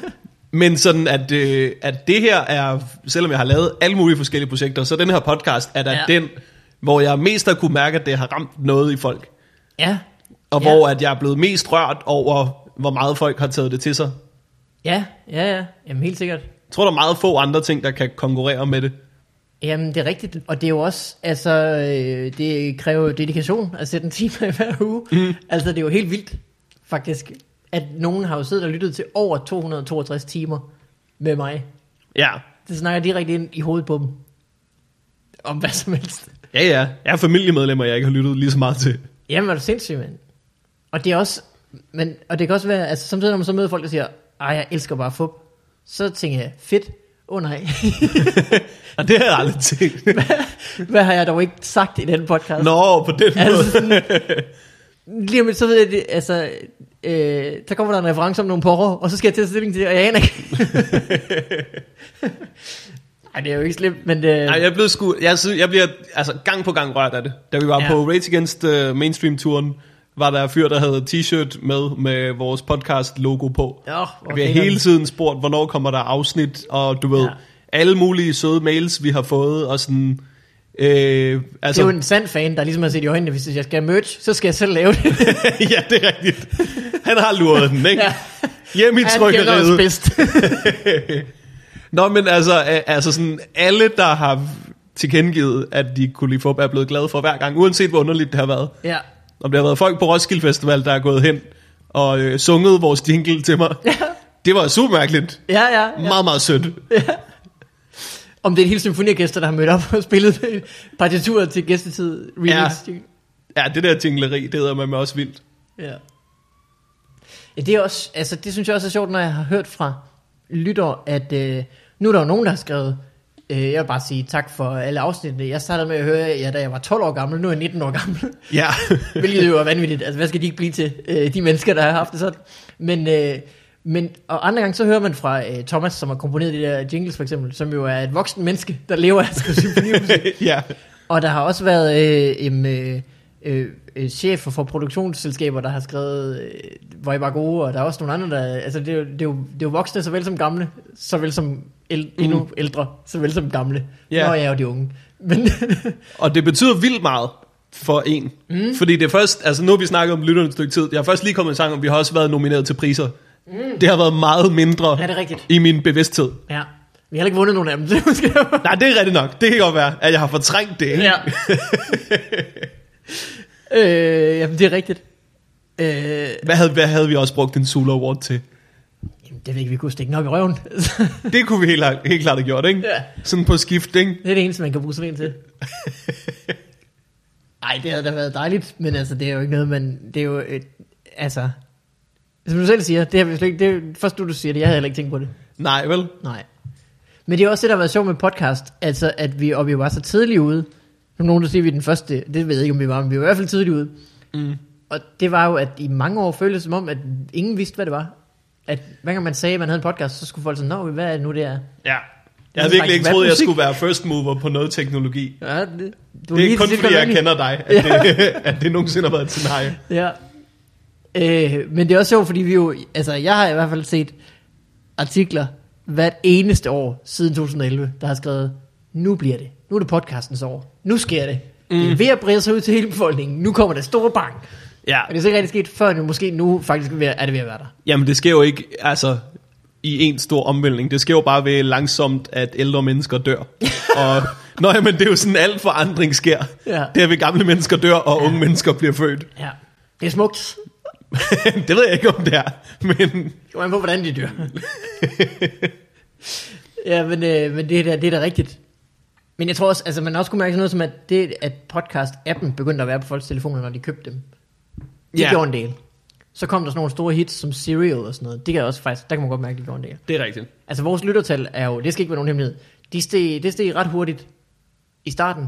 Speaker 1: Men sådan, at, øh, at det her er, selvom jeg har lavet alle mulige forskellige projekter, så den her podcast er da ja.
Speaker 2: Ja.
Speaker 1: den, hvor jeg mest har kunne mærke, at det har ramt noget i folk.
Speaker 2: Ja,
Speaker 1: Og
Speaker 2: Ja.
Speaker 1: ja. hvor at jeg er blevet mest rørt over, hvor meget folk har taget det til sig.
Speaker 2: ja, ja, ja, jamen helt sikkert.
Speaker 1: Jeg tror, der er meget få andre ting, der kan konkurrere med det.
Speaker 2: Jamen, det er rigtigt, og det er jo også, altså, øh, det kræver jo dedikation at sætte en time [laughs] af hver uge. Mm. Altså, det er jo helt vildt, faktisk, at nogen har jo siddet og lyttet til over 262 timer med mig.
Speaker 1: Ja,
Speaker 2: Det snakker direkte ind i hovedet på dem. Om hvad som helst.
Speaker 1: ja, ja. Jeg er familiemedlemmer, jeg ikke har lyttet lige så meget til.
Speaker 2: Jamen, er du sindssyg, mand. Og det er også, men, og det kan også være, altså samtidig når man så møder folk, der siger, ej, jeg elsker bare fup, så tænker jeg, fedt, åh oh, nej, [laughs]
Speaker 1: Og det har jeg aldrig tænkt.
Speaker 2: hvad har jeg dog ikke sagt i den podcast?
Speaker 1: Nå, på den måde.
Speaker 2: Altså, sådan, lige om lidt, så ved jeg, det, altså, øh, så kommer der en
Speaker 1: [laughs]
Speaker 2: reference om nogle porrer, og så skal jeg til at tage stilling til det, og jeg aner ikke. Ej, det er jo ikke slemt, men... Øh,
Speaker 1: Nej, jeg, blev sku, jeg, sy- jeg bliver altså, gang på gang rørt af det. Da vi var
Speaker 2: Ja.
Speaker 1: ja. på Rage Against uh, Mainstream-turen, var der en fyr, der havde t-shirt med med vores podcast-logo på.
Speaker 2: Nå, hvor
Speaker 1: vi har
Speaker 2: lækkert.
Speaker 1: hele tiden spurgt, hvornår kommer der afsnit, og du ved,
Speaker 2: Ja.
Speaker 1: ja. alle mulige søde mails, vi har fået, og sådan... Øh,
Speaker 2: det
Speaker 1: altså,
Speaker 2: er jo en sand fan, der ligesom har set i øjnene, hvis jeg skal have merch, så skal jeg selv
Speaker 1: [laughs]
Speaker 2: lave det.
Speaker 1: [laughs] ja, det er rigtigt. Han har luret den, ikke?
Speaker 2: Ja.
Speaker 1: ja. Hjem i
Speaker 2: Han gælder os
Speaker 1: trykkeriet. [laughs]
Speaker 2: bedst.
Speaker 1: Nå, men altså, øh, altså sådan, alle, der har tilkendegivet, at de kunne lide fodbold, er blevet glade for hver gang, uanset hvor underligt det har været.
Speaker 2: ja.
Speaker 1: Om det har været folk på Roskilde Festival, der er gået hen og øh, sunget vores jingle til mig. det var super mærkeligt.
Speaker 2: Ja, ja, ja.
Speaker 1: Meget, meget sødt.
Speaker 2: Om det er et helt symfoniorkester, der har mødt op og spillet [laughs] partituret til gæstetid. Remix. Ja.
Speaker 1: Ja, det der jingleri, det hedder man med også vildt.
Speaker 2: Ja. ja. Det, er også, altså, det synes jeg også er sjovt, når jeg har hørt fra lytter, at øh, nu er der jo nogen, der har skrevet, øh, jeg vil bare sige tak for alle afsnittene. Jeg startede med at høre jer, da jeg var 12 år gammel, nu er jeg 19 år gammel. [laughs]
Speaker 1: Ja.
Speaker 2: Hvilket jo er vanvittigt. Altså, hvad skal de ikke blive til, øh, de mennesker, der har haft det sådan? Men, øh, men og andre gange, så hører man fra øh, Thomas, som har komponeret de der jingles for eksempel, som jo er et voksen menneske, der lever af at skrive symfonimusik.
Speaker 1: [laughs] ja.
Speaker 2: Og der har også været øh, em, øh, øh, øh, chefer for produktionsselskaber, der har skrevet, øh, hvor I var gode, og der er også nogle andre, der... Altså, det er jo, det er jo, det er jo voksne, såvel som gamle, såvel som el, endnu ældre, såvel som gamle.
Speaker 1: Mm. Ja.
Speaker 2: Nå, jeg er jo de unge.
Speaker 1: [laughs]
Speaker 2: Men
Speaker 1: Og det betyder vildt meget for en. Mm. Fordi det er først, altså nu har vi snakket om lytterne et stykke tid. Jeg har først lige kommet i tanke om, vi har også været nomineret til priser. Mm. Det har været meget mindre
Speaker 2: Ja, det er rigtigt.
Speaker 1: i min bevidsthed.
Speaker 2: ja, vi har heller ikke vundet nogen af dem, [laughs] det måske.
Speaker 1: Nej, det er rigtigt nok. Det kan godt være, at jeg har fortrængt det. ikke? [laughs]
Speaker 2: Ja. øh, jamen, det er rigtigt. Øh, jamen,
Speaker 1: Hvad, havde, hvad havde vi også brugt en Sula Award til?
Speaker 2: det ved jeg ikke, vi kunne stikke nok i røven. [laughs]
Speaker 1: Det kunne vi helt, helt klart have gjort, ikke?
Speaker 2: Ja.
Speaker 1: Sådan på skift, ikke?
Speaker 2: Det er det eneste, man kan bruge sådan en til. [laughs] Ej, det havde da været dejligt, men altså, det er jo ikke noget, man... Det er jo et, altså... Som du selv siger, det har vi slet ikke... Det, er først du, du siger det, jeg havde heller ikke tænkt på det.
Speaker 1: Nej, vel?
Speaker 2: Nej. Men det er også det, der har været sjovt med podcast, altså at vi, og vi var så tidligt ude. Nu er nogen, der siger, at vi er den første, det ved jeg ikke, om vi var, men vi var i hvert fald tidligt ude.
Speaker 1: Mm.
Speaker 2: Og det var jo, at i mange år føltes det som om, at ingen vidste, hvad det var. At hver gang man sagde, at man havde en podcast, så skulle folk sådan, nå, hvad er det nu, det er?
Speaker 1: Ja. Jeg
Speaker 2: er
Speaker 1: havde virkelig
Speaker 2: faktisk
Speaker 1: ikke troet, at jeg
Speaker 2: rapmusik.
Speaker 1: skulle være first mover på noget teknologi.
Speaker 2: Ja, det, du
Speaker 1: Det er
Speaker 2: lige
Speaker 1: kun
Speaker 2: til sidst
Speaker 1: fordi, jeg
Speaker 2: kommet ind i-
Speaker 1: kender dig, at det, [laughs] at det nogensinde har været et scenarie.
Speaker 2: Ja. Øh, men det er også sjovt, fordi vi jo, altså jeg har i hvert fald set artikler hvert eneste år siden 2011, der har skrevet, nu bliver det, nu er det podcastens år, nu sker det. Mm. Det er ved at brede sig ud til hele befolkningen, nu kommer der store bang.
Speaker 1: Ja.
Speaker 2: Og det er så ikke rigtig sket før nu, måske nu faktisk er ved- er det ved at være der.
Speaker 1: Jamen, det sker jo ikke altså, i en stor omvæltning. Det sker jo bare ved langsomt, at ældre mennesker
Speaker 2: [laughs]
Speaker 1: dør. og, nå, jamen, det er jo sådan, alt forandring sker.
Speaker 2: Ja.
Speaker 1: Det er ved gamle mennesker dør, og unge mennesker bliver født. [laughs]
Speaker 2: Ja. Det er smukt.
Speaker 1: det ved jeg ikke, om det er. Men
Speaker 2: Det kommer an på, hvordan de dør. [laughs] ja, men, øh, men det, er da, det er da rigtigt. Men jeg tror også, altså man har også kunne mærke sådan noget som, at, det, at podcast-appen begyndte at være på folks telefoner, når de købte dem. Det
Speaker 1: Ja.
Speaker 2: gjorde en del. Så kom der sådan nogle store hits som Serial og sådan noget. Det kan jeg også faktisk, der kan man godt mærke, at det gjorde en del.
Speaker 1: det er rigtigt.
Speaker 2: Altså vores lyttertal er jo, det skal ikke være nogen hemmelighed, de steg, det steg ret hurtigt i starten.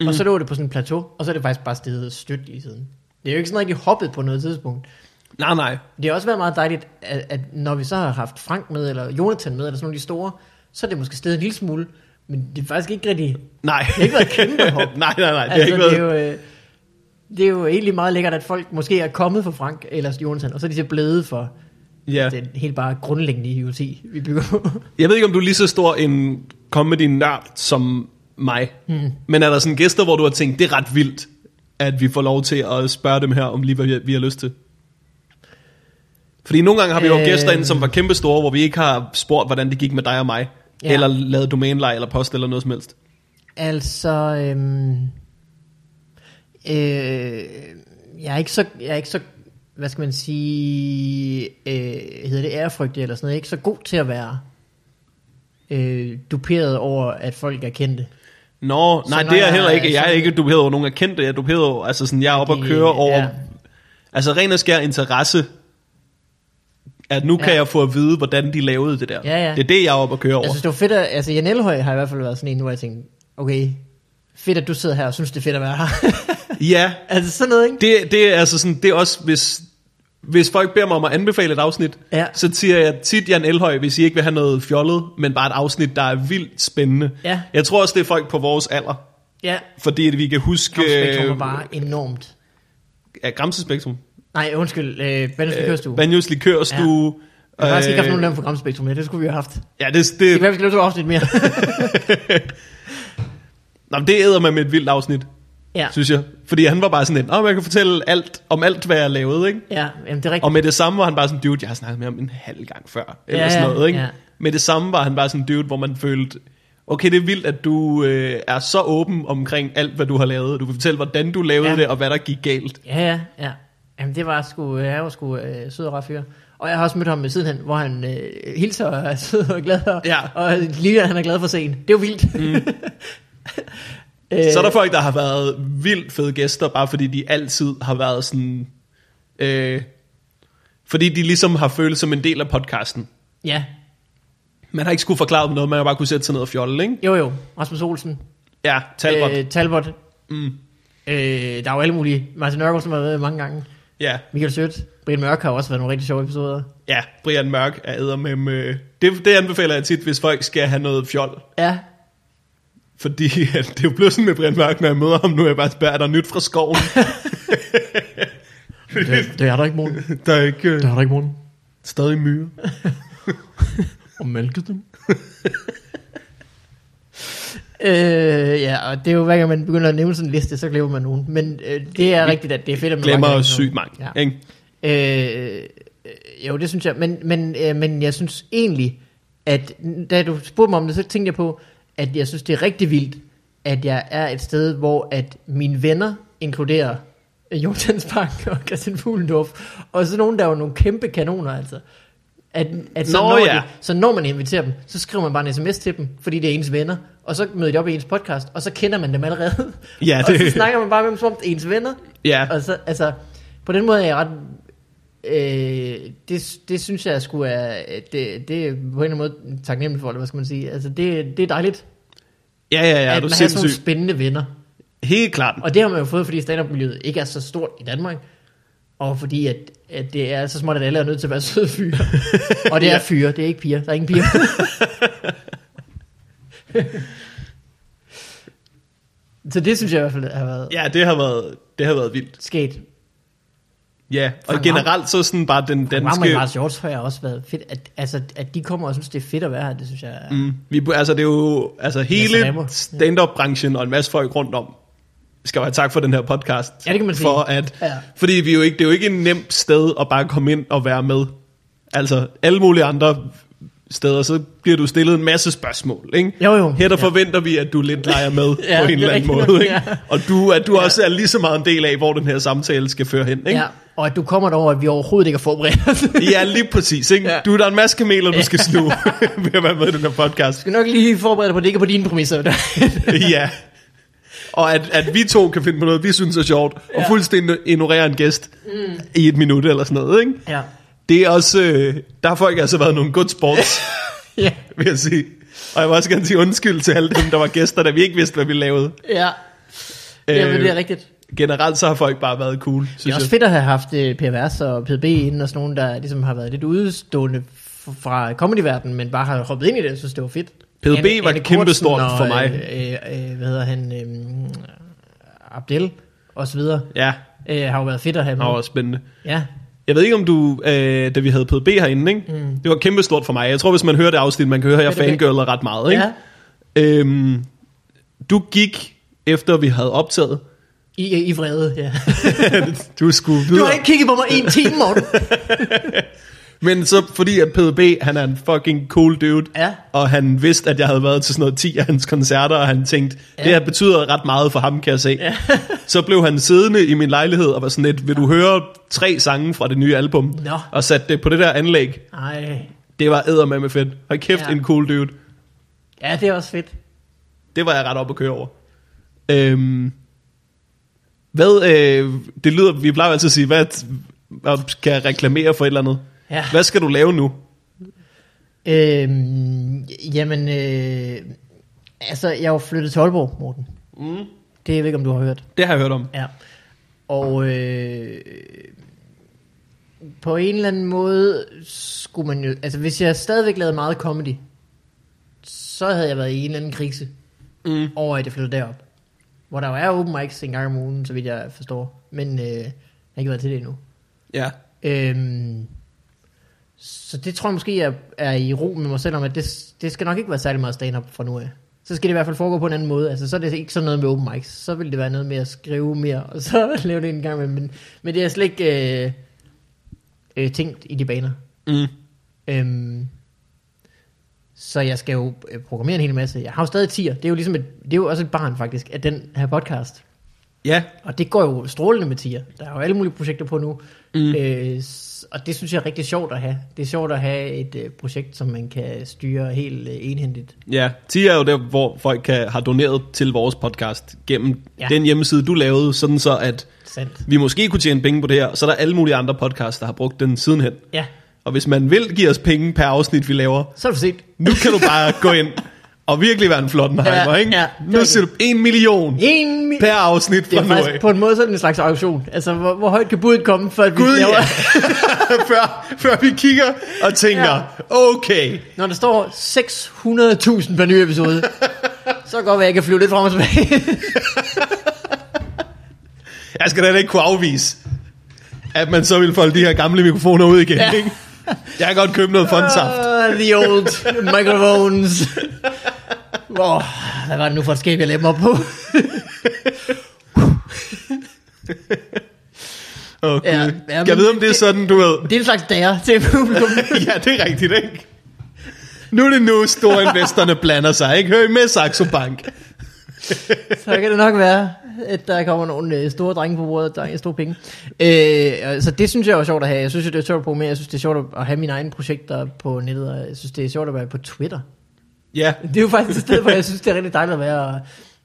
Speaker 2: Mm. Og så lå det på sådan en plateau, og så er det faktisk bare steget stødt lige siden. Det er jo ikke sådan rigtig hoppet på noget tidspunkt.
Speaker 1: Nej, nej.
Speaker 2: Det har også været meget dejligt, at, at når vi så har haft Frank med, eller Jonathan med, eller sådan nogle af de store, så er det måske stedet en lille smule, men det er faktisk ikke rigtig...
Speaker 1: Nej. Det
Speaker 2: har ikke været et kæmpe hop.
Speaker 1: [laughs] nej, nej, nej. Det altså, har ikke været...
Speaker 2: det, er jo, øh, det er jo egentlig meget lækkert, at folk måske er kommet for Frank eller Jonathan, og så er de så blevet for
Speaker 1: ja.
Speaker 2: ja. den helt bare grundlæggende idioti, vi bygger på.
Speaker 1: Jeg ved ikke, om du er lige så stor en comedy-nørd som mig. Hmm. Men er der sådan gæster, hvor du har tænkt, det er ret vildt, at vi får lov til at spørge dem her, om lige hvad vi- vi har lyst til? Fordi nogle gange har vi jo
Speaker 2: Øh.
Speaker 1: gæster ind, som var kæmpe store, hvor vi ikke har spurgt, hvordan det gik med dig og mig.
Speaker 2: Ja.
Speaker 1: Ja. Eller lavet domænelej eller post eller noget som helst.
Speaker 2: Altså, øhm, øh, jeg er ikke så, jeg er ikke så, hvad skal man sige, øh, hedder det ærefrygt eller sådan noget, jeg er ikke så god til at være øh, duperet over, at folk er kendte.
Speaker 1: Nå, nej,
Speaker 2: når
Speaker 1: det er jeg
Speaker 2: jeg-
Speaker 1: heller ikke. Jeg er
Speaker 2: så-
Speaker 1: ikke duperet over nogen er kendte. Jeg er duperet over, altså sådan, jeg er oppe og
Speaker 2: Fordi,
Speaker 1: køre over...
Speaker 2: ja.
Speaker 1: Ja. Altså ren og skær interesse, at nu ja.
Speaker 2: Ja.
Speaker 1: kan jeg få at vide, hvordan de lavede det der.
Speaker 2: Ja, ja.
Speaker 1: Det er det, jeg er oppe og køre over.
Speaker 2: Jeg synes, det var fedt, at, altså Jan Elhøj har i hvert fald været sådan en, hvor jeg tænkte, okay, fedt, at du sidder her [laughs] og synes, det er fedt at være her.
Speaker 1: Ja,
Speaker 2: altså sådan noget, ikke?
Speaker 1: det, det er altså sådan, det er også, hvis, hvis folk beder mig om at anbefale et afsnit,
Speaker 2: Ja.
Speaker 1: så siger jeg tit Jan Elhøj, hvis I ikke vil have noget fjollet, men bare et afsnit, der er vildt spændende.
Speaker 2: Ja.
Speaker 1: Jeg tror også, det er folk på vores alder,
Speaker 2: Ja,
Speaker 1: fordi at vi kan huske... øh,
Speaker 2: Spektrum er bare enormt.
Speaker 1: Ja, Gramsespektrum.
Speaker 2: Nej, undskyld, øh, Bandes øh, Kørstue. Jeg
Speaker 1: Banjos Likørstue.
Speaker 2: har faktisk ikke haft
Speaker 1: øh,
Speaker 2: nogen af dem for Gramspektrum, ja, det skulle vi have haft. Det
Speaker 1: Ja, det,
Speaker 2: kan
Speaker 1: det,
Speaker 2: være, vi skal lave to afsnit mere. [laughs]
Speaker 1: [laughs] nå, men det æder man med et vildt afsnit,
Speaker 2: ja,
Speaker 1: synes jeg. Fordi han var bare sådan en, oh, jeg kan fortælle alt, om alt, hvad jeg lavede, ikke?
Speaker 2: ja jamen, det er rigtigt.
Speaker 1: Og med det samme var han bare sådan, dude, jeg har snakket med ham en halv gang før, eller
Speaker 2: Ja,
Speaker 1: ja,
Speaker 2: ja,
Speaker 1: sådan noget, ikke?
Speaker 2: ja.
Speaker 1: Ja. Med det samme var han bare sådan, dude, hvor man følte, okay, det er vildt, at du øh, er så åben omkring alt, hvad du har lavet. Du vil fortælle, hvordan du lavede
Speaker 2: Ja.
Speaker 1: ja. det, og hvad der gik galt.
Speaker 2: Ja, ja, ja. Jamen, det var sgu, øh, han var sgu øh, sød og rar fyr. Og jeg har også mødt ham sidenhen, hvor han øh, hilser og er sød og glad, og,
Speaker 1: Ja.
Speaker 2: og lige at han er glad for scenen. Det er jo vildt. Mm. [laughs] øh,
Speaker 1: Så er der folk, der har været vildt fede gæster, bare fordi de altid har været sådan... Øh, fordi de ligesom har følt som en del af podcasten.
Speaker 2: Ja,
Speaker 1: Man har ikke skulle forklare dem noget, man har bare kunne sætte sig ned og fjolle, ikke?
Speaker 2: jo jo, Rasmus Olsen,
Speaker 1: Ja, Talbot. Øh,
Speaker 2: Øh, Talbot. Mm. Øh, der er jo alle mulige. Martin Nørgaard, som har været med mange gange.
Speaker 1: ja,
Speaker 2: Michael Sødt. Brian Mørk har også været nogle rigtig sjove episoder.
Speaker 1: ja, Brian Mørk er æder med... Det, det anbefaler jeg tit, hvis folk skal have noget fjol.
Speaker 2: Ja,
Speaker 1: Fordi [laughs] at det er jo blevet sådan med Brian Mørk, når jeg møder ham nu, er jeg bare spørger, er der nyt fra skoven? [laughs]
Speaker 2: det, det er der ikke morgen.
Speaker 1: der er ikke øh,
Speaker 2: Det er der ikke morgen.
Speaker 1: stadig myre.
Speaker 2: Og mælke dem. [laughs] øh, ja, og det er jo hver gang man begynder at nævne sådan en liste, så glemmer man nogen. Men øh, det er rigtigt, at det er fedt, at man
Speaker 1: Glemmer
Speaker 2: bare kan-
Speaker 1: og syg mange.
Speaker 2: Ja.
Speaker 1: Ja. Ikke?
Speaker 2: Øh, øh, jo, det synes jeg. Men, men, øh, men jeg synes egentlig, at da du spurgte mig om det, så tænkte jeg på, at jeg synes, det er rigtig vildt, at jeg er et sted, hvor at mine venner inkluderer øh, Jonas Bank og Christian Fuglendorf, og så nogen, der er jo nogle kæmpe kanoner, altså. At, at så,
Speaker 1: Nå,
Speaker 2: når
Speaker 1: ja.
Speaker 2: de, så når man inviterer dem, så skriver man bare en sms til dem, fordi det er ens venner, og så møder de op i ens podcast, og så kender man dem allerede.
Speaker 1: Ja,
Speaker 2: det... [laughs] Og så
Speaker 1: det-
Speaker 2: snakker man bare med dem, som om det er ens venner,
Speaker 1: Ja.
Speaker 2: og så, altså, på den måde er jeg ret... Øh, det, det synes jeg skulle er... Det, det er på en eller anden måde taknemmelig for, eller hvad skal man sige. Altså, det, det er dejligt,
Speaker 1: Ja, ja, ja,
Speaker 2: at
Speaker 1: du
Speaker 2: man
Speaker 1: er
Speaker 2: har sådan nogle
Speaker 1: sindssyg.
Speaker 2: spændende venner.
Speaker 1: Helt klart.
Speaker 2: Og det har man jo fået, fordi stand-up-miljøet ikke er så stort i Danmark. Og fordi at, at det er så småt, at alle er nødt til at være søde
Speaker 1: [laughs]
Speaker 2: fyre. Og det er
Speaker 1: Ja.
Speaker 2: fyre, det er ikke piger. Der er ingen
Speaker 1: [laughs]
Speaker 2: piger. [laughs] så det synes jeg i hvert fald har været ja.
Speaker 1: Ja, det har været, det har været vildt.
Speaker 2: sket.
Speaker 1: Ja, og
Speaker 2: Frank
Speaker 1: generelt så sådan bare den
Speaker 2: Mamma
Speaker 1: danske...
Speaker 2: Lars Hjorts har jeg også været fedt. At, altså, at de kommer og synes, det er fedt at være her, det synes jeg er... Mm.
Speaker 1: Mm, vi, altså det er jo altså
Speaker 2: Mads Remmer.
Speaker 1: hele stand-up-branchen og en masse folk rundt om skal jo have tak for den her podcast.
Speaker 2: Ja, det kan man sige.
Speaker 1: For at,
Speaker 2: Ja.
Speaker 1: ja. Fordi vi er jo ikke, det er jo ikke et nemt sted at bare komme ind og være med. Altså alle mulige andre steder, så bliver du stillet en masse spørgsmål. Ikke?
Speaker 2: Jo, jo.
Speaker 1: Her der
Speaker 2: Ja.
Speaker 1: forventer vi, at du lidt leger med
Speaker 2: [laughs] Ja,
Speaker 1: ja, på en
Speaker 2: det er
Speaker 1: eller anden
Speaker 2: rigtigt
Speaker 1: måde.
Speaker 2: nok,
Speaker 1: Ikke?
Speaker 2: ja.
Speaker 1: Og du, at du ja. også er lige så meget en del af, hvor den her samtale skal føre hen. Ikke?
Speaker 2: Ja, og at du kommer derover, at vi overhovedet ikke er forberedt. Vi [laughs]
Speaker 1: Ja, lige præcis. Ikke?
Speaker 2: Ja.
Speaker 1: Ja. Du, der er en masse kameler, du skal sluge [laughs] ved at være med i den her podcast.
Speaker 2: skal nok lige forberede dig på, at det ikke er på dine præmisser. [laughs]
Speaker 1: [laughs] ja. Og at, at vi to kan finde på noget, vi synes er sjovt, og
Speaker 2: Ja.
Speaker 1: fuldstændig ignorere en gæst mm. i et minut eller sådan noget. Ikke?
Speaker 2: ja.
Speaker 1: Det er også, øh, der har folk altså været nogle good sports,
Speaker 2: ja.
Speaker 1: [laughs] vil jeg sige. Og jeg vil også gerne sige undskyld til alle dem, der var gæster, da vi ikke vidste, hvad vi lavede. Øh,
Speaker 2: Ja. Jamen, det er rigtigt.
Speaker 1: Generelt så har folk bare været cool, synes
Speaker 2: Det er også fedt at have haft øh, Per Vers og PB inden, og sådan nogen, der ligesom har været lidt udstående f- fra comedyverdenen, men bare har hoppet ind i det, Jeg synes det var fedt.
Speaker 1: PB var kæmpestort
Speaker 2: Kortsen og,
Speaker 1: for mig.
Speaker 2: Øh, øh, øh, hvad hedder han? Øh, Abdel og så videre.
Speaker 1: jeg. Ja,
Speaker 2: Øh, har jo været fedt at have
Speaker 1: det
Speaker 2: med.
Speaker 1: var også spændende.
Speaker 2: Ja,
Speaker 1: Jeg ved ikke, om du, øh, da vi havde PDB herinde, ikke? Mm. det var kæmpestort for mig. Jeg tror, hvis man hører det afsnit, man kan høre, at jeg
Speaker 2: PDB.
Speaker 1: fangirler ret meget. Ikke?
Speaker 2: ja.
Speaker 1: Ja. Øhm, du gik, efter vi havde optaget.
Speaker 2: I, I vrede, ja.
Speaker 1: du skulle
Speaker 2: Du
Speaker 1: videre.
Speaker 2: har ikke kigget på mig en time, Morten.
Speaker 1: Men så fordi, at PDB, han er en fucking cool dude,
Speaker 2: Ja.
Speaker 1: og han vidste, at jeg havde været til sådan noget 10 af hans koncerter, og han tænkte, ja. det her betyder ret meget for ham, kan jeg se. Ja. [laughs] så blev han siddende i min lejlighed og var sådan lidt, vil du høre tre sange fra det nye album?
Speaker 2: Nå.
Speaker 1: Og satte det på det der anlæg.
Speaker 2: Nej.
Speaker 1: Det var eddermame fedt. Hold kæft,
Speaker 2: Ja.
Speaker 1: ja. en cool dude.
Speaker 2: Ja, det er også fedt.
Speaker 1: Det var jeg ret op at køre over. Øhm, hvad, øh, det lyder, vi plejer jo altid at sige, hvad, hvad kan jeg reklamere for et eller andet?
Speaker 2: Ja.
Speaker 1: Hvad skal du lave nu?
Speaker 2: Øhm, jamen, øh, altså, jeg er jo flyttet til Aalborg, Morten. Mm. Det ved jeg ikke, om du har hørt.
Speaker 1: Det har jeg hørt om.
Speaker 2: Ja. Og øh, på en eller anden måde skulle man jo... Altså, hvis jeg stadigvæk lavede meget comedy, så havde jeg været i en eller anden krise
Speaker 1: Mm.
Speaker 2: over, at jeg flyttede derop. Hvor der jo er open mics en gang om ugen, så vidt jeg forstår. Men øh, jeg har ikke været til det endnu.
Speaker 1: Ja.
Speaker 2: Øhm, så det tror jeg måske, jeg er i ro med mig selv om, at det, det skal nok ikke være særlig meget stand-up fra nu af. Så skal det i hvert fald foregå på en anden måde. Altså, så er det ikke sådan noget med open mics. Så vil det være noget med at skrive mere, og så [laughs] lave det en gang med. Men, men det er slet ikke øh, øh, tænkt i de baner.
Speaker 1: Mm.
Speaker 2: Øhm, så jeg skal jo øh, programmere en hel masse. Jeg har jo stadig tier. Det er jo, ligesom et, det er jo også et barn faktisk, af den her podcast.
Speaker 1: Ja.
Speaker 2: Og det går jo strålende med tier. Der er jo alle mulige projekter på nu. Mm. Øh, s- og det synes jeg er rigtig sjovt at have. Det er sjovt at have et øh, projekt, som man kan styre helt øh, enhændigt.
Speaker 1: Ja, TIA er jo der, hvor folk kan, har doneret til vores podcast gennem ja.
Speaker 2: Ja.
Speaker 1: den hjemmeside, du lavede, sådan så at
Speaker 2: Sandt.
Speaker 1: vi måske kunne tjene penge på det her, og så er der alle mulige andre podcasts, der har brugt den sidenhen.
Speaker 2: Ja,
Speaker 1: Og hvis man vil give os penge per afsnit, vi laver,
Speaker 2: så er det for sent.
Speaker 1: nu kan du bare gå ind og virkelig være en flot ja,
Speaker 2: Ja,
Speaker 1: ikke?
Speaker 2: ja, det er
Speaker 1: nu ser du en million
Speaker 2: En mi-
Speaker 1: per afsnit
Speaker 2: det
Speaker 1: fra
Speaker 2: er
Speaker 1: nu af.
Speaker 2: faktisk på en måde sådan en slags auktion. Altså, hvor, hvor højt kan budet komme, før vi
Speaker 1: Gud,
Speaker 2: laver...
Speaker 1: ja. [laughs] før, før vi kigger og tænker, ja.
Speaker 2: Ja.
Speaker 1: okay,
Speaker 2: Når der står 600.000 per ny episode, så går jeg kan flyve lidt frem og tilbage.
Speaker 1: jeg skal da ikke kunne afvise, at man så vil folde de her gamle mikrofoner ud igen, ja.
Speaker 2: Ja.
Speaker 1: ikke? Jeg kan godt købe noget
Speaker 2: [laughs]
Speaker 1: fondsaft.
Speaker 2: Uh, the old microphones. Hvor, hvad var det nu for et skæb, jeg lagde mig op på?
Speaker 1: Oh,
Speaker 2: Ja,
Speaker 1: ja,
Speaker 2: ja,
Speaker 1: jeg
Speaker 2: men
Speaker 1: ved, om det er
Speaker 2: det-
Speaker 1: sådan, du ved. [laughs]
Speaker 2: Det er en slags dager til publikum.
Speaker 1: ja, det er rigtigt, ikke? Nu er det nu, store investorerne blander sig, ikke? Hør I med, Saxo Bank.
Speaker 2: så kan det nok være, at der kommer nogle øh, store drenge på bordet, der er store penge. Øh, og- så det synes jeg er sjovt at have. Jeg synes, jo, det er sjovt at programmere. Jeg synes, det er sjovt at have mine egne projekter på nettet. Og jeg synes, det er sjovt at være på Twitter. [laughs]
Speaker 1: Ja,
Speaker 2: Det er jo faktisk et sted, hvor jeg synes, det er rigtig dejligt at være og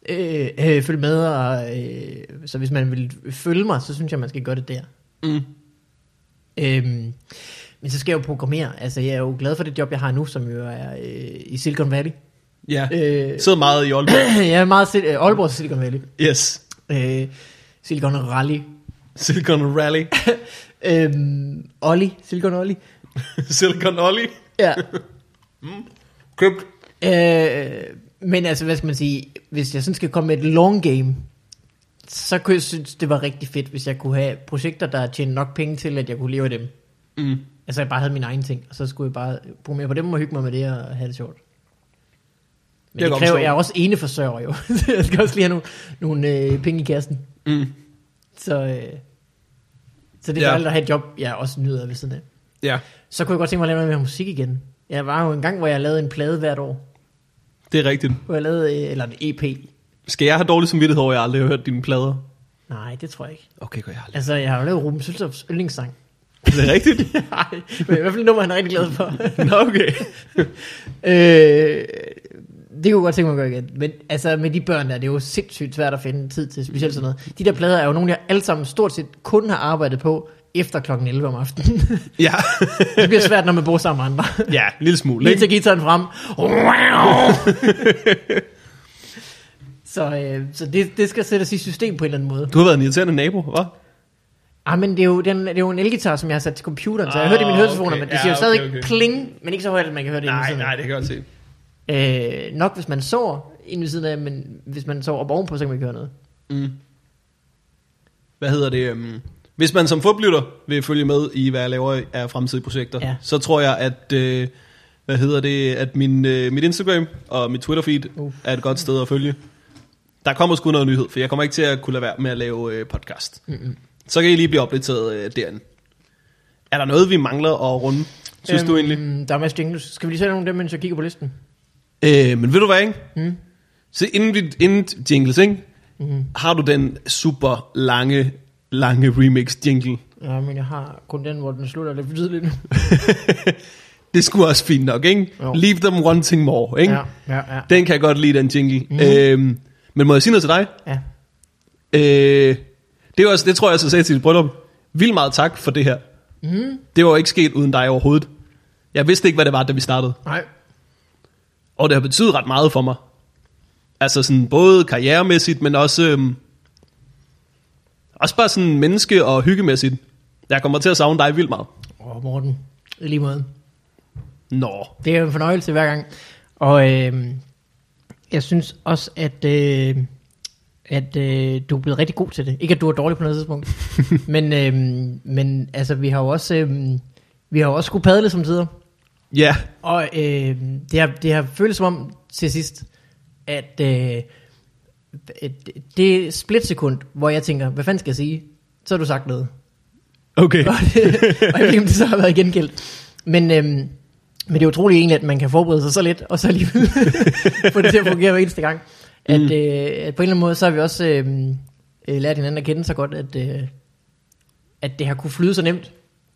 Speaker 2: øh, øh, følge med. Og, øh, så hvis man vil følge mig, så synes jeg, man skal gøre det der.
Speaker 1: Mm.
Speaker 2: Øhm, men så skal jeg jo programmere. Altså, jeg er jo glad for det job, jeg har nu, som jo er øh, i Silicon Valley.
Speaker 1: ja.
Speaker 2: Øh,
Speaker 1: Sidder meget i Aalborg.
Speaker 2: jeg er meget sil- øh, Aalborg til Silicon Valley.
Speaker 1: Yes.
Speaker 2: Øh, Silicon Rally. [laughs]
Speaker 1: Silicon [laughs] Rally.
Speaker 2: øhm, Olli. Silicon Olli.
Speaker 1: Silicon Ollie.
Speaker 2: Ja.
Speaker 1: Købt.
Speaker 2: Øh, men altså, hvad skal man sige, hvis jeg sådan skal komme med et long game, så kunne jeg synes, det var rigtig fedt, hvis jeg kunne have projekter, der tjente nok penge til, at jeg kunne leve af dem.
Speaker 1: Mm.
Speaker 2: Altså, jeg bare havde mine egne ting, og så skulle jeg bare bruge mere på dem og hygge mig med det og have det sjovt. Men
Speaker 1: Jeg kan
Speaker 2: det, det kræver,
Speaker 1: forstå.
Speaker 2: jeg er også eneforsørger jo. [laughs] Så jeg skal også lige have nogle, nogle øh, penge i kassen.
Speaker 1: Mm.
Speaker 2: Så, øh, så det
Speaker 1: Ja.
Speaker 2: er dejligt at have et job, jeg også nyder ved siden af.
Speaker 1: Ja,
Speaker 2: Så kunne jeg godt tænke mig at lave noget mere musik igen. Jeg var jo en gang, hvor jeg lavede en plade hvert år.
Speaker 1: det er rigtigt.
Speaker 2: Hvor jeg lavede, øh, eller en EP.
Speaker 1: Skal jeg have dårlig samvittighed over, at jeg aldrig har hørt dine plader?
Speaker 2: Nej, det tror jeg ikke.
Speaker 1: Okay, går jeg aldrig.
Speaker 2: Altså, jeg har jo lavet Ruben Sølsofs yndlingssang. [laughs]
Speaker 1: Det er rigtigt?
Speaker 2: Nej, men i hvert fald et nummer, han er rigtig glad for.
Speaker 1: [laughs] Nå, okay.
Speaker 2: [laughs] øh, det kunne jeg godt tænke mig at gøre igen. Men altså, med de børn der, det er jo sindssygt svært at finde tid til, specielt sådan noget. De der plader er jo nogle, jeg alle sammen stort set kun har arbejdet på efter klokken 11 om aftenen.
Speaker 1: [laughs]
Speaker 2: [laughs]
Speaker 1: Ja,
Speaker 2: det bliver svært, når man bor sammen med andre.
Speaker 1: ja en lille smule.
Speaker 2: Lige til
Speaker 1: Ikke?
Speaker 2: gitaren frem. så øh, så det, det skal sættes i system på en eller anden måde.
Speaker 1: Du har været en irriterende nabo, hva'?
Speaker 2: Ah, men det er jo, den, det er jo en elgitar, som jeg har sat til computeren, så jeg har hørt i mine
Speaker 1: Ah,
Speaker 2: høretelefoner,
Speaker 1: okay.
Speaker 2: okay. men det
Speaker 1: Ja,
Speaker 2: siger jo
Speaker 1: okay,
Speaker 2: stadig
Speaker 1: okay.
Speaker 2: pling, men ikke så højt, at man kan høre det inde ved siden af.
Speaker 1: det kan jeg godt se.
Speaker 2: Øh, nok hvis man sover inde ved siden af, men hvis man sover op ovenpå, så kan man ikke høre noget.
Speaker 1: Mm. Hvad hedder det? øhm, Hvis man som fodlytter vil følge med i, hvad jeg laver af fremtidige projekter,
Speaker 2: Ja.
Speaker 1: så tror jeg, at... øh, Hvad hedder det? At min, øh, mit Instagram og mit Twitter-feed
Speaker 2: Uh.
Speaker 1: er et godt sted at følge. Der kommer sgu noget nyhed, for jeg kommer ikke til at kunne lade være med at lave øh, podcast. Mm-mm. Så kan I lige blive opdateret øh, derinde. Er der noget, vi mangler at runde,
Speaker 2: Øhm,
Speaker 1: synes du egentlig?
Speaker 2: Der er masser af jingles. Skal vi lige tage nogle af dem, mens jeg kigger på listen?
Speaker 1: Øh, men ved du hvad, ikke?
Speaker 2: Mm.
Speaker 1: Så inden, vi, inden jingles, ikke? Mm. Har du den super lange, lange remix [laughs] jingle?
Speaker 2: Ja, men jeg har kun den, hvor den slutter lidt for tidligt.
Speaker 1: det skulle også fint nok, ikke? Jo.
Speaker 2: Jo.
Speaker 1: Leave them wanting more, ikke? Ja.
Speaker 2: ja, ja, ja.
Speaker 1: Den kan jeg godt lide, den jingle. Mm. Øhm, men må jeg sige noget til dig?
Speaker 2: ja.
Speaker 1: Øh, det, var også, det tror jeg også, jeg sagde til dit bryllup. Vildt meget tak for det her. Mm. Det var jo ikke sket uden dig overhovedet. Jeg vidste ikke, hvad det var, da vi startede.
Speaker 2: Nej.
Speaker 1: Og det har betydet ret meget for mig. Altså sådan både karrieremæssigt, men også... Øhm, også bare sådan menneske- og hyggemæssigt. Jeg kommer til at savne dig vildt meget.
Speaker 2: Åh, oh, Morten. I lige måde.
Speaker 1: Nå.
Speaker 2: Det er jo en fornøjelse hver gang. Og øh, jeg synes også, at, øh, at øh, du er blevet rigtig god til det. Ikke at du er dårlig på noget tidspunkt. men, øh, men altså, vi har jo også, øh, vi har jo også skulle padle som tider.
Speaker 1: Ja,
Speaker 2: Og øh, det, har, det har føltes som om til sidst, at øh, at det splitsekund, hvor jeg tænker, hvad fanden skal jeg sige? Så har du sagt noget.
Speaker 1: okay.
Speaker 2: og det- og jeg ved ikke, om det så har været gengældt. Men, øhm, men det er utroligt egentlig, at man kan forberede sig så lidt, og så alligevel [laughs] få det til at fungere hver eneste gang. At, mm. øh, at på en eller anden måde, så har vi også øhm, øh, lært hinanden at kende så godt, at, øh, at det har kunne flyde så nemt.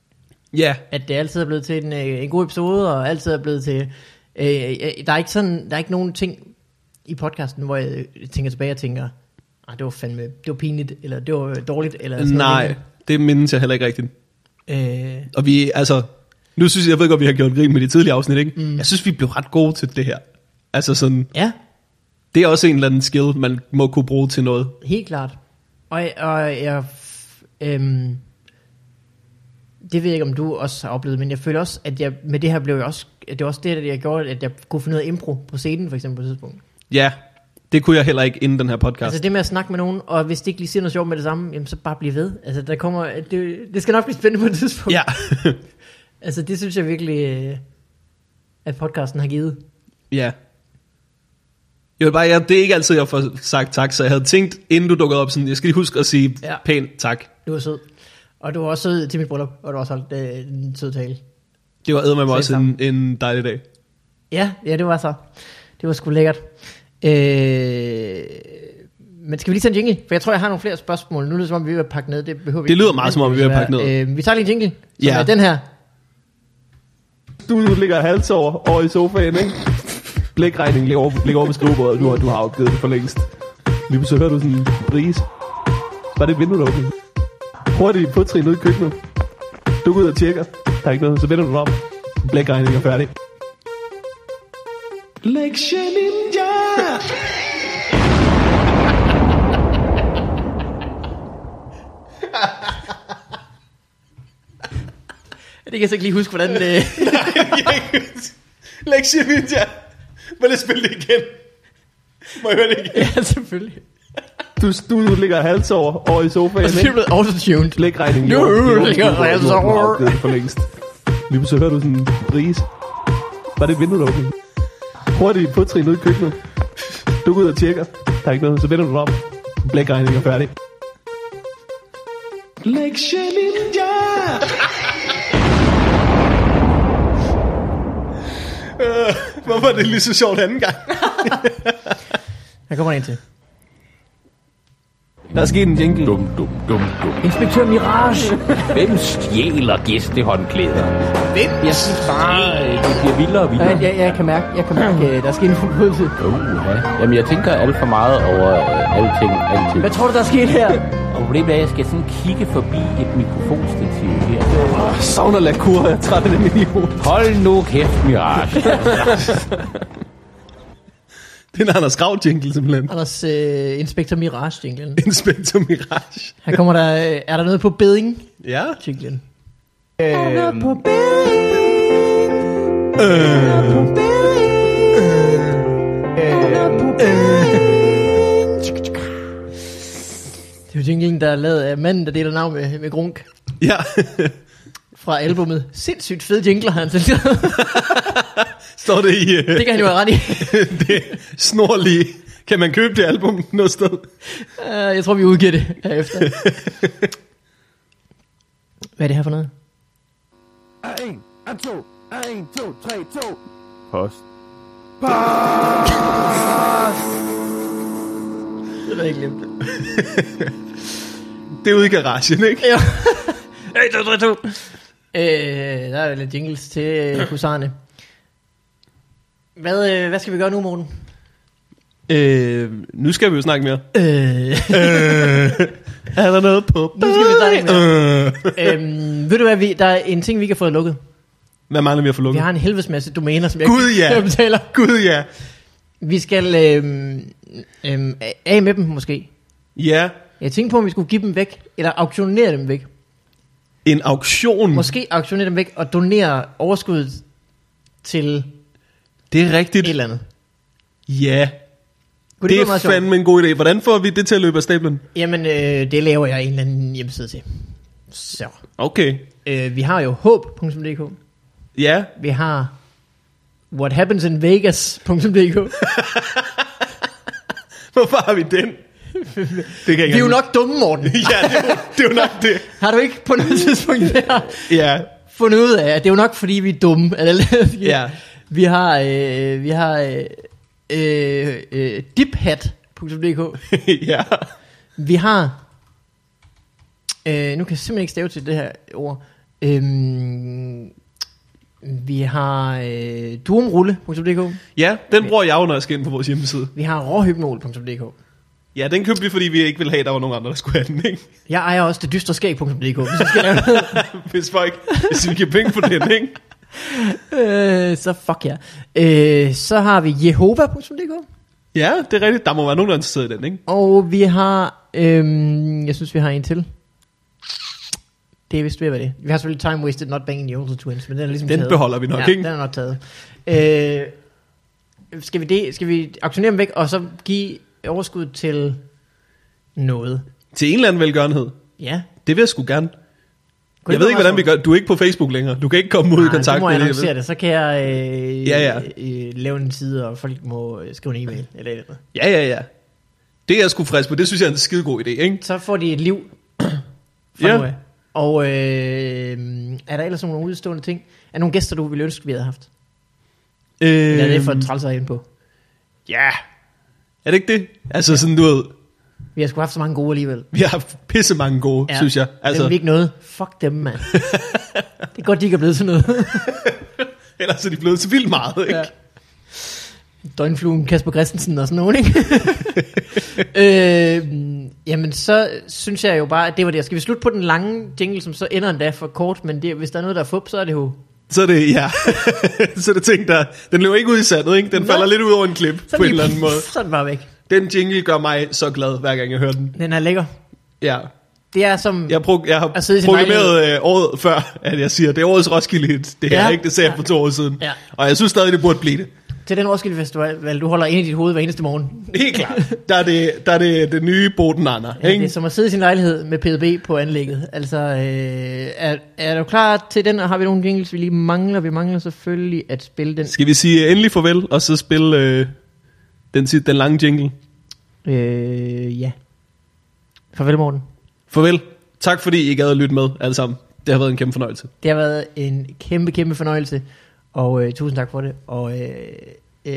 Speaker 1: [laughs] Ja,
Speaker 2: At det altid er blevet til en, øh, en god episode, og altid er blevet til... Øh, øh, der, er ikke sådan, der er ikke nogen ting i podcasten, hvor jeg øh, tænker tilbage og tænker, "Ej, det var fandme, det var pinligt, eller det var øh, dårligt, eller sådan
Speaker 1: nej, det mindes jeg heller ikke rigtigt.
Speaker 2: noget. Øh,
Speaker 1: Og vi, altså, nu synes jeg, jeg ved godt, vi har gjort grin med de tidlige afsnit, ikke? Mm. Jeg synes, vi blev ret gode til det her. Altså sådan,
Speaker 2: ja,
Speaker 1: det er også en eller anden skill, man må kunne bruge til noget.
Speaker 2: Helt klart. Og, og jeg... f- Øhm, det ved jeg ikke, om du også har oplevet, men jeg føler også, at jeg, med det her blev jeg også... Det var også det, der jeg gjorde, at jeg kunne finde noget impro på scenen, for eksempel på et tidspunkt.
Speaker 1: Ja, det kunne jeg heller ikke inden den her podcast.
Speaker 2: Altså det med at snakke med nogen, og hvis de ikke lige siger noget sjovt med det samme, jamen så bare blive ved. Altså der kommer... Det, det skal nok blive spændende på et tidspunkt.
Speaker 1: ja. [laughs]
Speaker 2: Altså det synes jeg virkelig, øh, at podcasten har givet.
Speaker 1: ja. Jeg vil bare, jeg, det er ikke altid, jeg får sagt tak, så jeg havde tænkt, inden du dukkede op, sådan, jeg skal lige huske at sige
Speaker 2: Ja.
Speaker 1: ja. pænt tak.
Speaker 2: Du var sød. Og du var også sød til mit bryllup, og du har også holdt øh, en sød tale.
Speaker 1: Det var æder med mig
Speaker 2: Selv
Speaker 1: også en, en dejlig dag.
Speaker 2: Ja, ja, det var så. Det var sgu lækkert. Øh, men skal vi lige tage en jingle? For jeg tror, jeg har nogle flere spørgsmål. Nu er det som om, vi er ved at pakke ned. Det, behøver vi
Speaker 1: Det
Speaker 2: ikke.
Speaker 1: lyder meget, som om vi er ved at pakke ned.
Speaker 2: Øh, vi tager lige en jingle, som
Speaker 1: Ja.
Speaker 2: er den her.
Speaker 1: Du ligger hals over, over i sofaen, ikke? Blækregningen ligger over, ligger over på skrivebordet, du har, du har opgivet det for længst. Lige så hører du sådan en bris. Var det vinduet åbent? Hurtigt på trin ud i køkkenet. Du går ud og tjekker. Der er ikke noget, så vender du dig om. Blækregningen er færdig. Lektion Ninja!
Speaker 2: Det kan jeg så ikke lige huske, hvordan øh.
Speaker 1: [laughs]
Speaker 2: det...
Speaker 1: Lektion Ninja! Må jeg spille det igen? Må jeg høre det igen?
Speaker 2: [laughs] ja, selvfølgelig.
Speaker 1: Du, du ligger hals over, over i sofaen,
Speaker 2: Og så er det blevet autotuned.
Speaker 1: blækregningen.
Speaker 2: Nu
Speaker 1: Jo, jo, jo,
Speaker 2: ligger
Speaker 1: jo, jo,
Speaker 2: jeg
Speaker 1: jo,
Speaker 2: så
Speaker 1: jo,
Speaker 2: over.
Speaker 1: opgivet det for længst. Lige pludselig hører du sådan en bris. Var det vinduet åbent? Hurtigt på trin ud i køkkenet. Du går ud og tjekker. Der er ikke noget, så vender du dig om. Blækregningen er færdig. Lektion Ninja! Øh, Hvorfor er det lige så sjovt anden gang?
Speaker 2: Her kommer en til.
Speaker 1: Der er sket en jingle.
Speaker 7: Dum, dum, dum, dum.
Speaker 5: Inspektør Mirage.
Speaker 7: Hvem stjæler gæstehåndklæder?
Speaker 2: Hvem? Jeg, synes bare...
Speaker 7: Øh, Det bliver vildere og
Speaker 2: Jeg,
Speaker 7: vildere.
Speaker 2: jeg, jeg kan mærke, jeg kan mærke øh, der er sket en forbrydelse.
Speaker 7: Uh, Jamen, jeg tænker alt for meget over øh, alting, altid.
Speaker 5: Hvad tror du, der er sket her?
Speaker 7: Og problemet er, at jeg skal sådan kigge forbi et mikrofonstativ her.
Speaker 1: Jeg savner lakur, jeg er træt af det med i hovedet.
Speaker 7: Hold nu kæft, [laughs] Mirage.
Speaker 1: Det er en Anders Grav jingle simpelthen.
Speaker 2: Anders, øh, Inspektor Mirage jinglen.
Speaker 1: Inspektor Mirage.
Speaker 2: Her kommer der... Øh, er der noget på beding
Speaker 1: Ja.
Speaker 2: jinglen? Øhm. Det er jo jinglen, der er lavet af manden, der deler navn med, med Grunk.
Speaker 1: Ja. [laughs]
Speaker 2: fra albumet. Sindssygt fede jingler, han synes.
Speaker 1: Står det i øh,
Speaker 2: [laughs] det kan han jo have ret i.
Speaker 1: [laughs] det snorlige. Kan man købe det album noget sted?
Speaker 2: Øh, Jeg tror, vi udgiver det herefter. Hvad er det her for noget?
Speaker 7: Post.
Speaker 2: Det har jeg glemt.
Speaker 1: Det er ude i garagen, ikke? [laughs]
Speaker 2: Jo. 1, 2, 3, 2. Øh, der er lidt jingles til [clears throat] øh, husarerne. Hvad, øh, hvad skal vi gøre nu, Morten?
Speaker 1: Øh, nu skal vi jo snakke mere.
Speaker 2: Øh, [laughs]
Speaker 1: [laughs] Er der noget på?
Speaker 2: Nu skal vi snakke
Speaker 1: mere. Øh.
Speaker 2: øhm, ved du hvad, vi, der er en ting, vi ikke har fået lukket.
Speaker 1: Hvad mangler vi at få
Speaker 2: Vi
Speaker 1: lukket?
Speaker 2: har en helvedes masse domæner, [laughs] som jeg
Speaker 1: Gud, ja.
Speaker 2: jeg betaler.
Speaker 1: Gud ja.
Speaker 2: Vi skal øhm, øhm, af med dem måske.
Speaker 1: Ja.
Speaker 2: Jeg tænkte på, om vi skulle give dem væk, eller auktionere dem væk.
Speaker 1: en auktion.
Speaker 2: Måske auktionere dem væk og donere overskuddet til
Speaker 1: Det er
Speaker 2: et
Speaker 1: rigtigt.
Speaker 2: eller andet.
Speaker 1: Ja,
Speaker 2: Kunne
Speaker 1: det
Speaker 2: være
Speaker 1: er
Speaker 2: meget sjovt?
Speaker 1: fandme en god idé. Hvordan får vi det til at løbe af stablen?
Speaker 2: Jamen, øh, det laver jeg en eller anden hjemmeside til. Så.
Speaker 1: Okay.
Speaker 2: Øh, vi har jo håb.dk.
Speaker 1: Ja,
Speaker 2: Vi har whathappensinvegas.dk.
Speaker 1: hvorfor har vi den? Det kan jeg
Speaker 2: Vi er jo
Speaker 1: ikke-
Speaker 2: nok
Speaker 1: [laughs]
Speaker 2: dumme, Morten.
Speaker 1: Ja, det er, jo, det er jo nok det.
Speaker 2: Har du ikke på noget tidspunkt der
Speaker 1: Ja,
Speaker 2: fundet ud af, at det er jo nok, fordi vi er dumme? Eller- [laughs]
Speaker 1: Ja.
Speaker 2: Vi har, øh, vi har øh, øh, øh, diphat.dk.
Speaker 1: [laughs] ja.
Speaker 2: Vi har... Øh, nu kan jeg simpelthen ikke stave til det her ord. Øhm, vi har øh, durumrulle.dk.
Speaker 1: Ja, den bruger jeg jo, når jeg skal ind på vores hjemmeside.
Speaker 2: Vi har råhypnol.dk.
Speaker 1: Ja, den købte vi, fordi vi ikke ville have, at der var nogen andre, der skulle have den, ikke?
Speaker 2: Jeg ejer også det dystre skæg.dk, hvis jeg skal lave noget.
Speaker 1: Hvis folk, hvis vi giver penge for den, ikke?
Speaker 2: øh, så fuck ja. Øh, så har vi jehova.dk.
Speaker 1: Ja, det er rigtigt. Der må være nogen, der er interesseret i den, ikke?
Speaker 2: Og vi har... Øhm, jeg synes, vi har en til. Det er vist ved, hvad det er. Vi har selvfølgelig Time Wasted Not Banging the Older Twins, men den er ligesom
Speaker 1: Den
Speaker 2: taget.
Speaker 1: beholder vi nok,
Speaker 2: ja,
Speaker 1: ikke?
Speaker 2: den er nok taget. Øh, skal vi det? Skal vi auktionere dem væk, og så give overskud til noget?
Speaker 1: Til en eller anden velgørenhed.
Speaker 2: Ja.
Speaker 1: Det vil jeg sgu gerne.
Speaker 2: Kunne
Speaker 1: jeg ved
Speaker 2: det være
Speaker 1: ikke, hvordan vi
Speaker 2: meget
Speaker 1: gør. Du er ikke på Facebook længere. Du kan ikke komme ud i
Speaker 2: Nej,
Speaker 1: kontakt
Speaker 2: så må
Speaker 1: med
Speaker 2: jeg
Speaker 1: det. jeg
Speaker 2: annoncere
Speaker 1: ved.
Speaker 2: det. Så kan jeg øh,
Speaker 1: Ja, ja.
Speaker 2: Øh, lave en side, og folk må øh, skrive en e-mail. Eller et eller andet.
Speaker 1: Ja, ja, ja. Det er jeg sgu frisk på. Det synes jeg er en skide god idé, ikke?
Speaker 2: Så får de et liv [clears throat] fra
Speaker 1: Ja.
Speaker 2: nu af. Og øh, er der ellers nogle udstående ting? Er der nogle gæster, du ville ønske, vi havde haft? Eller er det for
Speaker 1: Øhm.
Speaker 2: træls at ind på?
Speaker 1: Ja. Er det ikke det? Altså sådan, du ved,
Speaker 2: Vi har sgu haft så mange gode alligevel.
Speaker 1: vi har haft pisse mange gode, ja. synes jeg.
Speaker 2: Altså.
Speaker 1: Altså,
Speaker 2: Dem vi ikke noget. Fuck dem,
Speaker 1: [laughs]
Speaker 2: mand. det er godt, de ikke er blevet til noget.
Speaker 1: ellers er de blevet så vildt meget, ikke?
Speaker 2: Ja.
Speaker 1: Ja.
Speaker 2: Døgnfluen Kasper Christensen og sådan nogen,
Speaker 1: [laughs]
Speaker 2: ikke? øh, jamen, så synes jeg jo bare, at det var det. Skal vi slutte på den lange jingle, som så ender endda for kort, men det, hvis der er noget, der er fup, så er det jo...
Speaker 1: Så er det, ja. [laughs] så er det ting, der... Den løber ikke ud i sandet, ikke? Den
Speaker 2: Nej.
Speaker 1: falder lidt ud over en klip
Speaker 2: Så er
Speaker 1: på en
Speaker 2: det-
Speaker 1: eller
Speaker 2: [laughs]
Speaker 1: anden måde.
Speaker 2: Sådan bare væk.
Speaker 1: Den jingle gør mig så glad, hver gang jeg hører den.
Speaker 2: Den er lækker.
Speaker 1: Ja.
Speaker 2: Det er som...
Speaker 1: Jeg, pro- jeg har
Speaker 2: At sidde i sin
Speaker 1: programmeret øh, året før, at jeg siger, det er årets Roskilde hit. Det her,
Speaker 2: Ja.
Speaker 1: ja. ikke? Det sagde jeg for to år siden.
Speaker 2: Ja.
Speaker 1: Og jeg synes stadig, det burde blive det.
Speaker 2: Til den Roskilde Festival, du holder ind i dit hoved hver eneste morgen.
Speaker 1: Helt
Speaker 2: [laughs]
Speaker 1: klart. Der er det, der er det, det nye Boden Anna,
Speaker 2: Ja, det
Speaker 1: ikke?
Speaker 2: er som at sidde i sin lejlighed med PDB på anlægget. Altså, øh, er, er du klar til den, og har vi nogle jingles, vi lige mangler? Vi mangler selvfølgelig at spille den.
Speaker 1: Skal vi sige øh, endelig farvel, og så spille øh, den, sid- den lange jingle?
Speaker 2: Øh, ja. Farvel, Morten.
Speaker 1: Farvel. Tak fordi I gad at lytte med, alle sammen. Det har været en kæmpe fornøjelse.
Speaker 2: Det har været en kæmpe, kæmpe fornøjelse, og øh, tusind tak for det. Og øh, øh,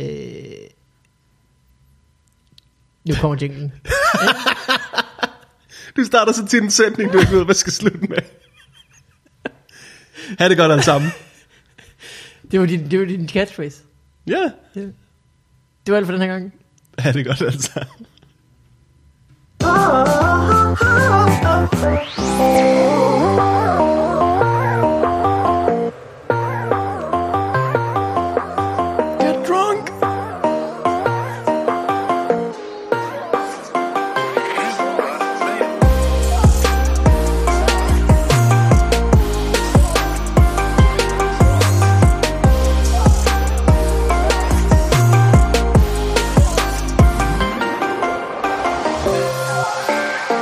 Speaker 2: nu kommer jinglen.
Speaker 1: Du starter så til en sætning, du ikke ved, hvad skal slutte med. ha' det godt alle sammen.
Speaker 2: Det var din, det var din catchphrase.
Speaker 1: Ja,
Speaker 2: Det var alt for den her gang.
Speaker 1: ha' det godt alle sammen. Get drunk.
Speaker 6: Thank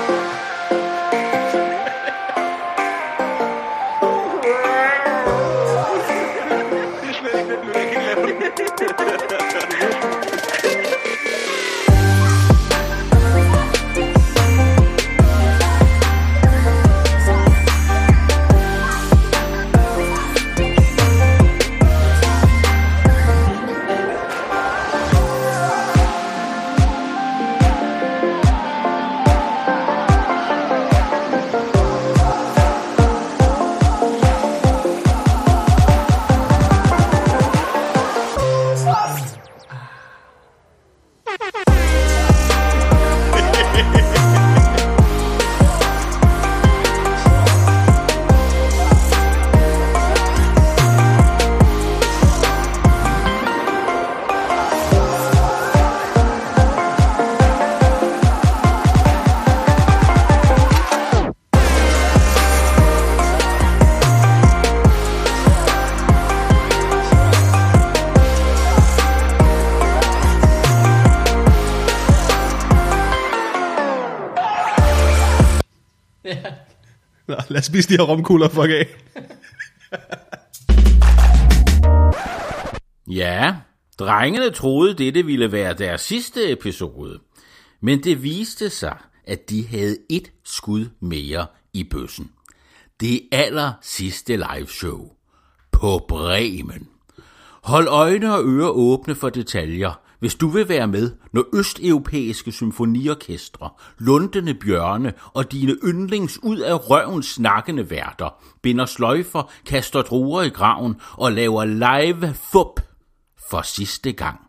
Speaker 1: Nå, lad os spise de her romkugler, fuck af.
Speaker 7: Ja, drengene troede, dette ville være deres sidste episode. Men det viste sig, at de havde et skud mere i bøssen. Det aller sidste liveshow på Bremen. Hold øjne og ører åbne for detaljer, hvis du vil være med, når østeuropæiske symfoniorkestre, lundende bjørne og dine yndlings ud af røven snakkende værter binder sløjfer, kaster druer i graven og laver live fup for sidste gang.